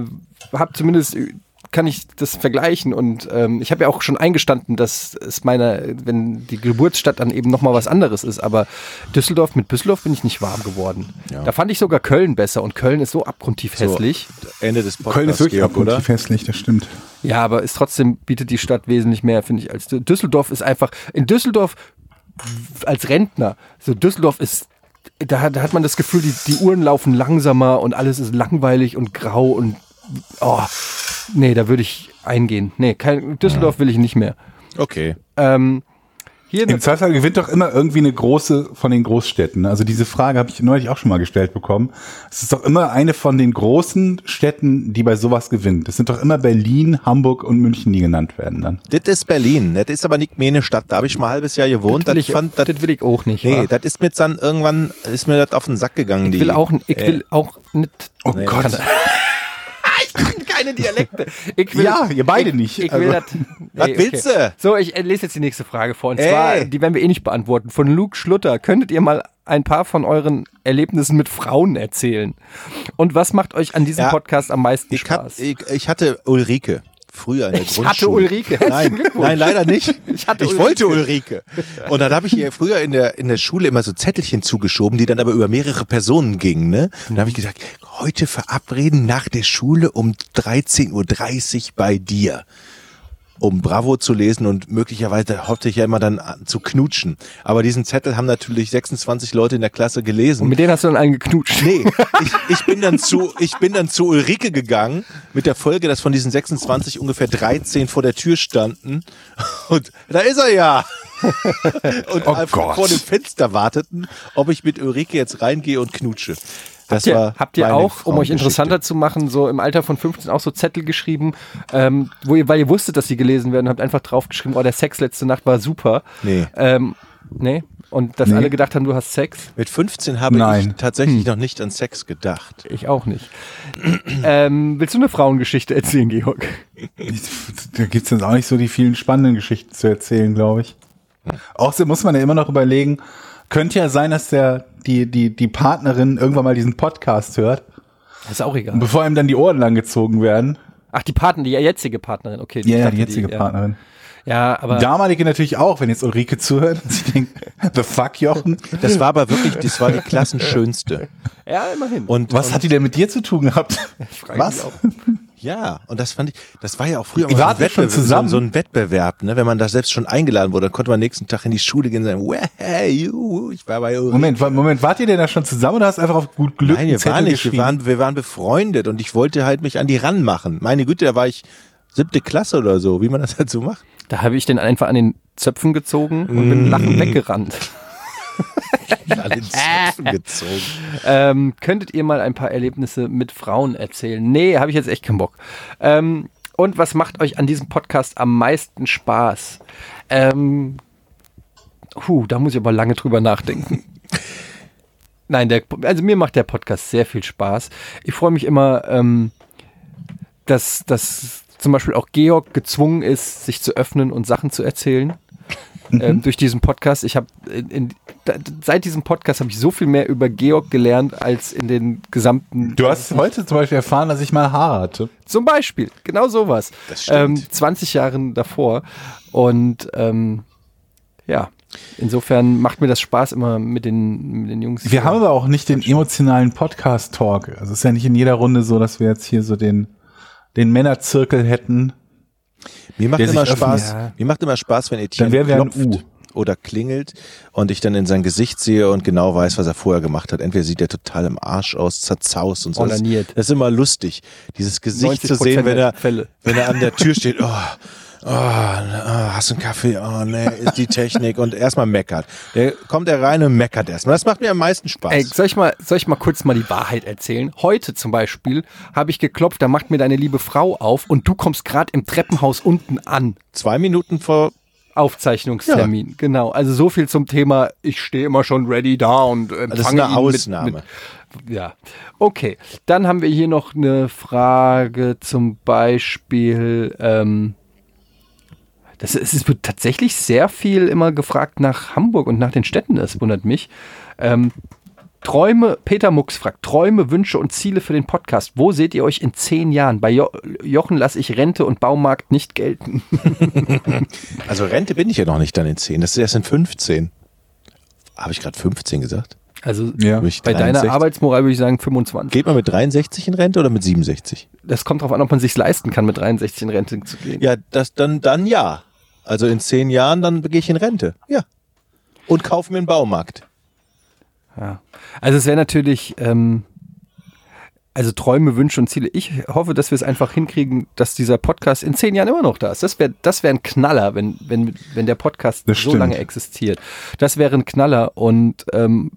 S1: habe zumindest äh, kann ich das vergleichen und ähm, ich habe ja auch schon eingestanden, dass es meiner, wenn die Geburtsstadt dann eben nochmal was anderes ist, aber Düsseldorf mit Düsseldorf bin ich nicht warm geworden. Da fand ich sogar Köln besser und Köln ist so abgrundtief hässlich.
S3: Ende des Podcasts,
S2: Köln ist wirklich
S3: Georg, oder?
S2: abgrundtief hässlich, das stimmt.
S1: Ja, aber ist trotzdem bietet die Stadt wesentlich mehr, finde ich, als Dü- Düsseldorf ist einfach in Düsseldorf w- als Rentner. So Düsseldorf ist da, hat- da hat man das Gefühl, die, die Uhren laufen langsamer und alles ist langweilig und grau und oh, nee, da würde ich eingehen. Nee, kein, Düsseldorf will ich nicht mehr.
S3: Okay.
S1: Ähm, hier
S2: Im Zweifel gewinnt doch immer irgendwie eine große von den Großstädten. Also diese Frage habe ich neulich auch schon mal gestellt bekommen. Es ist doch immer eine von den großen Städten, die bei sowas gewinnt. Es sind doch immer Berlin, Hamburg und München, die genannt werden dann.
S3: Das ist Berlin. Das ist aber nicht meine Stadt. Da habe ich mal ein halbes Jahr gewohnt.
S1: will
S3: Das,
S1: ich,
S3: fand, das,
S1: das will ich auch nicht. wa?
S3: nee, das ist mir dann irgendwann ist mir das auf den Sack gegangen.
S1: ich
S3: die-
S1: will auch, ich
S3: Äh,
S1: will auch nicht.
S2: Oh Gott.
S1: keine Dialekte. Ich
S2: Ja, ihr beide
S1: ich,
S2: nicht.
S1: Ich will
S2: Also-
S1: das. Nee,
S3: Was willst du?
S1: So, ich äh, lese jetzt die nächste Frage vor. Und
S3: Ey.
S1: zwar, die werden wir eh nicht beantworten. Von Luke Schlutter. Könntet ihr mal ein paar von euren Erlebnissen mit Frauen erzählen. Und was macht euch an diesem
S3: Ja.
S1: Podcast am meisten
S3: Ich, hab, eh
S1: Spaß?
S3: ich, ich hatte Ulrike früher in der
S1: Ich
S3: Grundschule.
S1: hatte Ulrike.
S3: Nein, nein, leider nicht. Ich,
S1: hatte
S3: wollte Ulrike. Und dann habe ich ihr früher in der, in der Schule immer so Zettelchen zugeschoben, die dann aber über mehrere Personen gingen. Ne? Und dann habe ich gesagt, heute verabreden nach der Schule um 13.30 Uhr bei dir. Um Bravo zu lesen und möglicherweise hoffte ich ja immer dann an- zu knutschen. Aber diesen Zettel haben natürlich 26 Leute in der Klasse gelesen.
S1: Und mit denen hast du dann einen geknutscht.
S3: Nee, ich, ich, bin dann zu, ich bin dann zu Ulrike gegangen, mit der Folge, dass von diesen 26 ungefähr 13 vor der Tür standen. Und da ist er ja. Und
S1: Oh
S3: einfach
S2: Gott.
S3: vor dem Fenster warteten, ob ich mit Ulrike jetzt reingehe und knutsche. Das
S1: Habt ihr,
S3: war
S1: habt ihr
S3: meine
S1: auch, um euch
S3: Frauengeschichte.
S1: interessanter zu machen, so im Alter von 15 auch so Zettel geschrieben, ähm, wo ihr, weil ihr wusstet, dass sie gelesen werden, habt einfach draufgeschrieben, oh, der Sex letzte Nacht war super.
S3: Nee.
S1: Ähm, nee. Und dass alle gedacht haben, du hast Sex?
S3: Mit 15 habe ich
S2: Nein.
S3: tatsächlich
S1: Hm.
S3: noch nicht an Sex gedacht.
S1: Ich auch nicht. ähm, willst du eine Frauengeschichte erzählen, Georg?
S2: Da gibt's jetzt auch nicht so die vielen spannenden Geschichten zu erzählen, glaube ich. Außerdem muss man ja immer noch überlegen, könnte ja sein, dass der, die, die, die Partnerin irgendwann mal diesen Podcast hört,
S1: Ist auch egal.
S2: bevor ihm dann die Ohren langgezogen werden.
S1: Ach, die Partnerin, die jetzige Partnerin, okay.
S2: Ja,
S1: ich
S2: ja,
S1: dachte,
S2: die jetzige
S1: ja.
S2: Partnerin.
S1: Ja, aber
S2: Damalige natürlich auch, wenn jetzt Ulrike zuhört und sie denkt, the fuck, Jochen?
S3: Das war aber wirklich, das war die klassenschönste.
S1: ja, immerhin.
S3: Und
S2: Was hat die denn mit dir zu tun gehabt? Was?
S3: Ja, und das fand ich, das war ja auch früher
S2: Ihr
S3: immer so ein,
S2: wart schon
S3: Wettbewerb,
S2: zusammen?
S3: So, so ein Wettbewerb, ne? Wenn man da selbst schon eingeladen wurde, dann konnte man am nächsten Tag in die Schule gehen und sagen, "Wow, juhu, ich war bei Ulrike.
S2: Moment, wa- Moment, wart ihr denn da schon zusammen oder hast du einfach auf gut Glück
S3: Nein,
S2: einen
S3: wir
S2: Zettel
S3: waren nicht, wir
S2: geschrieben?
S3: waren, wir waren befreundet und ich wollte halt mich an die ranmachen. Meine Güte, da war ich siebte Klasse oder so, wie man das halt so macht.
S1: da habe ich den einfach an den Zöpfen gezogen und bin
S2: Mm.
S1: mit Lachen weggerannt.
S3: An den Zöpfen gezogen.
S1: Ähm, könntet ihr mal ein paar Erlebnisse mit Frauen erzählen? Nee, habe ich jetzt echt keinen Bock. Ähm, und was macht euch an diesem Podcast am meisten Spaß? Ähm, huh, da muss ich aber lange drüber nachdenken. Nein, der, also mir macht der Podcast sehr viel Spaß. Ich freue mich immer, ähm, dass, dass zum Beispiel auch Georg gezwungen ist, sich zu öffnen und Sachen zu erzählen
S2: Mhm.
S1: ähm, durch diesen Podcast. Ich habe in, in, da, seit diesem Podcast habe ich so viel mehr über Georg gelernt als in den gesamten.
S2: Du hast heute zum Beispiel erfahren, dass ich mal Haare hatte.
S1: Zum Beispiel genau sowas.
S3: Das stimmt.
S1: 20 Jahren davor und ähm, ja. Insofern macht mir das Spaß immer mit den, mit den Jungs.
S2: Wir haben aber auch nicht den emotionalen Podcast-Talk. Also es ist ja nicht in jeder Runde so, dass wir jetzt hier so den, den Männerzirkel hätten.
S3: Mir macht
S2: Der sich
S3: immer
S2: öffnet.
S3: Spaß,
S1: Ja.
S3: mir macht immer Spaß, wenn Etienne
S2: Dann wären wir ein U.
S3: klopft oder klingelt und ich dann in sein Gesicht sehe und genau weiß, was er vorher gemacht hat. Entweder sieht er total im Arsch aus, zerzaust und so. Das,
S1: Ordiniert.
S3: das ist immer lustig, dieses Gesicht zu
S1: 90%
S3: sehen, wenn er,
S1: der Fälle.
S3: wenn er an der Tür steht. Oh, oh, oh, hast du einen Kaffee? Oh, nee, ist die Technik und erstmal meckert. Der kommt er rein und meckert erstmal. Das macht mir am meisten Spaß.
S1: Ey, soll ich, mal, soll ich mal kurz mal die Wahrheit erzählen? Heute zum Beispiel habe ich geklopft, da macht mir deine liebe Frau auf und du kommst gerade im Treppenhaus unten an.
S3: Zwei Minuten vor
S1: Aufzeichnungstermin, genau. Also so viel zum Thema, ich stehe immer schon ready da und empfange
S3: das ist eine
S1: ihn
S3: Ausnahme.
S1: Mit, mit, ja, okay. Dann haben wir hier noch eine Frage zum Beispiel, ähm, das ist, es wird tatsächlich sehr viel immer gefragt nach Hamburg und nach den Städten, das wundert mich. Ähm, Träume, Peter Mux fragt, Träume, Wünsche und Ziele für den Podcast. Wo seht ihr euch in zehn Jahren? Bei jo Jochen lasse ich Rente und Baumarkt nicht gelten.
S3: Also Rente bin ich ja noch nicht dann in 10, das ist erst in 15. Habe ich gerade 15 gesagt?
S1: Also
S2: Ja.
S3: Durch
S1: Bei deiner
S3: 63.
S1: Arbeitsmoral würde ich sagen 25.
S3: Geht man mit 63 in Rente oder mit 67?
S1: Das kommt drauf an, ob man sich leisten kann, mit 63 in Rente zu gehen.
S3: Ja, das dann, dann ja. Also in zehn Jahren, dann gehe ich in Rente. Ja. Und kaufe mir einen Baumarkt.
S1: Ja. Also es wäre natürlich, ähm, also Träume, Wünsche und Ziele. Ich hoffe, dass wir es einfach hinkriegen, dass dieser Podcast in zehn Jahren immer noch da ist. Das wäre das wär ein Knaller, wenn, wenn, wenn der Podcast
S2: Das
S1: so
S2: stimmt.
S1: lange existiert. Das wäre ein Knaller und ähm,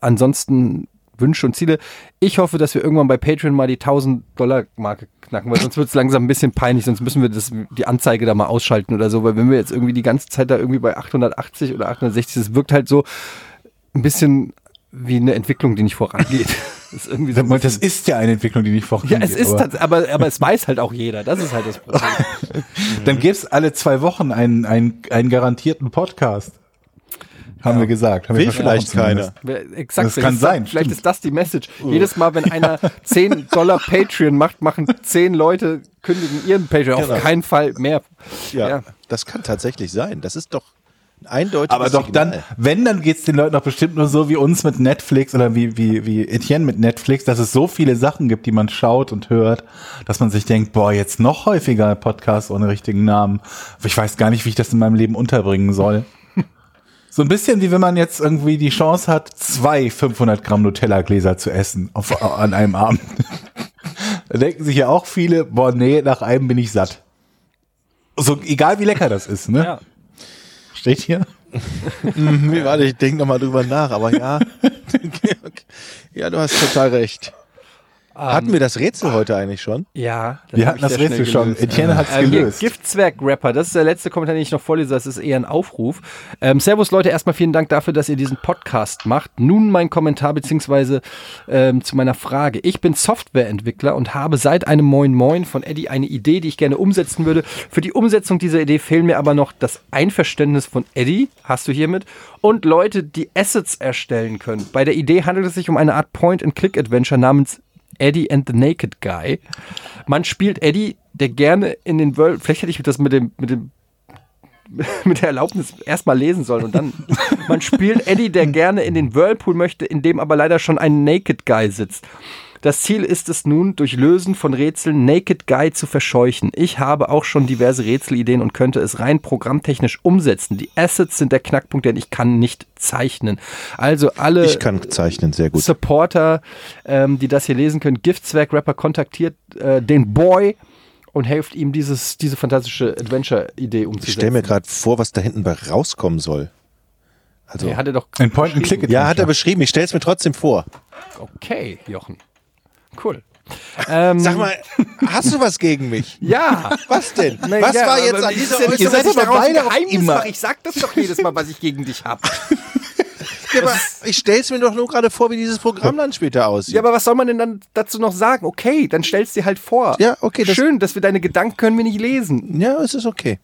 S1: ansonsten Wünsche und Ziele. Ich hoffe, dass wir irgendwann bei Patreon mal die 1000-Dollar-Marke knacken, weil sonst wird es langsam ein bisschen peinlich, sonst müssen wir das, die Anzeige da mal ausschalten oder so, weil wenn wir jetzt irgendwie die ganze Zeit da irgendwie bei 880 oder 860, das wirkt halt so ein bisschen wie eine Entwicklung, die nicht vorangeht. Das ist irgendwie so ein
S2: Das ist ja eine Entwicklung, die nicht
S1: ja,
S2: vorangeht.
S1: es ist
S2: aber
S1: aber, aber, aber es weiß halt auch jeder. Das ist halt das Problem.
S3: Mhm.
S2: Dann gäbe es alle zwei Wochen einen, einen, einen garantierten Podcast. Haben wir gesagt. Haben
S3: Will
S2: wir versprochen
S3: vielleicht
S2: zumindest.
S3: keiner.
S1: Wer- Exakt,
S2: Das
S1: vielleicht
S2: kann
S1: ist
S2: sein,
S1: Vielleicht
S2: stimmt. Oh.
S1: ist das die Message. Jedes Mal, wenn einer 10 Dollar Patreon macht, machen 10 Leute, kündigen ihren Patreon. Auf
S3: Genau.
S1: keinen Fall mehr.
S3: Ja,
S1: Ja.
S3: das kann tatsächlich sein. Das ist doch ein eindeutiges
S2: Aber Also doch
S3: Signal.
S2: dann, wenn, dann geht es den Leuten doch bestimmt nur so wie uns mit Netflix oder wie, wie, wie Etienne mit Netflix, dass es so viele Sachen gibt, die man schaut und hört, dass man sich denkt, boah, jetzt noch häufiger Podcast ohne richtigen Namen. Ich weiß gar nicht, wie ich das in meinem Leben unterbringen soll. So ein bisschen wie wenn man jetzt irgendwie die Chance hat, zwei 500 Gramm Nutella-Gläser zu essen auf, an einem Abend. da denken sich ja auch viele, boah, nee, nach einem bin ich satt. So, egal wie lecker das ist, ne?
S1: Ja.
S2: Steht hier.
S3: Hm, Warte, ich denke nochmal drüber nach, aber ja. Georg, ja, du hast total recht. Hatten wir das Rätsel heute eigentlich schon?
S1: Ja, das
S2: Wir
S1: hab
S2: hatten
S1: ich
S2: das
S1: sehr schnell
S2: Rätsel schon.
S1: gelöst.
S2: Etienne hat es
S1: Ähm, hier,
S2: gelöst.
S1: Giftzwerg-Rapper, das ist der letzte Kommentar, den ich noch vorlese, das ist eher ein Aufruf. Ähm, servus Leute, erstmal vielen Dank dafür, dass ihr diesen Podcast macht. Nun mein Kommentar beziehungsweise ähm, zu meiner Frage. Ich bin Softwareentwickler und habe seit einem Moin Moin von Eddie eine Idee, die ich gerne umsetzen würde. Für die Umsetzung dieser Idee fehlen mir aber noch das Einverständnis von Eddie, hast du hiermit, und Leute, die Assets erstellen können. Bei der Idee handelt es sich um eine Art Point-and-Click-Adventure namens Eddie and the Naked Guy. Man spielt Eddie, der gerne in den World. Vielleicht hätte ich das mit dem, mit dem mit der Erlaubnis erstmal lesen sollen und dann. Man spielt Eddie, der gerne in den Whirlpool möchte, in dem aber leider schon ein Naked Guy sitzt. Das Ziel ist es nun, durch Lösen von Rätseln Naked Guy zu verscheuchen. Ich habe auch schon diverse Rätselideen und könnte es rein programmtechnisch umsetzen. Die Assets sind der Knackpunkt, denn ich kann nicht zeichnen. Also alle.
S3: Ich kann zeichnen, sehr gut.
S1: Supporter, ähm, die das hier lesen können. Giftzwerg Rapper kontaktiert äh, den Boy und hilft ihm, dieses, diese fantastische Adventure-Idee
S3: Ich
S1: umzusetzen.
S3: stelle mir gerade vor, was da hinten bei rauskommen soll. Also,
S1: Er hatte doch.
S2: Ein Point-and-Click.
S3: ja, hat er beschrieben. Ich stelle es mir trotzdem vor.
S1: Okay, Jochen. Cool. Ähm,
S3: Sag mal, hast du was gegen mich?
S1: Ja!
S3: Was denn?
S1: Na
S3: was
S1: ja,
S3: war
S1: aber
S3: jetzt an
S1: wie
S3: dieser
S1: ist denn-
S3: Äußerung?
S2: Ihr seid
S1: dass ich
S2: aber
S1: daraus ein
S2: beide auch
S1: Geheimnis
S2: immer-
S1: mache? Ich sag das doch jedes Mal, was ich gegen dich habe.
S3: Ja, aber ich stelle es mir doch nur gerade vor, wie dieses Programm dann später aussieht.
S1: Ja, aber was soll man denn dann dazu noch sagen? Okay, dann stellst dir halt vor.
S3: Ja, okay, das-
S1: Schön, dass wir deine Gedanken können wir nicht lesen.
S3: ja es ist okay.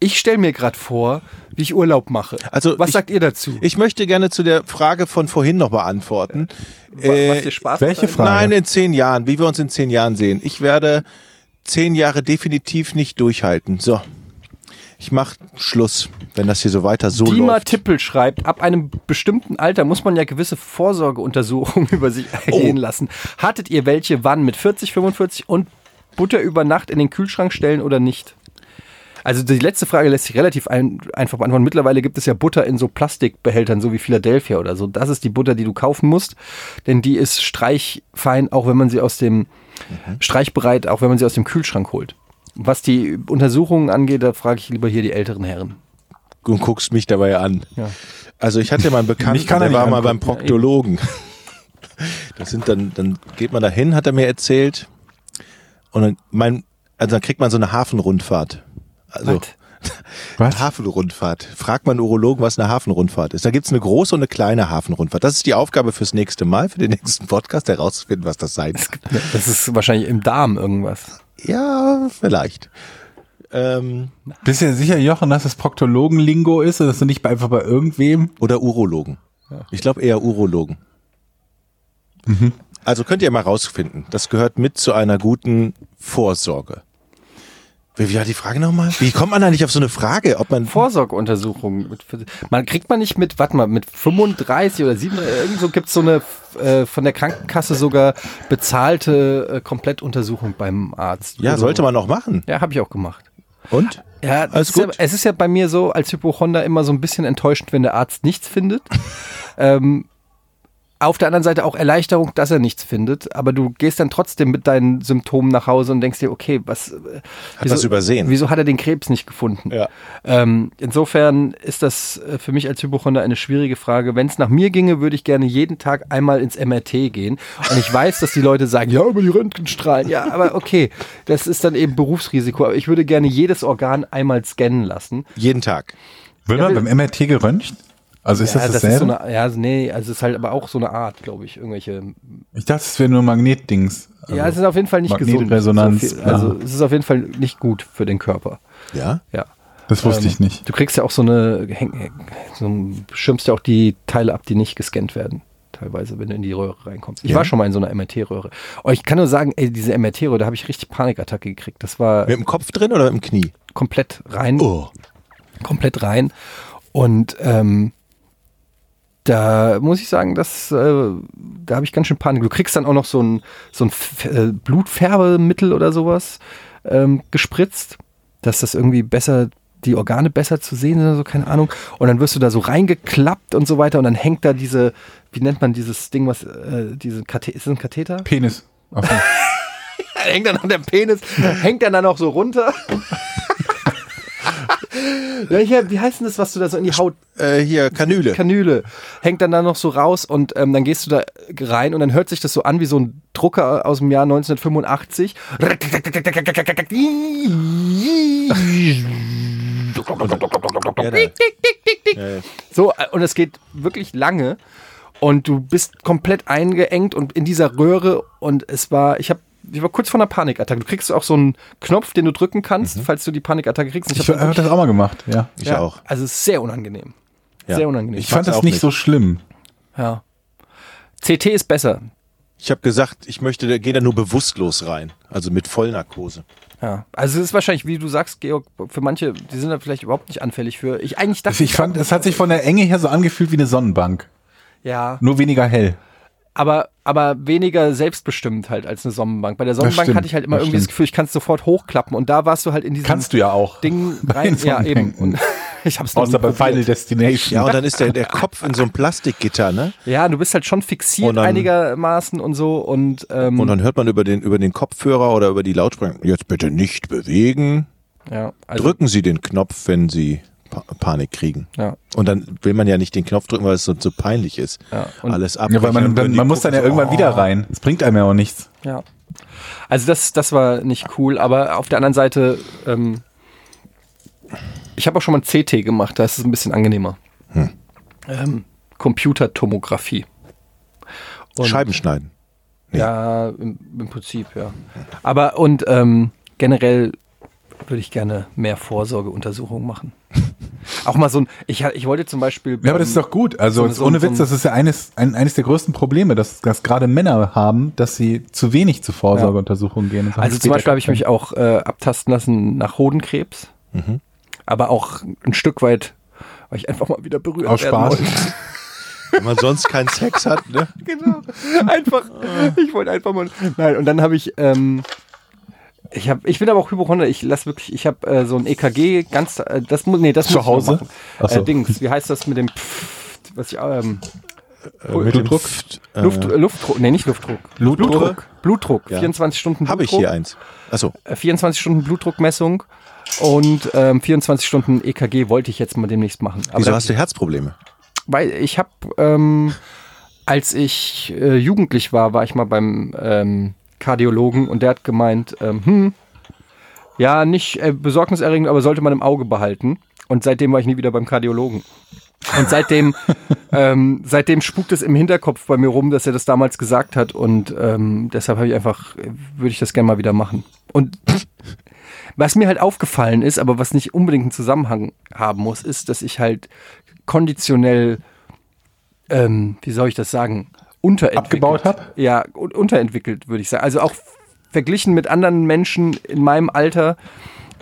S1: Ich stelle mir gerade vor, wie ich Urlaub mache.
S3: Also
S1: was
S3: ich-
S1: sagt ihr dazu?
S3: Ich möchte gerne zu der Frage von vorhin noch beantworten.
S1: was dir Spaß macht?
S2: welche Frage?
S3: Nein, in zehn Jahren, wie wir uns in zehn Jahren sehen. Ich werde zehn Jahre definitiv nicht durchhalten. So. Ich mach Schluss, wenn das hier so weiter so
S1: Dima
S3: läuft.
S1: Tippel schreibt, ab einem bestimmten Alter muss man ja gewisse Vorsorgeuntersuchungen über sich ergehen lassen. Hattet ihr welche wann mit 40, 45 und Butter über Nacht in den Kühlschrank stellen oder nicht? Also die letzte Frage lässt sich relativ ein, einfach beantworten. Mittlerweile gibt es ja Butter in so Plastikbehältern, so wie Philadelphia oder so. Das ist die Butter, die du kaufen musst, denn die ist streichfein, auch wenn man sie aus dem streichbereit, auch wenn man sie aus dem Kühlschrank holt. Was die Untersuchungen angeht, da frage ich lieber hier die älteren Herren.
S3: Und guckst mich dabei an.
S1: Ja.
S3: Also ich hatte mal einen Bekannten,
S2: Mich kann er
S3: der
S2: nicht
S3: war mal beim
S2: angucken.
S3: Proktologen. Das sind dann, dann geht man da hin, hat er mir erzählt. Und dann, mein, also dann kriegt man so eine Hafenrundfahrt. Also,
S1: Was?
S2: Was?
S3: Hafenrundfahrt. Fragt man Urologen, was eine Hafenrundfahrt ist. Da gibt's eine große und eine kleine Hafenrundfahrt. Das ist die Aufgabe fürs nächste Mal, für den nächsten Podcast, herauszufinden, was das sein kann.
S1: Das ist wahrscheinlich im Darm irgendwas.
S3: Ja, vielleicht. Ähm,
S2: Bist du dir sicher, Jochen, dass das Proktologen-Lingo ist und dass du nicht bei- einfach bei irgendwem?
S3: oder Urologen. Ich glaube eher Urologen. Also könnt ihr mal rausfinden. Das gehört mit zu einer guten Vorsorge. Wie, wie war die Frage nochmal? Wie kommt man da nicht auf so eine Frage? Ob man
S1: Vorsorgeuntersuchungen. Mit, man kriegt man nicht mit, warte mal, mit 35 oder 37, irgend so gibt es so eine äh, von der Krankenkasse sogar bezahlte äh, Komplettuntersuchung beim Arzt.
S3: ja,
S1: Also-
S3: sollte man auch machen.
S1: Ja, habe ich auch gemacht.
S3: Und?
S1: Ja, das
S3: Alles
S1: ist ja,
S3: gut?
S1: es ist ja bei mir so als Hypochonder immer so ein bisschen enttäuschend, wenn der Arzt nichts findet. ähm, auf der anderen Seite auch Erleichterung, dass er nichts findet, aber du gehst dann trotzdem mit deinen Symptomen nach Hause und denkst dir, okay, was äh, wieso,
S3: was übersehen?
S1: Wieso hat er den Krebs nicht gefunden?
S3: Ja.
S1: Ähm, insofern ist das äh, für mich als Hypochonder eine schwierige Frage. Wenn es nach mir ginge, würde ich gerne jeden Tag einmal ins MRT gehen. Und ich weiß, dass die Leute sagen, ja, über die Röntgenstrahlen. Ja, aber okay, das ist dann eben Berufsrisiko. Aber ich würde gerne jedes Organ einmal scannen lassen.
S3: Jeden Tag.
S2: Wird man beim MRT geröntgt? Also ist
S1: ja,
S2: das
S1: das ist so
S2: dasselbe?
S1: eine, ja, nee, also es ist halt aber auch so eine Art, glaube ich, irgendwelche.
S2: ich dachte, es wäre nur Magnetdings.
S1: ja, es ist auf jeden Fall nicht gesund.
S2: Also Magnetresonanz,
S1: So viel,
S2: bla.
S1: also es ist auf jeden Fall nicht gut für den Körper.
S3: Ja?
S1: Ja.
S2: Das wusste ich nicht.
S1: Du kriegst ja auch so eine, häng, so ein, schirmst ja auch die Teile ab, die nicht gescannt werden. Teilweise, wenn du in die Röhre reinkommst. Ich war schon mal in so einer MRT-Röhre. Oh, ich kann nur sagen, ey, diese MRT-Röhre, da habe ich richtig Panikattacke gekriegt. Das war
S3: Mit dem Kopf drin oder mit dem Knie?
S1: komplett rein.
S3: Oh.
S1: Komplett rein. Und ähm, da muss ich sagen, das, äh, da habe ich ganz schön Panik. Du kriegst dann auch noch so ein, so ein F äh, Blutfärbemittel oder sowas ähm, gespritzt, dass das irgendwie besser, die Organe besser zu sehen sind oder so, keine Ahnung. Und dann wirst du da so reingeklappt und so weiter und dann hängt da diese, wie nennt man dieses Ding, was, äh, diese Kathe ist das ein Katheter?
S2: Penis. Ach so.
S1: hängt dann noch der Penis, hängt dann da noch so runter. Welcher, wie heißt denn das, was du da so in die Haut,
S3: Äh, hier, Kanüle.
S1: Kanüle, hängt dann da noch so raus und ähm, dann gehst du da rein und dann hört sich das so an wie so ein Drucker aus dem Jahr 1985.
S3: ja, da.
S1: So, äh, und es geht wirklich lange und du bist komplett eingeengt und in dieser Röhre und es war, ich habe ich war kurz vor einer Panikattacke. Du kriegst auch so einen Knopf, den du drücken kannst, falls du die Panikattacke kriegst. Und
S2: Ich
S1: hab
S2: habe das auch mal gemacht, ja.
S3: Ich
S1: Ja,
S3: auch.
S1: Also es ist sehr unangenehm.
S3: Ja.
S1: Sehr unangenehm.
S2: Ich fand
S3: mag's
S2: das
S3: auch
S2: nicht
S3: nicht.
S2: so schlimm.
S1: ja. CT ist besser.
S3: Ich habe gesagt, ich möchte, gehe da nur bewusstlos rein. Also mit Vollnarkose.
S1: Ja. Also es ist wahrscheinlich, wie du sagst, Georg, für manche, die sind da vielleicht überhaupt nicht anfällig für. Ich eigentlich dachte,
S2: Ich fand, es hat sich von der Enge her so angefühlt wie eine Sonnenbank.
S1: ja,
S2: Nur weniger hell.
S1: aber aber weniger selbstbestimmt halt als eine Sonnenbank. Bei der Sonnenbank
S2: stimmt,
S1: hatte ich halt immer
S2: das
S1: irgendwie das
S2: stimmt.
S1: Gefühl, ich kann es sofort hochklappen und da warst du halt in diesem
S2: Kannst du ja auch.
S1: Ding
S2: Bei
S1: rein.
S2: den
S1: Ja, eben.
S2: Sonnenbänken.
S1: Und ich hab's noch
S2: Außer
S1: nie
S2: bei
S1: probiert.
S2: Final Destination.
S3: Ja, und dann ist der, der Kopf in so einem Plastikgitter, ne?
S1: Ja, du bist halt schon fixiert
S3: Und dann-
S1: einigermaßen und so und ähm,
S3: Und dann hört man über den, über den Kopfhörer oder über die Lautsprecher, jetzt bitte nicht bewegen.
S1: ja, also,
S3: Drücken Sie den Knopf, wenn Sie pa Panik kriegen.
S1: Ja.
S3: Und dann will man ja nicht den Knopf drücken, weil es so, so peinlich ist.
S1: Ja, Oh. und-
S3: Alles ab.
S2: Ja, weil man, dann, man muss dann ja irgendwann wieder rein. Das bringt einem ja auch nichts.
S1: Ja. Also das, das war nicht cool, aber auf der anderen Seite, ähm, ich habe auch schon mal ein CT gemacht, da ist es ein bisschen angenehmer.
S2: Hm.
S1: Ähm, Computertomographie. Und-
S3: Scheiben schneiden.
S1: Ja, im, im Prinzip, ja. Aber und ähm, generell würde ich gerne mehr Vorsorgeuntersuchungen machen. Auch mal so ein, ich, ich wollte zum Beispiel.
S2: Ja, aber das ist doch gut. Also
S1: Ähm, So-
S2: jetzt
S1: so-
S2: ohne
S1: so-
S2: Witz, das ist ja eines, ein, eines der größten Probleme, dass, dass gerade Männer haben, dass sie zu wenig zu Vorsorgeuntersuchungen gehen. und sagen,
S1: Also
S2: später
S1: zum Beispiel habe ich
S2: kann-
S1: mich auch äh, abtasten lassen nach Hodenkrebs,
S2: Mhm.
S1: aber auch ein Stück weit, weil ich einfach mal wieder berührt
S2: Aus
S1: werden
S2: Spaß.
S1: wollte.
S3: Wenn man sonst keinen Sex hat, ne?
S1: genau. Einfach, ich wollte einfach mal. Nein, und dann habe ich, ähm, ich habe, ich bin aber auch Hypochonder. Ich lass wirklich, ich habe äh, so ein EKG ganz, äh, das muss, nee, das
S2: Zu
S1: muss ich noch
S2: Hause?
S1: machen.
S2: Ach so.
S1: Äh, Dings, wie heißt das mit dem? Pfft, was ich, ähm,
S3: Äh, mit dem
S2: Blutdruck?
S3: Pft- äh,
S1: Luft, äh, Luftdruck, nee, nicht Luftdruck.
S2: Blutdruck?
S1: Blutdruck,
S3: Ja.
S1: 24 Stunden
S3: Habe ich
S1: Blutdruck.
S3: hier eins. Achso,
S1: äh, 24 Stunden Blutdruckmessung und ähm, 24 Stunden EKG wollte ich jetzt mal demnächst machen. Aber
S3: wieso
S1: da-
S3: hast du Herzprobleme?
S1: weil ich habe, ähm, als ich äh, jugendlich war, war ich mal beim ähm, Kardiologen und der hat gemeint, ähm, hm, ja, nicht äh, besorgniserregend, aber sollte man im Auge behalten. Und seitdem war ich nie wieder beim Kardiologen. Und seitdem, ähm, seitdem spukt es im Hinterkopf bei mir rum, dass er das damals gesagt hat. Und ähm, deshalb habe ich einfach, äh, würde ich das gerne mal wieder machen. Und was mir halt aufgefallen ist, aber was nicht unbedingt einen Zusammenhang haben muss, ist, dass ich halt konditionell, ähm, wie soll ich das sagen, unterentwickelt.
S2: Abgebaut hab?
S1: Ja, un unterentwickelt, würde ich sagen. Also auch verglichen mit anderen Menschen in meinem Alter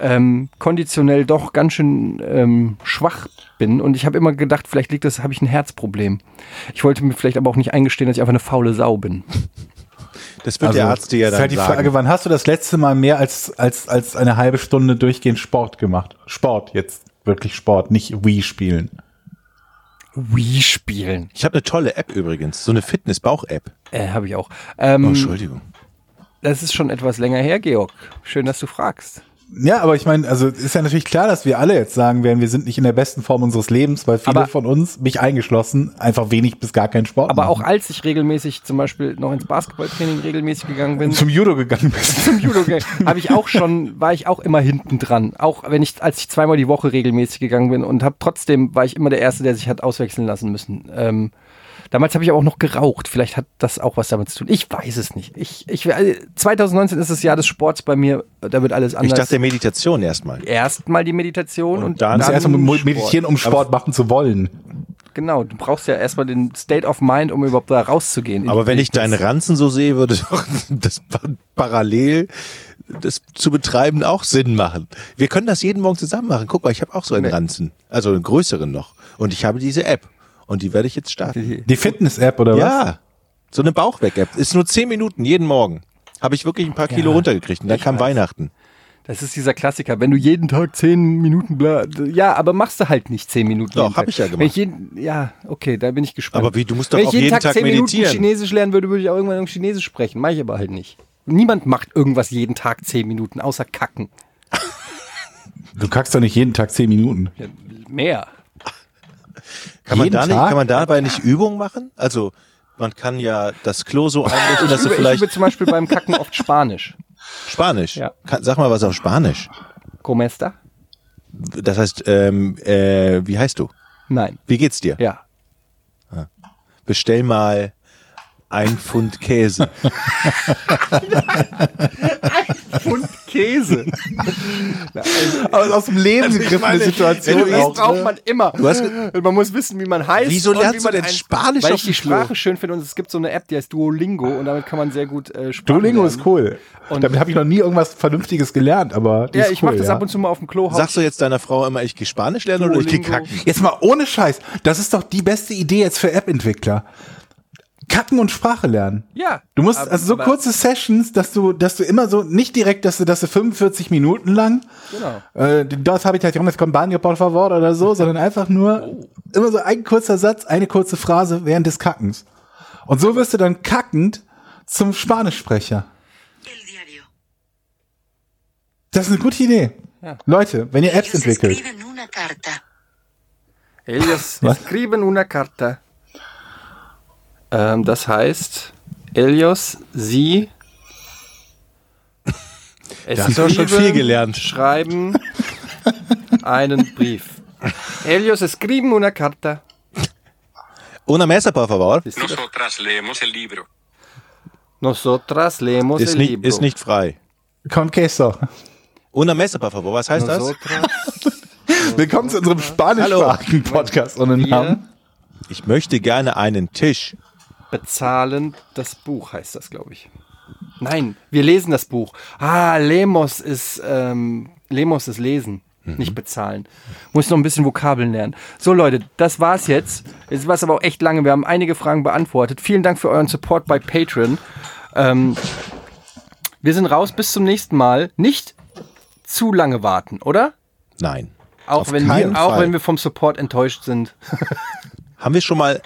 S1: ähm, konditionell doch ganz schön ähm, schwach bin und ich habe immer gedacht, vielleicht liegt das, habe ich ein Herzproblem. Ich wollte mir vielleicht aber auch nicht eingestehen, dass ich einfach eine faule Sau bin.
S3: Das wird der Arzt dir ja
S2: ist
S3: dann
S2: halt die
S3: sagen.
S2: Frage, wann hast du das letzte Mal mehr als, als, als eine halbe Stunde durchgehend Sport gemacht? Sport jetzt, wirklich Sport, nicht Wii spielen.
S1: Wii spielen,
S3: ich habe eine tolle App übrigens, so eine Fitness-Bauch-App.
S1: äh, habe ich auch.
S3: Oh,
S2: Hm.
S1: Ähm,
S3: Entschuldigung.
S1: das ist schon etwas länger her, Georg. Schön, dass du fragst.
S2: Ja, aber ich meine, also ist ja natürlich klar, dass wir alle jetzt sagen werden, wir sind nicht in der besten Form unseres Lebens, weil viele
S1: Aber-
S2: von uns, mich eingeschlossen, einfach wenig bis gar keinen Sport
S1: Aber auch
S2: machen.
S1: als ich regelmäßig zum Beispiel noch ins Basketballtraining regelmäßig gegangen bin,
S2: zum Judo gegangen bist.
S1: zum Judo gegangen. Habe ich auch schon, war ich auch immer hinten dran. Auch wenn ich, als ich zweimal die Woche regelmäßig gegangen bin und habe trotzdem, war ich immer der Erste, der sich hat auswechseln lassen müssen. Ähm, Damals habe ich aber auch noch geraucht. Vielleicht hat das auch was damit zu tun. Ich weiß es nicht. Ich, ich, also 2019 ist das Jahr des Sports bei mir. Da wird alles
S3: Ich
S1: anders.
S3: dachte Meditation erstmal.
S1: erstmal die Meditation und,
S3: dann-
S2: Du musst erstmal
S1: Sport.
S2: meditieren, um Sport machen zu wollen.
S1: Genau, du brauchst ja erstmal den State of Mind, um überhaupt da rauszugehen.
S3: Aber wenn ich deinen Ranzen so sehe, würde doch das pa- parallel das zu betreiben auch Sinn machen. Wir können das jeden Morgen zusammen machen. Guck mal, ich habe auch so einen Ranzen, also einen größeren noch. Und ich habe diese App und die werde ich jetzt starten.
S2: Die Fitness-App oder was?
S3: Ja, so eine Bauchweg-App. Ist nur zehn Minuten jeden Morgen. Habe ich wirklich ein paar Kilo runtergekriegt. Und dann kam Weihnachten.
S1: Das ist dieser Klassiker, wenn du jeden Tag zehn Minuten bla. Ja, aber machst du halt nicht zehn Minuten.
S3: Doch,
S1: jeden Tag.
S3: hab ich ja gemacht.
S1: Wenn ich jeden, ja, okay, da bin ich gespannt.
S3: Aber wie, du musst doch
S1: wenn
S3: auch
S1: ich jeden,
S3: jeden
S1: Tag,
S3: Tag
S1: zehn
S3: meditieren.
S1: Minuten Chinesisch lernen würde, würde ich auch irgendwann Chinesisch sprechen. Mach ich aber halt nicht. Niemand macht irgendwas jeden Tag zehn Minuten, außer Kacken.
S2: Du kackst doch nicht jeden Tag zehn Minuten.
S1: Ja, mehr.
S3: Kann man,
S2: Jeden
S3: da nicht,
S2: Tag?
S3: kann man dabei nicht Übungen machen? Also man kann ja das Klo so einrichten, dass
S1: Ich
S3: du
S1: übe, ich
S3: vielleicht
S1: übe zum Beispiel beim Kacken oft Spanisch.
S3: Spanisch.
S1: Ja.
S3: Kann, sag mal was auf Spanisch.
S1: Comesta?
S3: Das heißt, ähm, äh, wie heißt du?
S1: Nein.
S3: Wie geht's dir?
S1: Ja.
S3: Bestell mal ein Pfund Käse.
S1: Und Käse.
S2: Aber aus dem Leben
S1: Wenn
S2: gegriffene Situation.
S1: du isst,
S2: Auch,
S1: braucht
S2: ne?
S1: man immer.
S3: hast
S1: man muss wissen, wie man heißt.
S3: Wieso
S1: und
S3: lernst
S1: wie
S3: du
S1: man
S3: denn
S1: ein-
S3: Spanisch
S1: Weil
S3: auf
S1: ich
S3: dem
S1: die
S3: Klo?
S1: Sprache schön finde und es gibt so eine App, die heißt Duolingo und damit kann man sehr gut äh, Sprachen
S2: Duolingo
S1: lernen.
S2: ist cool.
S1: Und-
S2: Damit habe ich noch nie irgendwas Vernünftiges gelernt, aber die
S1: Ja,
S2: ist
S1: ich
S2: cool,
S1: mache das
S2: ja.
S1: ab und zu mal auf dem Klo.
S3: Sagst du jetzt deiner Frau immer, ich gehe Spanisch lernen oder ich gehe
S1: Duolingo.
S3: kacken?
S2: Jetzt mal ohne Scheiß. Das ist doch die beste Idee jetzt für App-Entwickler. Kacken und Sprache lernen.
S1: Ja.
S2: Du musst,
S1: Aber-
S2: also so
S1: aber-
S2: kurze Sessions, dass du, dass du immer so, nicht direkt, dass du, dass du 45 Minuten lang,
S1: Genau.
S2: äh, das habe ich halt, das kommt Banjo, por favor oder so, sondern einfach nur
S1: Oh.
S2: immer so ein kurzer Satz, eine kurze Phrase während des Kackens. Und so wirst du dann kackend zum Spanischsprecher.
S6: El diario.
S2: Das ist eine gute Idee. Leute, wenn ihr Apps
S6: Ellos
S2: entwickelt,
S6: escriben una carta.
S1: Elias escriben una carta. Ähm, das heißt, Elios, sie. Es
S3: hast du schon viel gelernt.
S1: Schreiben einen Brief. Elios escriben una carta.
S3: Una mesa, por favor.
S4: Nosotras leemos el libro.
S1: Nosotras leemos
S3: Ist
S1: el
S3: nicht,
S1: libro.
S3: ist nicht frei.
S2: con queso.
S3: Una mesa, por favor. Was heißt das?
S1: Nosotras
S2: Willkommen zu unserem spanischsprachigen Podcast ohne
S1: wir
S2: Namen.
S3: Ich möchte gerne einen Tisch.
S1: bezahlen das Buch, heißt das, glaube ich. Nein, wir lesen das Buch. Ah, Lemos ist, ähm, Lemos ist lesen,
S3: Mhm.
S1: nicht bezahlen. Muss noch ein bisschen Vokabeln lernen. So, Leute, das war's jetzt. Jetzt war es aber auch echt lange. Wir haben einige Fragen beantwortet. Vielen Dank für euren Support bei Patreon. Ähm, wir sind raus. Bis zum nächsten Mal. Nicht zu lange warten, oder?
S3: Nein.
S1: Auch,
S3: Auf
S1: wenn
S3: keinen
S1: wir, auch
S3: Fall.
S1: wenn wir vom Support enttäuscht sind.
S3: Haben wir schon mal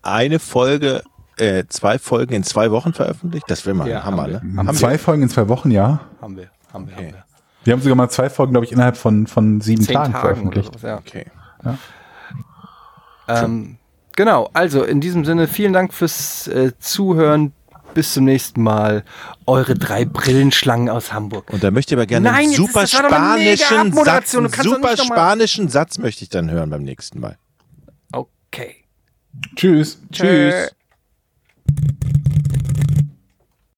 S3: eine Folge, äh, zwei Folgen in zwei Wochen veröffentlicht? Das wäre mal
S1: Ja,
S3: ein Hammer,
S1: haben wir.
S3: ne?
S2: Haben zwei Folgen in zwei Wochen, ja.
S1: Haben wir. Haben wir. Haben wir.
S2: Wir haben sogar mal zwei Folgen, glaube ich, innerhalb von, von sieben
S1: Zehn
S2: Tagen,
S1: Tagen oder
S2: veröffentlicht.
S1: sowas, ja.
S3: Okay.
S1: Ähm, genau, also in diesem Sinne, vielen Dank fürs äh, Zuhören. Bis zum nächsten Mal. Eure drei Brillenschlangen aus Hamburg.
S3: Und da möchte ich aber gerne
S1: Nein,
S3: einen
S1: jetzt ist-
S3: super
S1: das war doch eine mega
S3: spanischen Satz,
S1: Abmoderation.
S3: einen
S1: Du kannst doch
S3: super
S1: nicht noch mal-
S3: spanischen Satz möchte ich dann hören beim nächsten Mal.
S1: Okay.
S2: Tschüss.
S1: Tschüss.